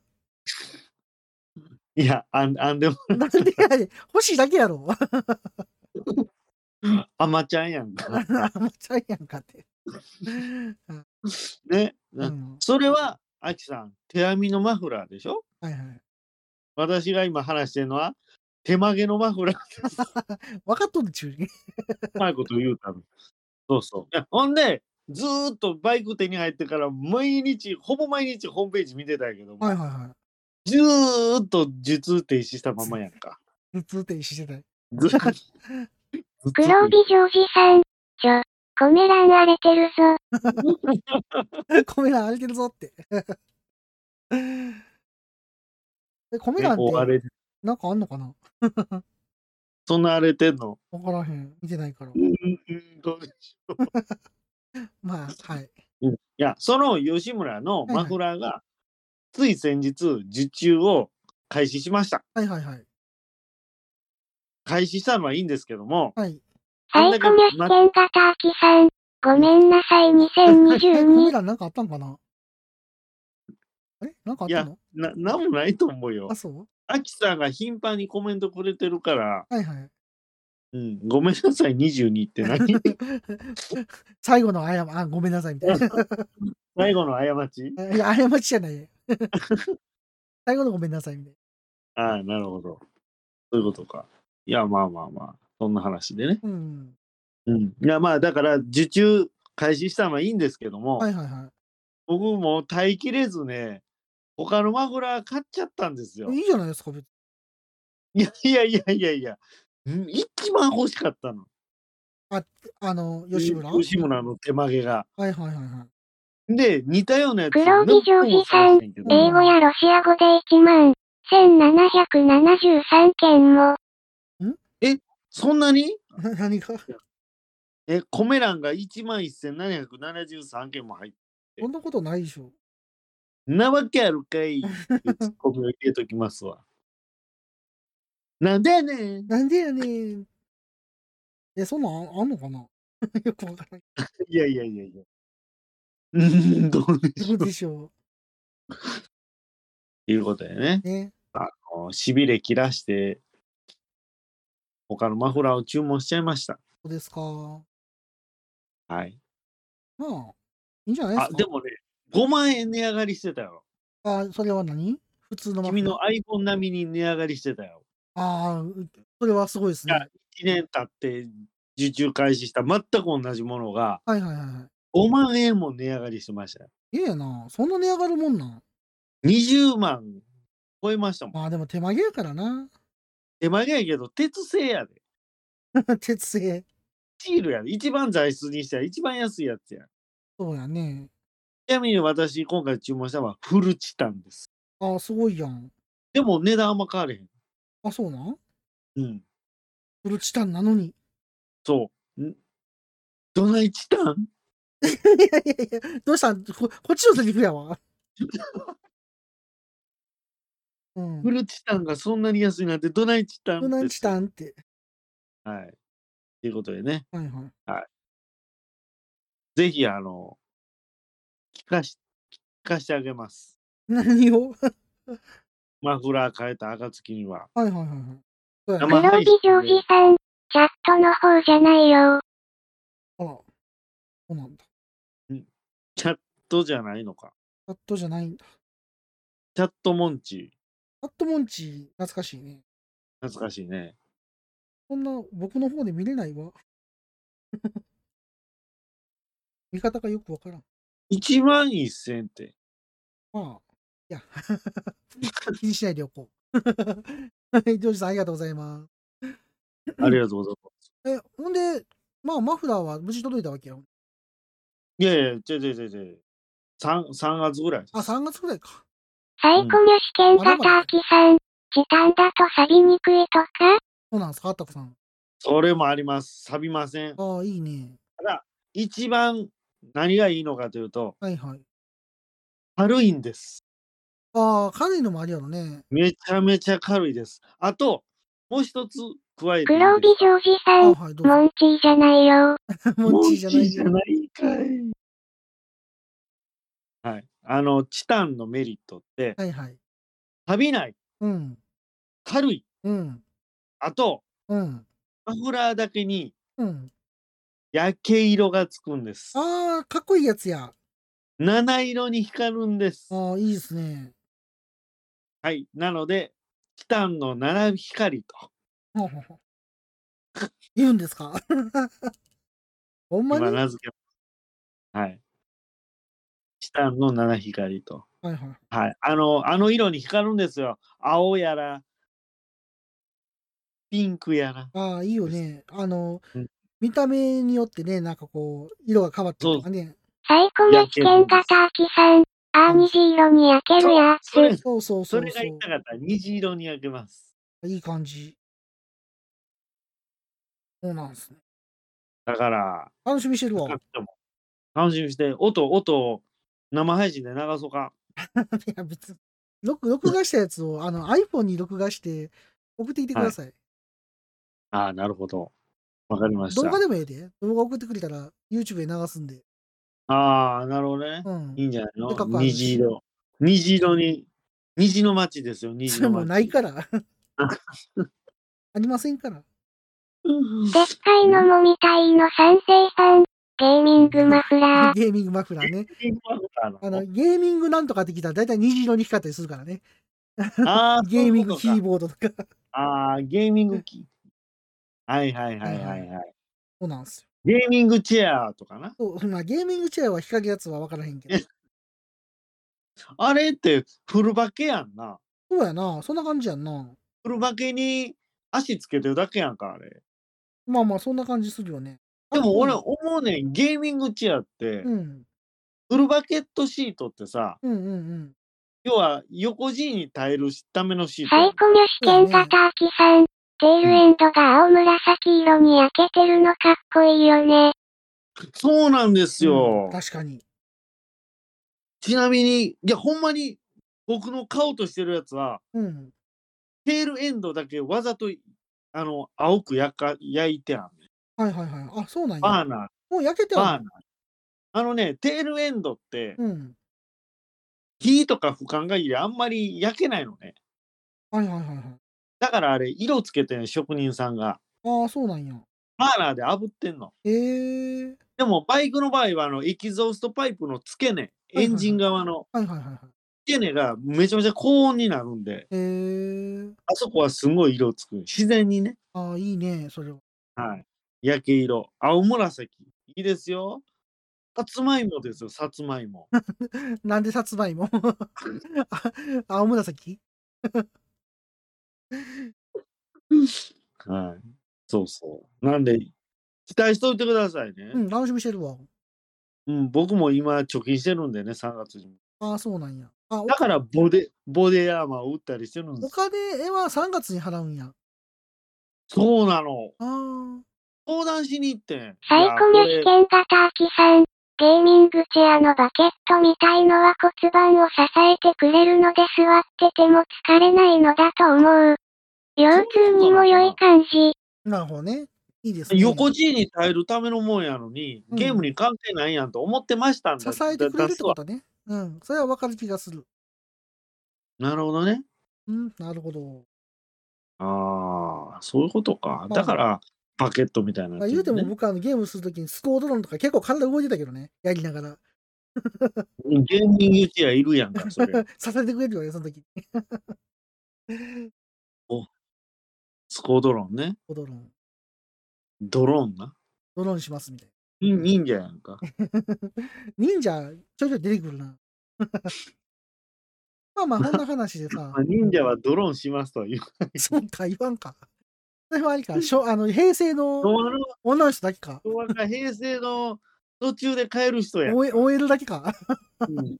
Speaker 2: いや、あんあんでも、
Speaker 1: なんでやねん欲しいだけやろ。
Speaker 2: あまちゃんやん
Speaker 1: あ
Speaker 2: か。
Speaker 1: んなもんちゃうやんかって。
Speaker 2: ね。
Speaker 1: うん。
Speaker 2: それは、あきさん、手編みのマフラーでしょ
Speaker 1: はいはい。
Speaker 2: 私が今話してるのは、手曲げのマフラー。
Speaker 1: 分かっとるっちゅうに。
Speaker 2: うまいこと言うたの。そうそう。いやほんで、ずーっとバイク手に入ってから、毎日、ほぼ毎日ホームページ見てたんやけども、
Speaker 1: はいはいは
Speaker 2: ずーっと術停止したままやんか。
Speaker 1: い。普通停止してたよ。
Speaker 2: ずずっと
Speaker 3: 黒帯ジョージさん、ちょ、コメ欄荒れてるぞ。
Speaker 1: コメ欄荒れてるぞって。えコメ
Speaker 2: ね
Speaker 1: 欄っ
Speaker 2: こうあ
Speaker 1: て
Speaker 2: れ
Speaker 1: なんかあんのかな
Speaker 2: そんな荒れてんの。
Speaker 1: わからへん。見てないから
Speaker 2: う。んうんどうでしょう
Speaker 1: まあ、はい。
Speaker 2: いや、その吉村の
Speaker 1: はいはい
Speaker 2: マフラーが、つい先日、受注を開始しました。
Speaker 1: はいはいはい。
Speaker 2: 開始したのはいいんですけども、
Speaker 1: はい。
Speaker 3: サイコミュ試験型アキさん、ごめんなさい2022
Speaker 1: え、コメ。欄なんかあったんかなあれなんかあったの
Speaker 2: な、なんもないと思うよ
Speaker 1: あ、。そう
Speaker 2: アキさんが頻繁にコメントくれてるから、
Speaker 1: はいはい。
Speaker 2: うん、ごめんなさい、22って何
Speaker 1: 最後の謝、あ、ごめんなさいみたいな。
Speaker 2: 最後の過ち
Speaker 1: いや、過ちじゃないよ。最後のごめんなさいみたい
Speaker 2: ああ、なるほど。そういうことか。いや、まあまあまあ、そんな話でね。
Speaker 1: な。うん。
Speaker 2: うん、いや、まあ、だから、受注開始したのはいいんですけども、
Speaker 1: はいはいは
Speaker 2: 僕も耐えきれずね、他のマグラ買っちゃったんですよ
Speaker 1: い。。いいじゃないですか、別に。
Speaker 2: いやいやいやいやいや、ん一番欲しかったの。
Speaker 1: あの、吉村。
Speaker 2: 吉村の手曲げが。
Speaker 1: はいはいはいはい。
Speaker 2: で、似たようなやつ。
Speaker 3: 黒帯ジョージさん
Speaker 2: 何個も探してけど
Speaker 3: 英語やロシア語で1万1773件も。
Speaker 2: そんなに
Speaker 1: 何か
Speaker 2: え、コメ欄が1万1773件も入って。
Speaker 1: そんなことないでしょ。
Speaker 2: んなわけあるかい。 っていうツッコミを入れときますわ。なんでやねん。
Speaker 1: なんでやねん。 え、そんなんああんのかな よくわからない。
Speaker 2: いやいやいやいや。 うーん、どうで
Speaker 1: ど
Speaker 2: しょ
Speaker 1: う
Speaker 2: う。と
Speaker 1: でしょ
Speaker 2: いうことでね。
Speaker 1: う。ね。
Speaker 2: しびれ切らして、他のマフラーを注文しちゃいました。
Speaker 1: そうですか。ま
Speaker 2: はい。
Speaker 1: あ、いいんじゃないで
Speaker 2: あ、
Speaker 1: すか。
Speaker 2: でもね、5万円値上がりしてたよ。
Speaker 1: あ、それは何普通のマフラー
Speaker 2: 君の iPhone 並みに値上がりしてたよ。
Speaker 1: ああ、それはすごいですね。
Speaker 2: いや1年経って受注開始した全く同じものが
Speaker 1: はいはいはいは
Speaker 2: 5万円も値上がりしましたよ。
Speaker 1: い。いややな。そんな値上がるもんなん。
Speaker 2: 20万超えましたもん。
Speaker 1: まあでも手曲げやからな。
Speaker 2: 手間げやけど、鉄製やで。
Speaker 1: 鉄製。ス
Speaker 2: スチールやで。一番材質にしたら一番安いやつやん。
Speaker 1: そうやね。
Speaker 2: ちなみに私、今回注文したのはフルチタンです。
Speaker 1: ああ、すごいやん。
Speaker 2: でも値段あんま変われへん。
Speaker 1: あ、そうなん
Speaker 2: うん。
Speaker 1: フルチタンなのに。
Speaker 2: そう。んどないチタン
Speaker 1: いやいやいや、どうしたんここっちのセリフ やわ。うん
Speaker 2: フ。ルチタンがそんなに安いなんてどないチタン
Speaker 1: フルチタ
Speaker 2: ン
Speaker 1: ンって。
Speaker 2: はい。ということでね、
Speaker 1: はいはい。
Speaker 2: ぜひ、あの、聞かし、聞かしてあげます。
Speaker 1: 何を
Speaker 2: マフラー変えた暁には。
Speaker 1: はいはいはいはい。そうや
Speaker 2: 生
Speaker 1: ね。
Speaker 3: 黒帯ジョージさん、チャットの方じゃないよ。
Speaker 1: あら。そうなんだ。
Speaker 2: チャットじゃないのか。
Speaker 1: チャットじゃないんだ。
Speaker 2: チャットモンチ
Speaker 1: チャットモンチ、懐かしいね。
Speaker 2: ー。懐かしいね。
Speaker 1: そんな僕の方で見れないわ。 見方がよくわからん。
Speaker 2: 1万1000って。
Speaker 1: まあ、いや、 気にしないでおこう。 はい、ジョージさんありがとうございます。
Speaker 2: ありがとうございます。
Speaker 1: え、ほんで、まあ、マフラーは無事届いたわけよ。
Speaker 2: いやいや、ちょいちょいちょいちょい。3, 3月ぐらいです。
Speaker 1: あ、3月ぐらいか。
Speaker 3: サイコミュ試験だとアキさん、チタンだと錆びにくいとか
Speaker 1: そうなんですか、あったくさん。
Speaker 2: それもあります。錆びません。
Speaker 1: ああ、いいね。
Speaker 2: 一番何がいいのかというと、
Speaker 1: はいはい。
Speaker 2: 軽いんです。
Speaker 1: ああ、軽いのもありやろね。
Speaker 2: めちゃめちゃ軽いです。あと、もう一つ加えていい
Speaker 3: 黒帯
Speaker 2: です
Speaker 3: ジョージ
Speaker 1: あ
Speaker 3: さ
Speaker 1: あ
Speaker 3: ん、
Speaker 1: はい、どう
Speaker 3: モン
Speaker 1: ぞ。
Speaker 3: チーじゃないよ。
Speaker 1: モンチーじゃないよ。
Speaker 2: モンチーじゃないんかい。はい。あの、チタンのメリットって、
Speaker 1: はいはい。
Speaker 2: 錆びない、
Speaker 1: うん、
Speaker 2: 軽い。
Speaker 1: うん、
Speaker 2: あと、
Speaker 1: うん、
Speaker 2: マフラーだけに
Speaker 1: うん。
Speaker 2: 焼け色がつくんです。
Speaker 1: ああ、かっこいいやつや。
Speaker 2: 七色に光るんです。
Speaker 1: ああ、いいですね。
Speaker 2: はい。なので、チタンの七光と
Speaker 1: ほうほう ほう言うんですか ほんま
Speaker 2: 今
Speaker 1: にはい
Speaker 2: 名付けます。はい。チタンの七光と。
Speaker 1: はい。
Speaker 2: はい。あの、あの色に光るんですよ。青やら、ピンクやら。
Speaker 1: ああ、いいよね。あの
Speaker 2: うん、
Speaker 1: 見た目によってね、なんかこう、色が変わったりとかね。
Speaker 3: サイコミュ試験だとアキさん、あー虹色に焼けるやつ
Speaker 2: そ。れ、
Speaker 1: そうそうそ
Speaker 2: そうれが
Speaker 1: そ
Speaker 2: 言いたかった。虹色に焼けます。
Speaker 1: う。いい感じ。そうなんですね。
Speaker 2: だから、
Speaker 1: 楽しみにしてるわ。
Speaker 2: 使っても楽しみにして、音、音、生配信で流そうか。
Speaker 1: いや、別に。録録画したやつを、あの、iPhone に録画して、送ってきてください。
Speaker 2: ああ、なるほど。わかりまし
Speaker 1: 動
Speaker 2: た
Speaker 1: 画。でもええで。動画送ってくれたら、YouTube へ流すんで。
Speaker 2: ああ、なるほどね。
Speaker 1: うん。
Speaker 2: いいんじゃないの
Speaker 1: せっかくあるし
Speaker 2: 虹色。虹色に、虹の町ですよ、虹
Speaker 1: それ
Speaker 2: の
Speaker 1: も
Speaker 2: 町。
Speaker 1: うないから。 ありませんから。
Speaker 2: うん
Speaker 3: でっかいのもみたいの賛成さん。ゲーミングマフラー。
Speaker 1: ゲーミングマフラー ね。あの、ゲーミングなんとかって聞いたら大体虹色に光ったりするからね。
Speaker 2: あー
Speaker 1: ゲーミングキ
Speaker 2: そう
Speaker 1: ー
Speaker 2: いうこ
Speaker 1: ボードとか。
Speaker 2: とかあー、ゲーミングキー。はいはいはいはいはい。
Speaker 1: そうなんですよ。
Speaker 2: ゲーミングチェアとかな。
Speaker 1: そうまあ、ゲーミングチェアは光るやつは分からへんけど。
Speaker 2: あれってフルバケやんな。
Speaker 1: そうやな。そんな感じやんな。
Speaker 2: フルバケに足つけてるだけやんか、あれ。
Speaker 1: まあまあ、そんな感じするよね。
Speaker 2: でも俺
Speaker 1: あ
Speaker 2: 思うねん、ゲーミングチェアって、
Speaker 1: うん。
Speaker 2: フルバケットシートってさ、
Speaker 1: うんうんうん。
Speaker 2: 要は横 G に耐えるためのシート
Speaker 3: サ
Speaker 2: やん
Speaker 3: イ。コミュ試験型アキさん。テールエンドが青紫色に焼けてるのかっこいいよね。
Speaker 2: そうなんですよ。
Speaker 1: うん確かに。
Speaker 2: ちなみに、いや、ほんまに僕の買おうとしてるやつは、
Speaker 1: うん。
Speaker 2: テールエンドだけわざとあの青く焼か焼いてある、ね。
Speaker 1: はいはいはい。あ、そうなん
Speaker 2: バ
Speaker 1: や。
Speaker 2: ーナ
Speaker 1: もう焼けて
Speaker 2: ー、
Speaker 1: は
Speaker 2: バーナー。あのね、テールエンドって、
Speaker 1: る。うん。
Speaker 2: 火とか俯瞰がいいであんまり焼けないのね。
Speaker 1: はいはいはいはい。
Speaker 2: だからあれ、色つけてん職人さんが。
Speaker 1: ああ、そうなんや。
Speaker 2: バーナーで炙ってんの。
Speaker 1: ええー。
Speaker 2: でも、バイクの場合は、あの、エキゾーストパイプの付け根、
Speaker 1: はいはい
Speaker 2: エンジン側の
Speaker 1: はいはいはいはい。
Speaker 2: 付け根がめちゃめちゃ高温になるんで、
Speaker 1: ええー。
Speaker 2: あそこはすごい色つく。自然にね。
Speaker 1: ああ、いいね、それは。
Speaker 2: はい。焼け色、青紫。いいですよ。さつまいもですよ、さつまい も。
Speaker 1: なんでさつまいも あ青紫
Speaker 2: はい。そうそう。なんで、期待しておいてくださいね。
Speaker 1: うん、楽しみにしてるわ。
Speaker 2: うん、僕も今、貯金してるんでね、3月に。
Speaker 1: ああ、そうなんや。あお
Speaker 2: だから、ボデ、ボデヤーマーを打ったりしてるんで
Speaker 1: お
Speaker 2: す。
Speaker 1: 金は3月に払うんや。
Speaker 2: そうなの。
Speaker 1: ああ。
Speaker 2: 相談しに行ってん。
Speaker 3: サイコミュ試験型アキさん。ゲーミングチェアのバケットみたいのは骨盤を支えてくれるので座ってても疲れないのだと思う。腰痛にも良い感じ。
Speaker 1: なるほどね。いいですね。
Speaker 2: 横 G に耐えるためのもんやのに、
Speaker 1: うん
Speaker 2: ゲームに関係ないやんと思ってましたん
Speaker 1: 支
Speaker 2: だ。
Speaker 1: えてくれるってこ
Speaker 2: だ
Speaker 1: とね。うん、それはわかる気がする。
Speaker 2: なるほどね。
Speaker 1: うん、なるほど。
Speaker 2: ああ、そういうことか。
Speaker 1: あ
Speaker 2: だから、パケットみたいなやつ
Speaker 1: まあ、
Speaker 2: ね、
Speaker 1: 言うても僕あのゲームするときにスコードロンとか結構体動いてたけどね、やりながら。
Speaker 2: ゲーミングチェアいるやんか、そ れ。
Speaker 1: 支えてくれるよね、その時に。
Speaker 2: スコードローンね。
Speaker 1: スコードロン。
Speaker 2: ドローンな。
Speaker 1: ドローンしますみたい
Speaker 2: うん忍者やんか。
Speaker 1: な。忍者、ちょいちょい出てくるな。 まあまあ、こんな話でさ
Speaker 2: まあ。忍者はドローンしますとは言う。
Speaker 1: そうか、言わんか。それはありか。しょあの平成の
Speaker 2: 昭和の
Speaker 1: 女の人だけか。
Speaker 2: 昭和か平成の途中で帰る人やん。
Speaker 1: OL OL だけか。
Speaker 2: うん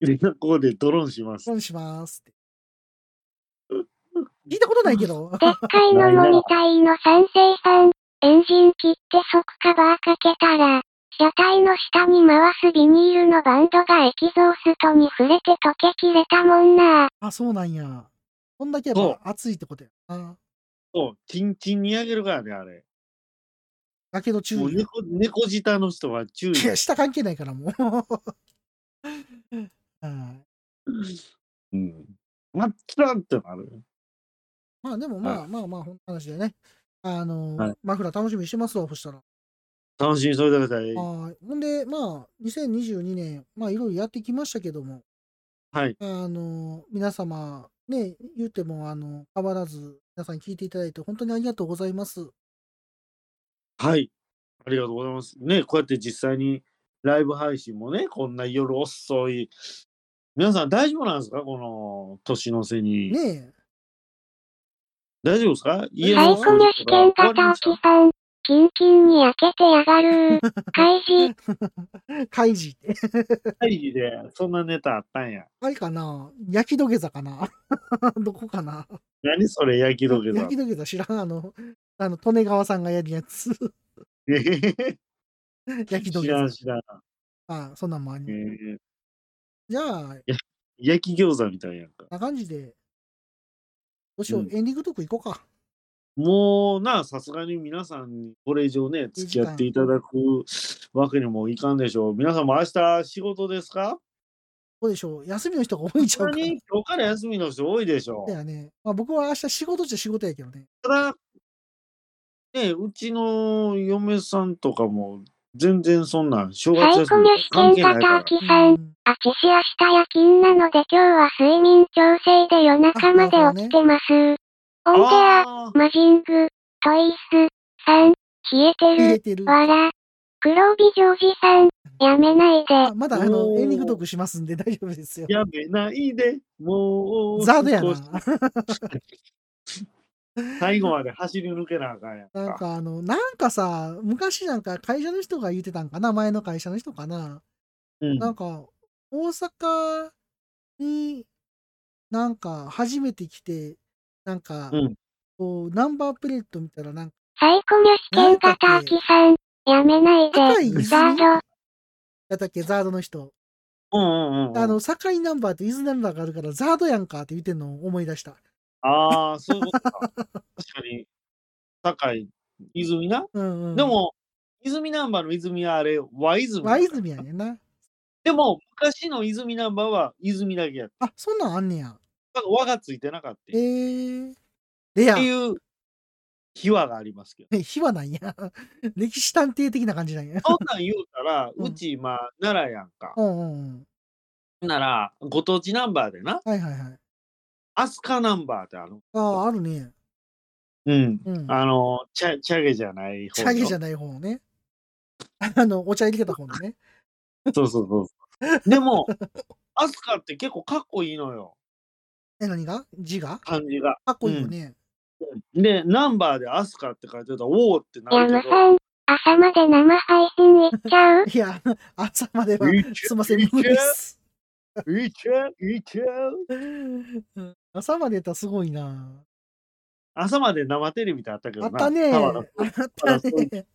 Speaker 2: でここでドローンします。
Speaker 1: 損しますって。聞いたことないけど。
Speaker 3: でっかいのもみたいの賛成さん。エンジン切って即カバーかけたら、車体の下に回すビニールのバンドがエキゾーストに触れて溶けきれたもんな。
Speaker 1: あ、そうなんや。こんだけや
Speaker 2: そ
Speaker 1: っ
Speaker 2: う
Speaker 1: ぱ暑いってことやな。
Speaker 2: そう、チンチンにあげるからね、あれ。
Speaker 1: だけど注
Speaker 2: もう
Speaker 1: 意。
Speaker 2: 猫猫舌の人は注意。
Speaker 1: いや下関係ないからも う。はい
Speaker 2: うん。まっつらんってなる。
Speaker 1: まあでもまあ、
Speaker 2: は
Speaker 1: まあまあ、ほんな話でね。あのー
Speaker 2: はい
Speaker 1: マフラー楽しみにしてますわ、そしたら。
Speaker 2: 楽しみにしておいてください。
Speaker 1: はいほんで、まあ、2022年、まあいろいろやってきましたけども、
Speaker 2: はい。
Speaker 1: あの、皆様、ね、言っても、あの、変わらず、皆さん聞いていただいて、本当にありがとうございます。
Speaker 2: はい。ありがとうございます。ね、こうやって実際にライブ配信もね、こんな夜遅い。皆さん大丈夫なんですかこの年の瀬に。
Speaker 1: ね
Speaker 2: 大丈夫ですか家
Speaker 3: サイ
Speaker 2: の
Speaker 3: コミュ試験型アキさん。キンキンに焼けてやがる。開示。
Speaker 1: え、カイジって。
Speaker 2: 会議でそんなネタあったんや。
Speaker 1: あれかな焼き土下座かな どこかな
Speaker 2: 何それ焼き土下座
Speaker 1: 焼き土下座知らんあの、あの、利根川さんがやるやつ。 焼き土
Speaker 2: 知
Speaker 1: 下
Speaker 2: らん
Speaker 1: 座。
Speaker 2: 知らん。
Speaker 1: あそんなんもあり、
Speaker 2: えー
Speaker 1: じゃあ、こん
Speaker 2: 焼き餃子みたいやんか。
Speaker 1: な感じで、どうしよう、
Speaker 2: うん
Speaker 1: エンディングトーク行こうか。
Speaker 2: もうな、さすがに皆さんにこれ以上ね、付き合っていただくわけにもいかんでしょう。皆さんも明日仕事ですか
Speaker 1: どうでしょう休みの人が多いんちゃうかな。
Speaker 2: に今日から休みの人多いでしょ
Speaker 1: だ。よね。まあ、僕は明日仕事っちゃ仕事やけどね。
Speaker 2: ただ、ね、うちの嫁さんとかも、全然そんな、正
Speaker 3: サ
Speaker 2: 月
Speaker 3: イコ
Speaker 2: 休
Speaker 3: ミ
Speaker 2: み
Speaker 3: ュ試
Speaker 2: 関
Speaker 3: 験
Speaker 2: 係ないか
Speaker 3: 型
Speaker 2: ら
Speaker 3: ア。キさん。
Speaker 1: うん
Speaker 3: あちし明日夜勤なので今日は睡眠調整で夜中まで起きてます。オンデア、
Speaker 2: あ
Speaker 3: マジング、トイス、さん、冷えて
Speaker 1: 入れ
Speaker 3: る、
Speaker 1: てる。
Speaker 3: わら、黒帯ジョージさん、やめないで。
Speaker 1: あまだあの
Speaker 2: おー
Speaker 1: エンディングトークしますんで 大丈夫ですよ
Speaker 2: ー。やめないで、もう。
Speaker 1: ザだやな。
Speaker 2: 最後まで走り抜けなあかんやん
Speaker 1: なん
Speaker 2: か。
Speaker 1: かあの、なんかさ、昔なんか会社の人が言ってたんかな前の会社の人かな、
Speaker 2: うん
Speaker 1: なんか、大阪になんか初めて来て、なんか、
Speaker 2: うん
Speaker 1: こう、ナンバープレート見たらなんか、
Speaker 3: サイコミュ試験型アキさん、やめないで
Speaker 1: 高い。泉
Speaker 3: ザード、
Speaker 1: やったっけザードの人。
Speaker 2: うんうんうん。
Speaker 1: あの、境ナンバーと伊豆ナンバーがあるから、ザードやんかって言ってんのを思い出した。
Speaker 2: ああ、そういうこと か。確かに、高い、泉な。
Speaker 1: うんうん。
Speaker 2: で、も、泉ナンバーの泉はあれ、和泉。
Speaker 1: 和泉やねんな。
Speaker 2: でも、昔の泉ナンバーは泉だけやった。
Speaker 1: あ、そんなんあんねや。
Speaker 2: だから和がついてなかった。
Speaker 1: え
Speaker 2: っ
Speaker 1: ー、レア
Speaker 2: て。いう秘話がありますけど。
Speaker 1: 秘話なんや。 歴史探偵的な感じなんや。
Speaker 2: そんなん言うたら、
Speaker 1: うん
Speaker 2: うち、まあ、奈良やんか
Speaker 1: う。んうんうん。
Speaker 2: なら、ご当地ナンバーでな、
Speaker 1: はいはいはい。
Speaker 2: 飛鳥ナンバーってあの、
Speaker 1: ああ、あるね。
Speaker 2: うん、
Speaker 1: うん。
Speaker 2: あの、チャチャゲじゃない方
Speaker 1: チ
Speaker 2: よ
Speaker 1: ャゲじゃない方ね。 あの、お茶入れてた方のね。
Speaker 2: そうそうそうそう。でも、飛鳥って結構かっこいいのよ、
Speaker 1: え、何が字が
Speaker 2: 漢字が。
Speaker 1: かっこいいよね。
Speaker 2: で、ナンバーでアスカって書いてたら、おおってな
Speaker 3: ヤ
Speaker 2: る
Speaker 3: ム
Speaker 2: けど。
Speaker 3: さん、朝まで生配信行っちゃう
Speaker 1: いや、朝までは、すいません、
Speaker 2: いけ
Speaker 1: 無理 です。
Speaker 2: いちゃういちゃう
Speaker 1: うん 朝までやったらすごいな。
Speaker 2: 朝まで生テレビってあったけ
Speaker 1: あ
Speaker 2: ど
Speaker 1: っ
Speaker 2: な。
Speaker 1: たね。
Speaker 2: 浜田
Speaker 1: あっ
Speaker 2: 君
Speaker 1: たね。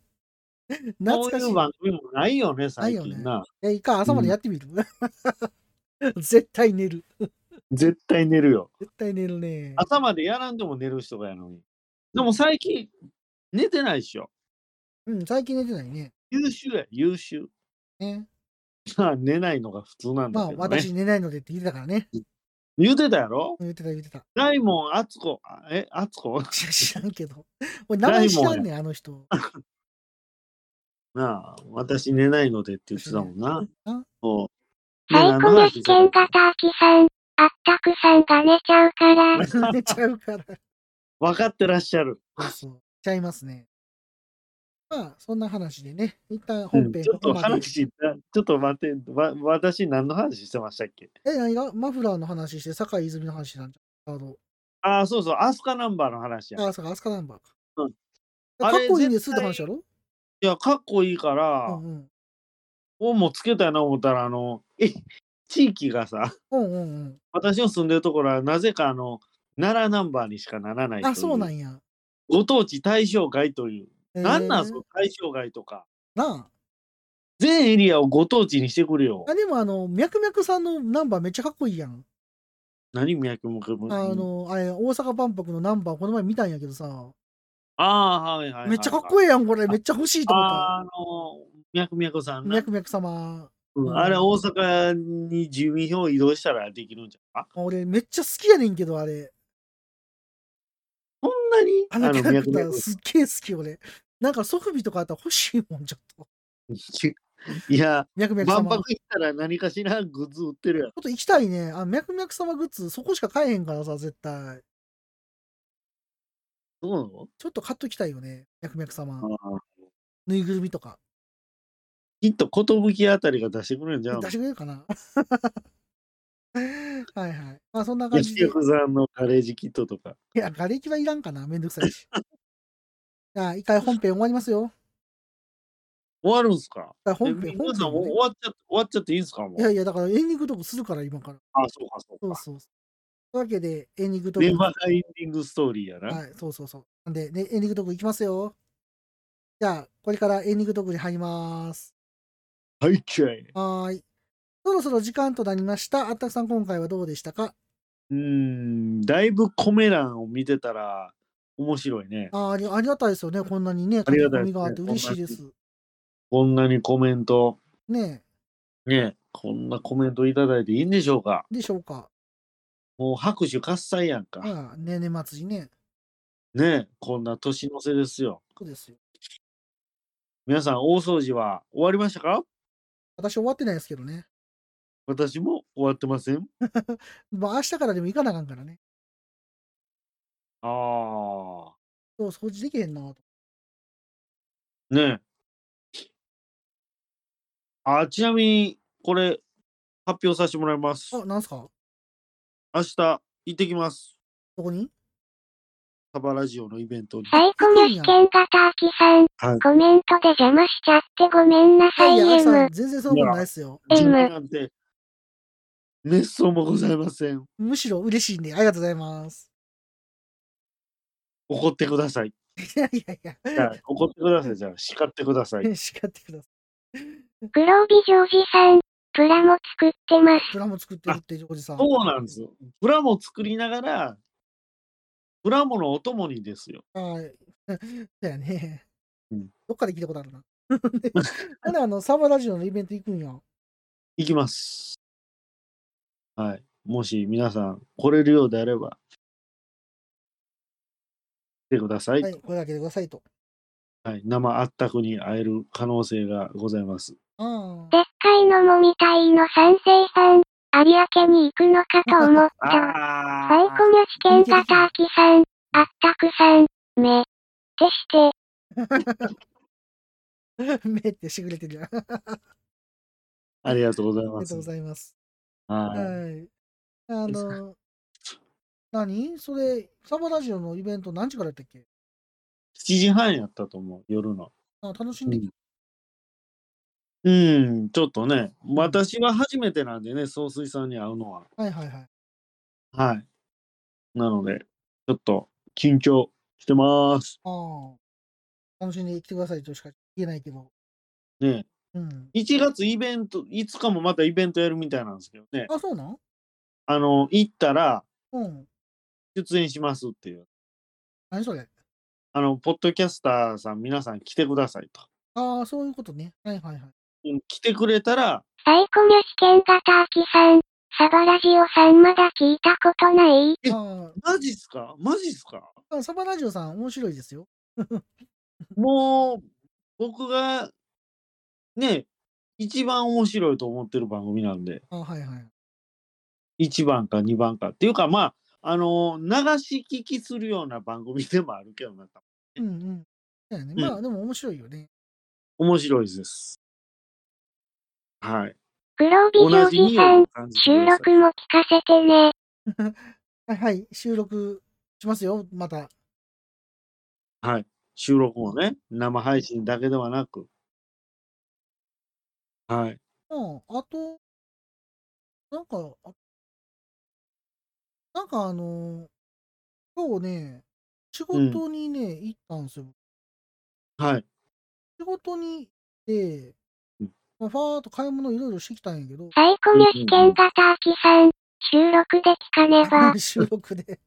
Speaker 1: 懐
Speaker 2: こ
Speaker 1: か
Speaker 2: う
Speaker 1: し
Speaker 2: い
Speaker 1: い。
Speaker 2: う番組もないよね、
Speaker 1: ない
Speaker 2: 最
Speaker 1: よね
Speaker 2: 近な。
Speaker 1: え、一回朝までやってみる、 絶対寝る。
Speaker 2: 絶対寝るよ。
Speaker 1: 絶対寝るね。
Speaker 2: 朝までやらんでも寝る人がやのに。でも最近、寝てないっしょ。
Speaker 1: うん、最近寝てないね。
Speaker 2: 優秀や、優秀。
Speaker 1: ね
Speaker 2: まあ、寝ないのが普通なん
Speaker 1: ま
Speaker 2: だ
Speaker 1: あ、
Speaker 2: けど、ね。
Speaker 1: 私寝ないのでって言ってたからね。
Speaker 2: 言うてたやろ
Speaker 1: 言ってた言ってた。
Speaker 2: ダイモン、アツコ、あえ、ア ツコ
Speaker 1: 知ら知らんけど。俺、名前知らんねん、あの人。
Speaker 2: なあ、私寝ないのでって言ってたもんな。
Speaker 1: な
Speaker 2: そう。で
Speaker 3: サイコミュ試験型アキさん、あったくさんが寝ちゃうから、
Speaker 1: 寝ちゃう から。
Speaker 2: 分かってらっしゃる。
Speaker 1: そうそう。ちゃいますね。まあ、そんな話でね、一旦本
Speaker 2: うん
Speaker 1: 編
Speaker 2: ちょっ
Speaker 1: ことこまで。
Speaker 2: 話、なちょっと待って、わ私何の話してましたっけ
Speaker 1: え、何がマフラーの話して、酒井泉の話なんじゃん。あの、
Speaker 2: ああ、そうそう、アスカナンバーの話や。
Speaker 1: あ、そうか、アスカナンバーか。
Speaker 2: うん
Speaker 1: かっこいい
Speaker 2: あれ
Speaker 1: です
Speaker 2: 絶
Speaker 1: って
Speaker 2: 対
Speaker 1: 話やろ
Speaker 2: いや、かっこいいか
Speaker 1: う
Speaker 2: ら、
Speaker 1: んうん。
Speaker 2: をもつけたいな思ったら、あの、え、地域がさ、
Speaker 1: うんうん
Speaker 2: 私の住んでるところは、なぜかあの、奈良ナンバーにしかならな
Speaker 1: う
Speaker 2: い
Speaker 1: ん。あ、そうなん
Speaker 2: や。
Speaker 1: や。
Speaker 2: ご当地対象外という。なんなん
Speaker 1: えー
Speaker 2: その対象外とか。
Speaker 1: な
Speaker 2: 全エリアをご当地にしてくれよ
Speaker 1: あ。あ、。でもあの、ミャクミャクさんのナンバーめっちゃかっこいいやん。
Speaker 2: 何三宅も
Speaker 1: あの、あれ、大阪万博のナンバーこの前見たんやけどさ、
Speaker 2: ああ、はいはいはいはい。
Speaker 1: めっちゃかっこ
Speaker 2: いい。
Speaker 1: いいやん、これ。めっちゃ欲しいと思った。
Speaker 2: あの、ミャクミャクさん
Speaker 1: ミ
Speaker 2: な
Speaker 1: ャクミャク様。
Speaker 2: うんあれ、大阪に住民票移動したらできるんじゃん。あ
Speaker 1: 俺、めっちゃ好きやねんけど、あれ。
Speaker 2: そんなに
Speaker 1: あのキャラクター、
Speaker 2: 脈々
Speaker 1: すっげえ好き、俺。なんか、ソフビとかあったら欲しいもん、ちょっと。
Speaker 2: いや、
Speaker 1: ミャクミャク
Speaker 2: 万
Speaker 1: 様。ち
Speaker 2: 博
Speaker 1: ょ
Speaker 2: 行ったら何かしらグッズ売ってるやん。
Speaker 1: っと行きたいね。あ、ミャクミャク様グッズ、そこしか買えへんからさ、絶対。
Speaker 2: そうなの
Speaker 1: ちょっと買っときたいよね、ミャクミャク様。
Speaker 2: ああ
Speaker 1: ぬいぐるみとか。
Speaker 2: きっと寿あたりが出してくれるんじゃん。
Speaker 1: 出してくれるかな はいはい。まあ、そんな感じ
Speaker 2: 焼き
Speaker 1: で。い
Speaker 2: 肉さんのガレージキットとか。
Speaker 1: や、瓦礫はいらんかな、めんどくさいし。 じゃあ、一回本編終わりますよ。
Speaker 2: 終わるんすか
Speaker 1: 一回本
Speaker 2: え
Speaker 1: 編、本
Speaker 2: 皆さ
Speaker 1: 編
Speaker 2: んも
Speaker 1: を
Speaker 2: う
Speaker 1: ね、
Speaker 2: 終わっちゃって、終わっちゃっていいんすかも。
Speaker 1: いうやいや、だからエンディングトークするから、今から。
Speaker 2: あ、そうか、そう
Speaker 1: そう
Speaker 2: か。
Speaker 1: そうそう。というわけで、エンディングトー
Speaker 2: レ
Speaker 1: ク。
Speaker 2: バーエンディングストーリーやな。
Speaker 1: はい、そうそうそう。なんで、ね、エンディングトークいきますよ。じゃあ、これからエンディングトークに入ります。
Speaker 2: はい、ちゃい。
Speaker 1: はーい。そろそろ時間となりました。あったくさん、今回はどうでしたか
Speaker 2: うーん、だいぶコメ欄を見てたら面白いね。
Speaker 1: あーありありがたいですよね。こんなにね、
Speaker 2: ありがたい
Speaker 1: み
Speaker 2: ですね
Speaker 1: があって嬉しいです。
Speaker 2: こんなにコメント、
Speaker 1: ね
Speaker 2: ね、こんなコメントいただいていいんでしょうか
Speaker 1: でしょうか。
Speaker 2: もう拍手喝采やんか。
Speaker 1: ああ、ね、年末にね。
Speaker 2: ねえこんな年の瀬ですよ。
Speaker 1: そうですよ。
Speaker 2: 皆さん、大掃除は終わりましたか
Speaker 1: 私終わってないですけどね。
Speaker 2: 私も終わってません。
Speaker 1: まあ、明日からでも行かなあかんからね。
Speaker 2: あ
Speaker 1: そう、掃除できへんなと。
Speaker 2: あ。ねえ。あ、ちなみに、これ、発表させてもらいます。
Speaker 1: あ、なんすか
Speaker 2: 明日、行ってきます。
Speaker 1: どこに
Speaker 2: サバラジオのイベントに。
Speaker 3: サイコミュ試験型アキさん、
Speaker 2: はい
Speaker 3: コメントで邪魔しちゃってごめんなさい
Speaker 1: いや、秋
Speaker 3: M。
Speaker 1: さん、全然そんなことないですよ。
Speaker 3: M
Speaker 2: 準備なんて、滅相もございません。
Speaker 1: むしろ嬉しいんで、ありがとうございます。
Speaker 2: 怒ってください。
Speaker 1: いやいやいや。
Speaker 2: じゃあ怒ってください。じゃあ、叱ってください。
Speaker 1: 叱ってくださ
Speaker 3: 黒帯ジョージさん、プラも作ってます。
Speaker 1: い。プラも作ってるっておじさん。
Speaker 2: そうなんですよ。プラモ作りながら、プラモのお供にですよ。
Speaker 1: はい。 だよね
Speaker 2: うん。
Speaker 1: どっかで聞いたことある な。ほな、あの、サバラジオのイベント行くんや。
Speaker 2: いきます。はい。もし皆さん来れるようであれば、来てください。
Speaker 1: は
Speaker 2: はい
Speaker 1: い、声かけてくださいと。
Speaker 2: 生あったくに会える可能性がございます。
Speaker 1: あ
Speaker 3: でっかいのもみたいの賛成さん、有明に行くのかと思った。
Speaker 2: あ
Speaker 3: サイコミュ試験型アキさん、あったくさん、目。てして、
Speaker 1: あ。 目ってしてくれてるやん。あり
Speaker 2: ありがとうございま
Speaker 1: が
Speaker 2: す
Speaker 1: とうご。ざいます。
Speaker 2: はい。
Speaker 1: はい。あ
Speaker 2: です
Speaker 1: の、何それ、サバラジオのイベント何時からやったっけ
Speaker 2: 7時半やったと思う、夜の。
Speaker 1: あ楽しんでき
Speaker 2: うん、ちょっとね、私は初めてなんでね、総帥さんに会うのは。
Speaker 1: はいはいはい。
Speaker 2: はい。なので、ちょっと緊張してます。
Speaker 1: ああ。楽しんできてくださいとしか言えないけど。
Speaker 2: ね
Speaker 1: うん。
Speaker 2: 1月イベント、いつかもまたイベントやるみたいなんですけどね、
Speaker 1: あ、そうなん
Speaker 2: あの、行ったら
Speaker 1: うん。
Speaker 2: 出演しますっていう、
Speaker 1: 何それ
Speaker 2: あの、ポッドキャスターさん、皆さん来てくださいと。
Speaker 1: ああ、そういうことね。はいはいはい。
Speaker 2: うん来てくれたら、
Speaker 3: サイコミュ試験型アキさん、サバラジオさんまだ聞いたことない
Speaker 2: え
Speaker 1: あ
Speaker 2: マジっすかマジっすか
Speaker 1: あ、サバラジオさん面白いですよ。
Speaker 2: もう、僕が、ね、一番面白いと思ってる番組なんで、
Speaker 1: あはいはい。
Speaker 2: 1番か2番かっていうか、まあ、あの、流し聞きするような番組でもあるけどな、
Speaker 1: うんうん。だよね。
Speaker 2: うん
Speaker 1: まあ、でも面白いよね。
Speaker 2: 面白いです。はい。
Speaker 3: 黒帯ジョ
Speaker 2: 同
Speaker 3: ー
Speaker 2: じ匂
Speaker 3: ジ
Speaker 2: い
Speaker 3: さん
Speaker 2: を、感じて
Speaker 3: 収
Speaker 2: くださ
Speaker 3: 録も聞かせてね。
Speaker 1: はいはい。収録しますよ。また。
Speaker 2: い。はい。収録もね、生配信だけではなく。はい。
Speaker 1: うん。あと、なんか、あなんかあのー今日ね、仕事にね、行ったんですよ。
Speaker 2: はい。
Speaker 1: 仕事に行って
Speaker 2: うん、
Speaker 1: まあ、ファーっと買い物いろいろしてきたんやけど、
Speaker 3: サイコミュ試験型アキさん、収録で聞かね ば。
Speaker 1: 収録で。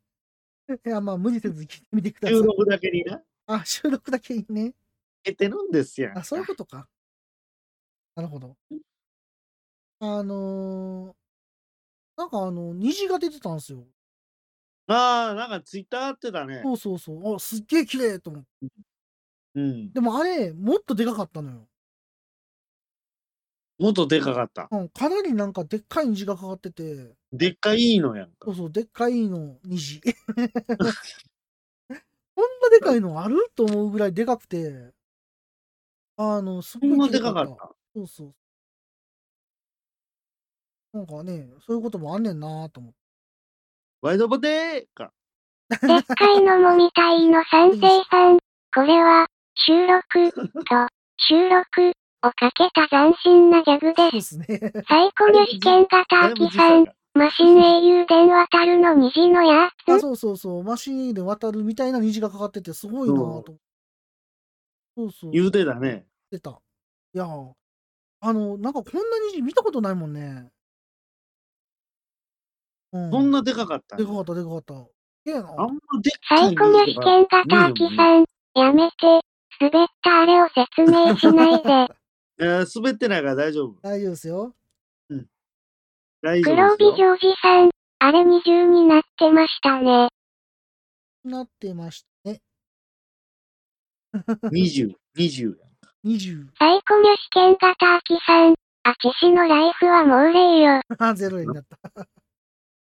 Speaker 1: いや、まあ、無理せず聞いてみてください
Speaker 2: 収。録だけにな、
Speaker 1: あ、収録だけいいね。
Speaker 2: 出てるんですよ。
Speaker 1: あ、そういうことか。なるほど。あのーなんかあの、虹が出てたんですよ。
Speaker 2: ああ、なんかツイッターあってたね。
Speaker 1: そうそうそう。あ、すっげえ綺麗と思って。
Speaker 2: うん。
Speaker 1: でもあれ、もっとでかかったのよ。
Speaker 2: もっとでかかった。
Speaker 1: うん、かなりなんかでっかい虹がかかってて、
Speaker 2: でっかいのやん
Speaker 1: そ
Speaker 2: か
Speaker 1: う。そう、でっかいの虹。 こんなでかいのあると思うぐらいでかくて、あの、す
Speaker 2: ほ
Speaker 1: ごい
Speaker 2: んま
Speaker 1: 綺麗
Speaker 2: でかかった。
Speaker 1: そうそう。なんかね、そういうこともあんねんなと思って。
Speaker 2: ワイドボデーか。
Speaker 3: でっかいのもみたいの賛成さん。これは、収録、と、収録、をかけた斬新なギャグ
Speaker 1: そう
Speaker 3: です。
Speaker 1: ですね。
Speaker 3: サイコミュ試験型
Speaker 2: だい
Speaker 3: ア
Speaker 2: ぶ
Speaker 3: キ
Speaker 2: 時
Speaker 3: さ
Speaker 2: 差
Speaker 3: ん、
Speaker 2: が。
Speaker 3: マシン英雄伝渡るの虹の や
Speaker 1: あ
Speaker 3: つ。
Speaker 1: そうそうそう、マシーンで渡るみたいな虹がかかってて、すごいなぁと思って。そうそう、
Speaker 2: 言うてたね。
Speaker 1: 出た。いやぁあの、なんかこんな虹見たことないもんね。うん、
Speaker 2: こんなでかかった。
Speaker 1: でかかった、でかかった。すげえな
Speaker 2: あんまでっ
Speaker 3: サ
Speaker 2: か
Speaker 3: イ
Speaker 2: い
Speaker 3: コミュ試験型アキさん、やめて、滑 ったあれを説明しないで。
Speaker 2: えー、滑ってないから大丈夫。
Speaker 1: 大丈夫ですよ。
Speaker 2: うん大丈
Speaker 3: 黒
Speaker 2: 夫で
Speaker 3: 帯
Speaker 2: す
Speaker 3: ジ
Speaker 2: よ。
Speaker 3: ョージさん、あれ二重になってましたね。
Speaker 1: なってましたね。
Speaker 2: 20、20やん。
Speaker 1: 20。
Speaker 3: サイコミュ試験型アキさん、アキシのライフはもう霊よ。
Speaker 1: あ、 ゼロになった。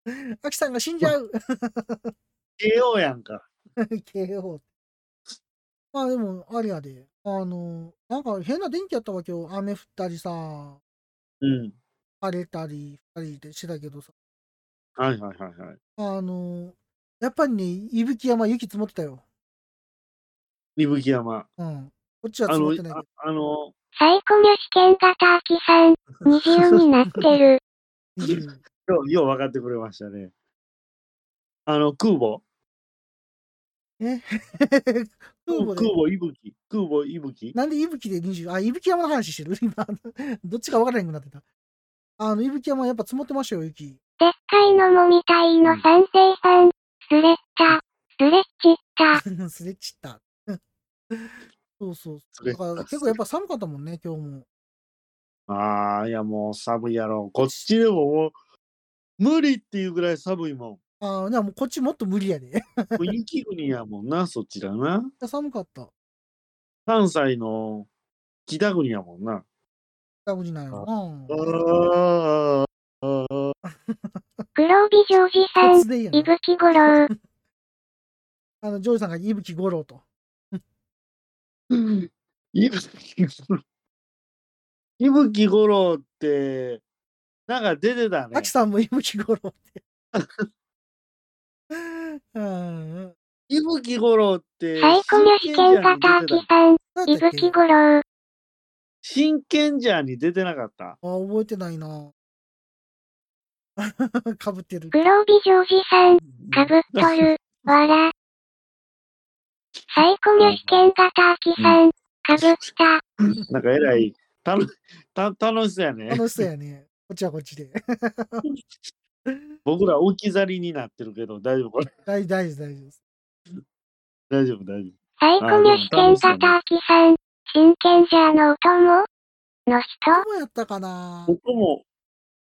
Speaker 1: アキさんが死んじゃう
Speaker 2: KO やんか。
Speaker 1: !KO。まあでも、あれやで。あの、なんか変な天気やったわ、今日。雨降ったりさ、
Speaker 2: うん。
Speaker 1: 晴れたり、晴れたりしてたけどさ。
Speaker 2: はいはいはいはい。
Speaker 1: あの、やっぱりね、いぶき山、雪積もってたよ。
Speaker 2: 伊吹山。
Speaker 1: うん。こっちは
Speaker 2: あ
Speaker 1: 積も
Speaker 2: の
Speaker 1: ってないけど
Speaker 2: あ、あの、
Speaker 3: サイコミュ試験型アキさん、二重になってる。
Speaker 1: 20
Speaker 2: ようよう分かってくれましたね。あの、空母。
Speaker 1: え 空母で。
Speaker 2: 空母伊吹。空母伊吹。
Speaker 1: なんでいぶきで20、あ、いぶき山の話してる 今、どっちか分からなくなってた。あの、いぶき山やっぱ積もってましたよ、雪。
Speaker 3: でっかいのもみたいの賛成さん、スレッタ、スレッチッタ、
Speaker 1: すれちった。 そうそう
Speaker 2: ス
Speaker 1: そう。
Speaker 2: レ
Speaker 1: だ
Speaker 2: ッタ
Speaker 1: から結構やっぱ寒かったもんね、今日も。
Speaker 2: ああ、いやもう寒いやろ。こっちでももう、無理っていうぐらい寒いも
Speaker 1: ああ、でもこっちもっと無理やで。
Speaker 2: ん。もう雪国やもんな、そっちだな。
Speaker 1: 寒かった。
Speaker 2: 関西の北国やもんな。
Speaker 1: ダブジなんやろな。
Speaker 2: ああ、
Speaker 3: 黒帯ジョージさん、
Speaker 1: 突然やな。
Speaker 3: いぶきごろう、
Speaker 1: あの、ジョージさんがいぶき五郎と。
Speaker 2: 伊吹五郎。伊吹五郎って、なんか出てたね
Speaker 1: ア。キさんもいぶき五郎って。 うん。
Speaker 2: 伊吹五郎って、
Speaker 3: サイコミュ試験型ア
Speaker 2: 真剣ジャーに出て
Speaker 3: キさん、
Speaker 1: なん
Speaker 3: い
Speaker 1: だっ
Speaker 3: ぶ
Speaker 1: け
Speaker 3: きごろう、
Speaker 2: 真剣ジャーに出てなかった。
Speaker 1: あ、覚えてないな。 かぶってる。
Speaker 3: 黒帯ジョージさん、かぶっとる、わら。サイコミュ試験型アキさん、かぶった、
Speaker 2: なんかえらい、たのた楽しそうやね。
Speaker 1: 楽しそうやね。こっちはこっちで。
Speaker 2: 僕ら置き去りになってるけど、大丈夫これ
Speaker 1: 大大事大事です。
Speaker 2: 大丈夫、大丈
Speaker 3: サイコミュ試験型アキさん、真剣じゃのお供の
Speaker 1: ど
Speaker 3: 人
Speaker 1: うやったかな
Speaker 2: 夫。僕も、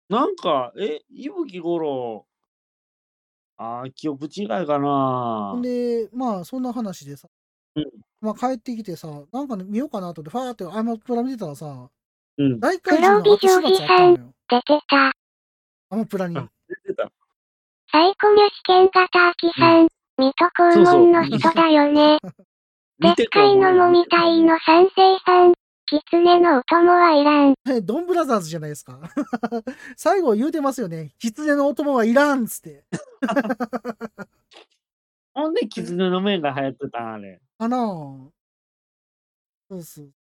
Speaker 2: なんか、え、伊吹五郎、あー記憶違いか
Speaker 1: ほ。
Speaker 2: なん
Speaker 1: で、まあ、そんな話でさ、
Speaker 2: うん
Speaker 1: まあ、帰ってきてさ、なんか、ね、見ようかなと思って、ファーってアマプラ見てたらさ、
Speaker 2: うん、出
Speaker 1: 大怪獣の後始末あったのよ。
Speaker 3: 出てた。
Speaker 1: アマプラに。
Speaker 2: あてた。
Speaker 3: サイコミュ試験型アキさん、水戸黄門の人だよね。でっ
Speaker 2: 見てた
Speaker 3: かいのもみたい。の賛成さん、狐のお供はいらん。
Speaker 1: えドンブラザーズじゃないですか。 最後言うてますよね。狐のお供はいらんっつって。
Speaker 2: ほんで、絆の面が流行ってたんあれ。
Speaker 1: あなあ。そうそう。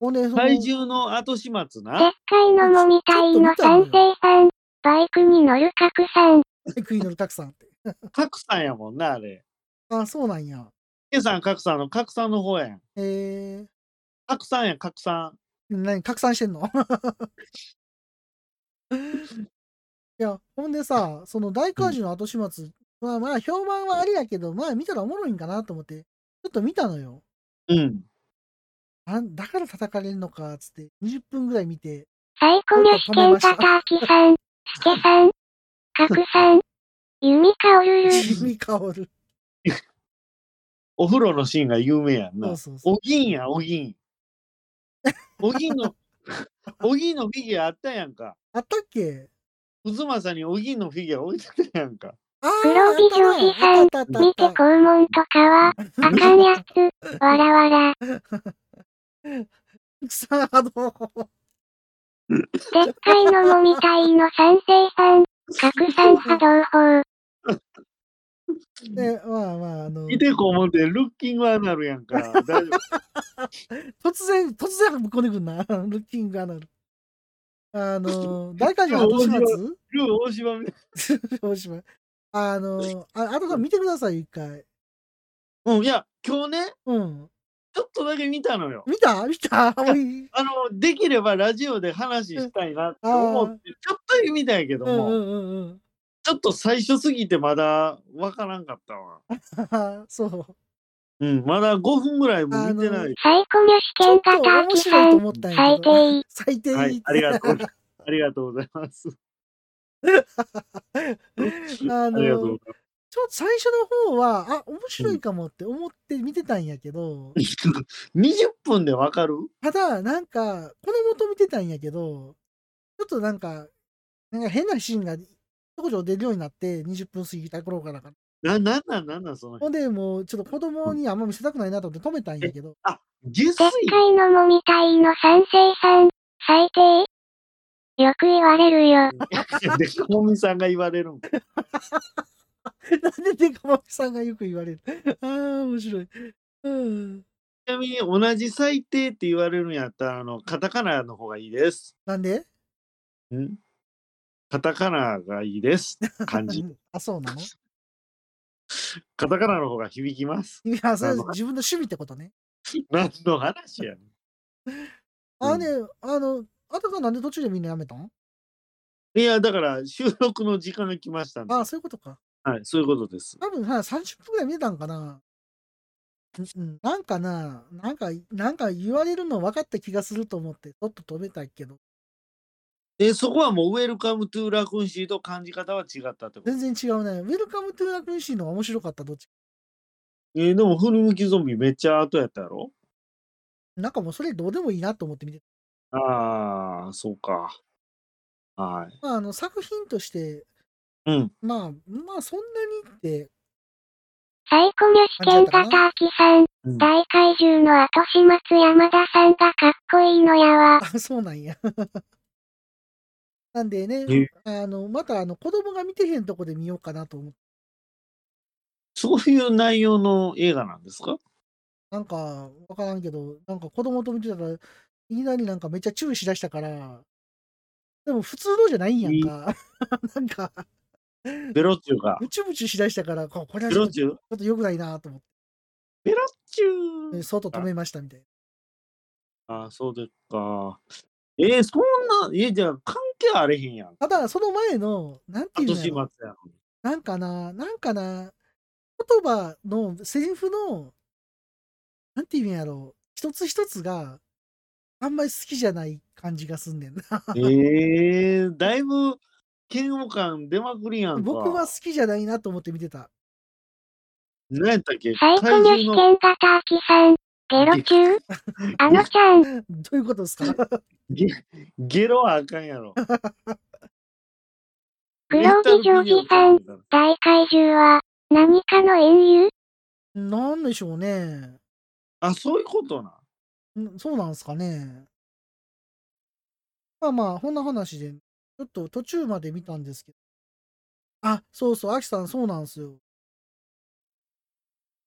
Speaker 1: ほんで、その
Speaker 2: 体 重の後始末
Speaker 3: でっ
Speaker 2: な。
Speaker 3: かいのもみたいの賛成さん、バイクに乗る角さん、
Speaker 1: クイーンのたくさんって。
Speaker 2: 格さんやもんな、あれ。
Speaker 1: あ、そうなんや。
Speaker 2: ケさん、格さんの、格さんの方やん。
Speaker 1: えー、
Speaker 2: 格さんやん、格さ
Speaker 1: 何拡散してんの いやほんでさその大怪獣の後始末、まあまあ評判はありやけどまあ見たらおもろいんかなと思ってちょっと見たのよ
Speaker 2: ん。うん。
Speaker 1: あだから叩かれるのかっつって20分ぐらい見て
Speaker 3: サイコミュ試験型アキさん、スケさん、角さん、弓かおるる、
Speaker 1: 地味香る
Speaker 2: お風呂のシーンが有名やん
Speaker 1: そ
Speaker 2: な
Speaker 1: う。そうそう
Speaker 2: おぎんや、おぎん。おぎん の、おぎんのフィギュアあったやんか。
Speaker 1: あったっけ
Speaker 2: 渦政におぎんのフィギュア置いてたやんか。
Speaker 1: あー
Speaker 3: 黒帯
Speaker 1: あったな
Speaker 3: 上司さん
Speaker 1: あったあったあ
Speaker 3: 見
Speaker 1: ってた
Speaker 3: 肛門とかは、あかんやつ、わらわら。
Speaker 1: 草あの
Speaker 3: でっかいのもみたいの賛成さん、拡散波動法、
Speaker 1: ねまあまああの
Speaker 2: 見てこう思って、ルッキングアナルやんか。大丈夫。
Speaker 1: 突然、突然ぶっこんでくんな、 ルッキングアナル。あの、大怪獣後始
Speaker 2: ルー大島みたい
Speaker 1: 末 大島。あの、ああと見てください、一回。
Speaker 2: な。うん、いや、今日ね、
Speaker 1: うん。
Speaker 2: ちょっとだけ見たのよ。
Speaker 1: 見た見たおい
Speaker 2: あの、できればラジオで話したいなって思って、ちょっとだけ見たんやけど
Speaker 1: うん
Speaker 2: も、
Speaker 1: うんうんうん
Speaker 2: ちょっと最初すぎてまだわからんかったわ。
Speaker 1: はは。そう。
Speaker 2: うん、まだ5分ぐらいも見てない。
Speaker 3: サイコミュ
Speaker 1: ちょ
Speaker 3: 試験
Speaker 1: っと
Speaker 3: 型ア
Speaker 1: 面
Speaker 3: キ
Speaker 1: 白
Speaker 3: さ
Speaker 1: いと
Speaker 3: ん、
Speaker 1: 思ったんや
Speaker 3: 最
Speaker 1: けど。
Speaker 3: 低。
Speaker 1: 最低。
Speaker 2: はい、ありがとう。ありがとうございます。
Speaker 1: あの
Speaker 2: ありがとうござい
Speaker 1: ちょっと最初の方は、あ、面白いかもって思って見てたんやけど、
Speaker 2: ます。20分でわかる
Speaker 1: ただ、なんか、子供と見てたんやけど、ちょっとなんか、なんか変なシーンが、ちょこちょこ出るようになって、20分過ぎた頃からかな。
Speaker 2: な、なんなんなんなんその
Speaker 1: ほんで、もう、ちょっと子供にあんま見せたくないなと思って止めたんやけど、
Speaker 2: 下
Speaker 3: でっ
Speaker 2: 水
Speaker 3: かいのもみたいの賛成さん、最低。よく言われるよ。
Speaker 2: で、コミさんが言われるんか。
Speaker 1: なんでデカマキさんがよく言われる。ああ、面白い。うん。
Speaker 2: ちなみに同じ最低って言われるんやったら、あの、カタカナの方がいいです。
Speaker 1: なんで
Speaker 2: んカタカナがいいです。漢 字
Speaker 1: う。んあ、そうなの
Speaker 2: カタカナの方が響きます。
Speaker 1: いや、それ
Speaker 2: あの
Speaker 1: 自分の趣味ってことね。
Speaker 2: 何の話やねん。
Speaker 1: あのね、あの、あたかなんで途中でみんなやめたん
Speaker 2: いや、だから収録の時間が来ましたんで。
Speaker 1: ああ、そういうことか。
Speaker 2: はい、そういうことです。
Speaker 1: 多分は30分ぐらい見てたんかな。うんうん、なんかな、なんか、なんか言われるの分かった気がすると思って、ちょっと止めたけど、
Speaker 2: え、そこはもうウェルカムトゥーラクンシーと感じ方は違ったってこと
Speaker 1: 全然違うね。ウェルカムトゥーラクンシーの方が面白かった、どっちか
Speaker 2: えーでも振り向きゾンビめっちゃ後やったやろ
Speaker 1: なんかもうそれどうでもいいなと思って見て
Speaker 2: ああ、そうか。はい。
Speaker 1: た。まあ、あの、作品として、
Speaker 2: うん。
Speaker 1: まあ、まあ、そんなにって、
Speaker 3: サイコミュ試験型アキさん、
Speaker 2: うん
Speaker 3: 大怪獣の後始末山田さんがかっこいいのやわ。
Speaker 1: あ、そうなんや。 なんで
Speaker 2: え
Speaker 1: ね、あの、また、あの、子供が見てへんとこで見ようかなと思って。
Speaker 2: そういう内容の映画なんですか
Speaker 1: なんか、わからんけど、なんか子供と見てたら、いきなりなんかめっちゃ注意しだしたから、でも普通のじゃないんやんか。 なんか、
Speaker 2: ベロッチュが
Speaker 1: ブ。チュブチュしだしたから、ここれは
Speaker 2: ベ
Speaker 1: ち
Speaker 2: ロ
Speaker 1: ょっ
Speaker 2: ッ
Speaker 1: と
Speaker 2: チュ
Speaker 1: ちょっと良くないなと思っ
Speaker 2: ベロッチ
Speaker 1: て、
Speaker 2: ュ
Speaker 1: 外止めましたみたい
Speaker 2: ああ、そうですか。えーそんな、え、じゃあ関係あれへんやん。
Speaker 1: な。ただ、その前の、なんてい
Speaker 2: 後
Speaker 1: うの
Speaker 2: 始
Speaker 1: や
Speaker 2: 末や
Speaker 1: ろ
Speaker 2: ん。
Speaker 1: なんかな、なんかな、言葉の、セリフの、なんていうんやろう、一つ一つが、あんまり好きじゃない感じがすんねんな。
Speaker 2: えー、だいぶ嫌悪感出まくりやんか。
Speaker 1: 僕は好きじゃないなと思って見てた。
Speaker 2: 何やったっけ
Speaker 3: サイコミュ試
Speaker 2: 怪獣の
Speaker 3: 験型アキさん、ゲロ中あのちゃん、
Speaker 1: どういうことですか
Speaker 2: ゲゲロはあかんやろ。
Speaker 3: グロービジョージさん大怪獣は、何かの遠遊
Speaker 1: なんでしょうね。
Speaker 2: あ、そういうことな。
Speaker 1: んそうなんですかね。まあまあ、こんな話で、ちょっと途中まで見たんですけど。あ、そうそう、アキさん、そうなんですよ。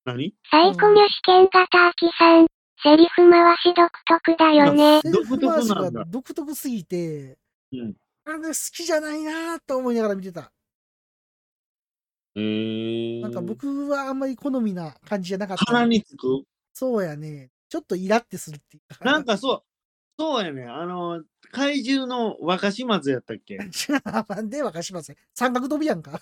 Speaker 2: 何
Speaker 3: サイコミュ試験型アキさん、セリフ回し独特だよね。
Speaker 1: セリフ回し
Speaker 2: 独特な
Speaker 1: が
Speaker 2: んだ
Speaker 1: 独特すぎて、
Speaker 2: うん
Speaker 1: あれ好きじゃないなと思いながら見てた。
Speaker 2: えー、
Speaker 1: なんか僕はあんまり好みな感じじゃなかった。
Speaker 2: 鼻につく
Speaker 1: そうやね。ちょっとイラってするっていうか。
Speaker 2: なんかそう、そうやね。あの、怪獣の若始末やったっけ
Speaker 1: 違うなんでわかしません。三角飛びやんか。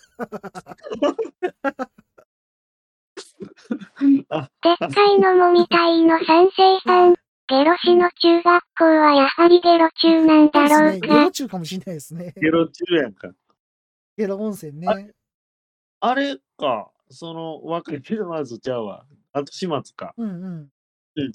Speaker 2: あ、
Speaker 3: でっかいのもみたいの賛成さん、ゲロ市の中学校はやはりゲロ中なんだ
Speaker 1: そうで すね。ゲロ。
Speaker 3: ろうか
Speaker 1: 中かもしれないですね。
Speaker 2: ゲロ中やんか。
Speaker 1: ゲロ温泉ね。
Speaker 2: ああれか、その、若始末ちゃうわ。後始末か。
Speaker 1: うんうん。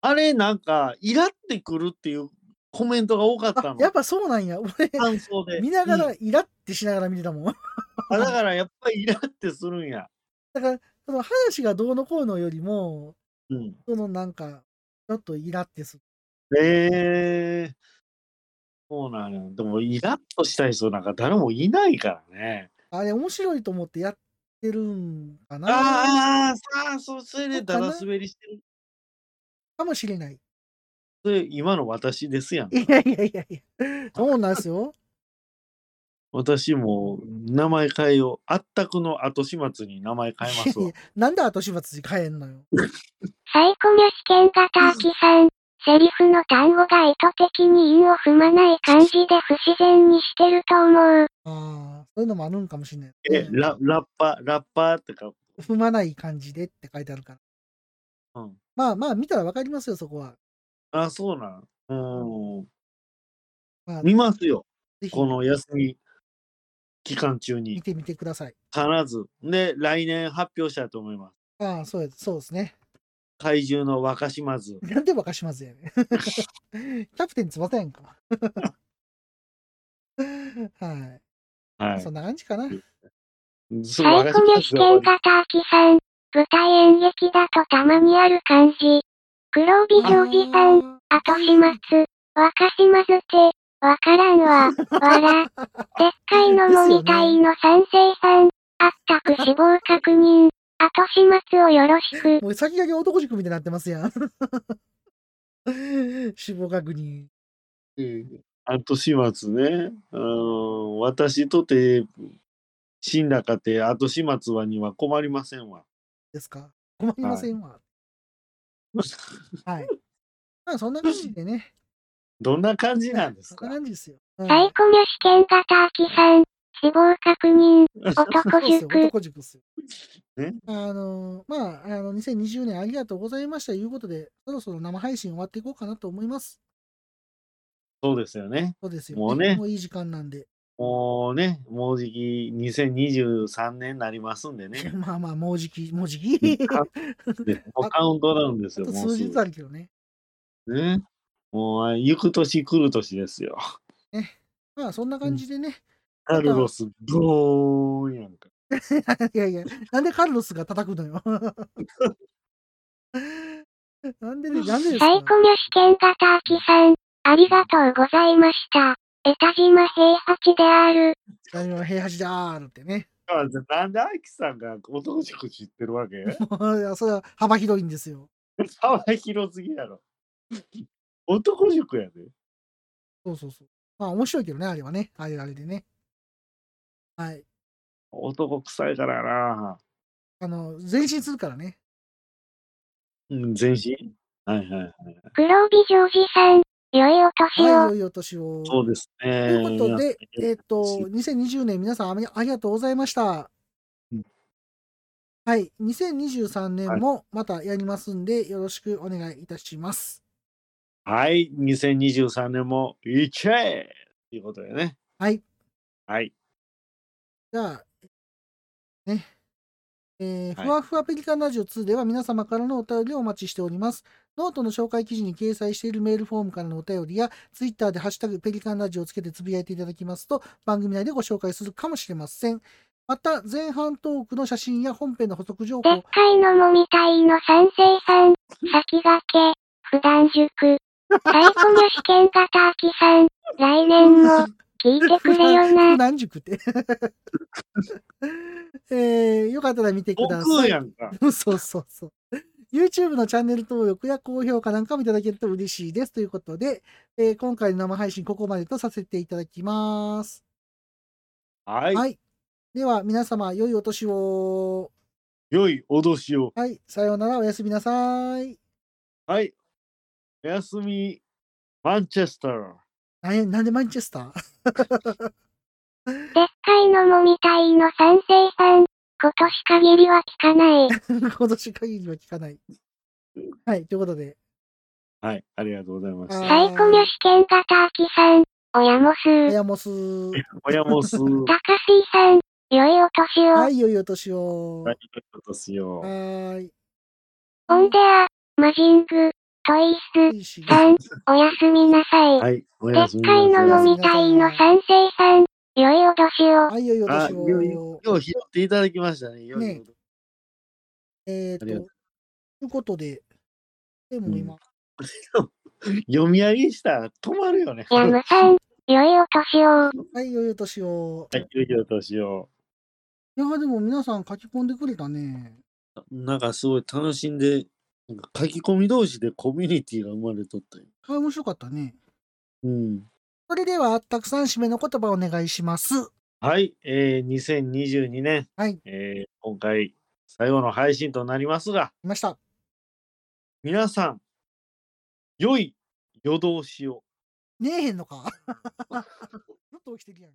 Speaker 2: あれ、なんか、イラってくるっていうコメントが多かった
Speaker 1: あ
Speaker 2: の。
Speaker 1: やっぱそうなんや。俺、
Speaker 2: 感想で。
Speaker 1: 見なが
Speaker 2: うん
Speaker 1: らイラってしながら見てたもん。
Speaker 2: あだから、やっぱりイラってするんや。
Speaker 1: だから、その話がどうのこうのよりも、
Speaker 2: うん。
Speaker 1: そのなんか、ちょっとイラってする。
Speaker 2: ええそうなのよ。でも、イラッとした人なんか誰もいないからね。
Speaker 1: あれ面白いと思ってやってるんかな
Speaker 2: ああ、さあ、そう、それでだだ滑りしてる。
Speaker 1: かもしれ ない。
Speaker 2: それ、今の私ですやん。
Speaker 1: いやいやいやいや。そうなんですよ。
Speaker 2: 私も名前変えよう。あったくの後始末に名前変えま す
Speaker 1: いや
Speaker 2: わ
Speaker 1: い。やなんで後始末に変えんのよ。
Speaker 3: サイコミュ試験型アキさん、セリフの単語が意図的に韻を踏まない感じで不自然にしてると思う。
Speaker 1: ああ、そういうのもあるんかもしれない。
Speaker 2: え、ララッパ、ラッパーってか、
Speaker 1: 踏まない感じでって書いてあるから。
Speaker 2: うん。
Speaker 1: まあまあ、見たらわかりますよ、そこは。
Speaker 2: あ、そうなん。うん。
Speaker 1: まあ、
Speaker 2: 見ますよ。
Speaker 1: ぜひ
Speaker 2: この休み。期間中に
Speaker 1: 見てみてください。
Speaker 2: 必ず。で、来年発表したいと思います。
Speaker 1: ああ、そうやそうですね。
Speaker 2: 怪獣の若島津。
Speaker 1: なんで 若島津やねん。キャプテン翼やんか。 はい、
Speaker 2: は
Speaker 1: そんな感じかな。
Speaker 2: い。す
Speaker 3: サイコミュ試験型秋さん。舞台演劇だとたまにある感じ。黒帯ジョージさん、後始末。若島津って、わからんわ。わら。でっかいのもみたいの賛成さん。あったく死亡確認。後始末をよろしく。
Speaker 1: もう先駆け男塾みたいになってますやん。 死亡確認。
Speaker 2: あと始末ね。うん、私とて、死んだかて、あと始末はには困りませんわ。
Speaker 1: ですか困りませんわ。はい。まあそんな感じでね。
Speaker 2: どんな感じなんで
Speaker 1: そ
Speaker 2: す
Speaker 1: ん
Speaker 2: か
Speaker 1: な感じですよ。うん
Speaker 3: サイコミュ試験型秋さん。死亡確認。
Speaker 1: そう
Speaker 3: 男
Speaker 1: ですよ
Speaker 3: 塾。
Speaker 1: 男塾っすよ。
Speaker 2: ね
Speaker 1: あの、まあ、あの、2020年ありがとうございましたということで、そろそろ生配信終わっていこうかなと思います。
Speaker 2: そうですよね。
Speaker 1: そうですよ、
Speaker 2: もうね
Speaker 1: もういい時間なんで。
Speaker 2: もうね、もうじき2023年になりますんで ね。
Speaker 1: まあまあ、もうじき、もうじき。
Speaker 2: かでもうカウントダウンです
Speaker 1: あ
Speaker 2: よ、
Speaker 1: と
Speaker 2: もう
Speaker 1: 数
Speaker 2: す
Speaker 1: 日
Speaker 2: ぐ
Speaker 1: あるけどね。
Speaker 2: ね。もう、行く年来る年ですよ。
Speaker 1: まあ、そんな感じでね。
Speaker 2: カルロス、ドーンやんか。
Speaker 1: いやいや、なんでカルロスが叩くのよ。 なんでね、なんでです
Speaker 3: サイ
Speaker 1: か
Speaker 3: コミュ試験型秋さん、ありがとうございました。江田島平八である。
Speaker 1: 何も平八だーってね。
Speaker 2: あじゃあなんでアキさんが男塾知ってるわけ
Speaker 1: もういやそれは幅広いんですよ。
Speaker 2: 幅広すぎやろ。男塾やで。
Speaker 1: そうそうそう。まあ、面白いけどね、あれはね。あれあれでね。はい。
Speaker 2: 男臭いからな。
Speaker 1: あの、前進するからね。
Speaker 2: うん、全身はいはいはい。
Speaker 3: 黒帯ジョージさん、良いお
Speaker 1: はい、
Speaker 3: 年を。
Speaker 1: 良いお年を。
Speaker 2: そうです
Speaker 1: と
Speaker 2: ね。
Speaker 1: いうことで、
Speaker 2: 皆
Speaker 1: えっ、と、2020年皆さんありありがとうございました
Speaker 2: うん。
Speaker 1: はい、2023年もまたやりますんで、よろしくお願いいたします。
Speaker 2: さんはい、2023年もいっちゃえということでね。
Speaker 1: はい。
Speaker 2: はい。
Speaker 1: じゃあ、ね。えー
Speaker 2: はい
Speaker 1: ふわふわペリカンラジオ2では皆様からのお便りをお待ちしております。ノートの紹介記事に掲載しているメールフォームからのお便りや、ツイッターでハッシュタグペリカンラジオをつけてつぶやいていただきますと、番組内でご紹介するかもしれません。また、前半トークの写真や本編の補足情
Speaker 3: でっ
Speaker 1: 報、
Speaker 3: かいのもみたいの賛成さん、先駆け、普段塾。サイコミュ試験型秋さん、来年も、聞いてくれよな。
Speaker 1: 何塾って。えー、よかったら見てくだ
Speaker 2: 悟
Speaker 1: さ
Speaker 2: 空
Speaker 1: い。
Speaker 2: やんか。
Speaker 1: そうそうそう。YouTube のチャンネル登録や高評価なんかもいただけると嬉しいです。ということで、えー今回の生配信ここまでとさせていただきます。
Speaker 2: はい。
Speaker 1: はい。では、皆様、良いお年を。
Speaker 2: 良い脅しを。
Speaker 1: はい。さようなら。おやすみなさい。
Speaker 2: はい。おやすみ、マンチェスター。
Speaker 1: なんやなんでマンチェスター
Speaker 3: でっかいのもみたいの賛成さん、今年限りは聞かない。
Speaker 1: 今年限りは聞かない。はい。ということで、
Speaker 2: はい、ありがとうございまし
Speaker 1: は
Speaker 2: た。
Speaker 3: サイコミュ試験型秋さん、親もす
Speaker 1: あ
Speaker 3: ー。
Speaker 1: やもす。
Speaker 2: 親もす。は、
Speaker 3: 高水さん、良いお年を。
Speaker 1: はい。良いお年を。はい
Speaker 2: 今年よ。
Speaker 1: ーい。
Speaker 3: オンデア、マジング、トイ
Speaker 1: いいし
Speaker 3: ス、さん、おやすみなさい。
Speaker 2: はい、お
Speaker 3: で
Speaker 2: や
Speaker 3: っ
Speaker 2: すみ
Speaker 3: かいの
Speaker 2: な
Speaker 3: も
Speaker 2: さい。
Speaker 3: みたいの賛成さん、良いお年を。
Speaker 1: はい。良いお
Speaker 2: あ、
Speaker 1: 年
Speaker 2: よい
Speaker 1: を
Speaker 2: よ。う拾っていただきましたね。よい
Speaker 1: ねえー、と、
Speaker 2: ありが
Speaker 1: とい
Speaker 2: と
Speaker 1: うことで、でも今、
Speaker 2: 読み上げしたら止まるよね。
Speaker 3: ヤムさん、良いお年を。
Speaker 1: はい、良いお年を。
Speaker 2: はい、良いお年を。
Speaker 1: いや、でも皆さん書き込んでくれたね。
Speaker 2: なんかすごい楽しんで、なんか書き込み同士でコミュニティが生まれとったよ。
Speaker 1: あ、面白かったね。
Speaker 2: うん。
Speaker 1: それでは、たくさん締めの言葉お願いします。
Speaker 2: はい、えー、2022年、
Speaker 1: はい
Speaker 2: えー今回最後の配信となりますが、
Speaker 1: いました。
Speaker 2: 皆さん、良い夜通しを。
Speaker 1: ねえへんのか。ずっと起きてるやん。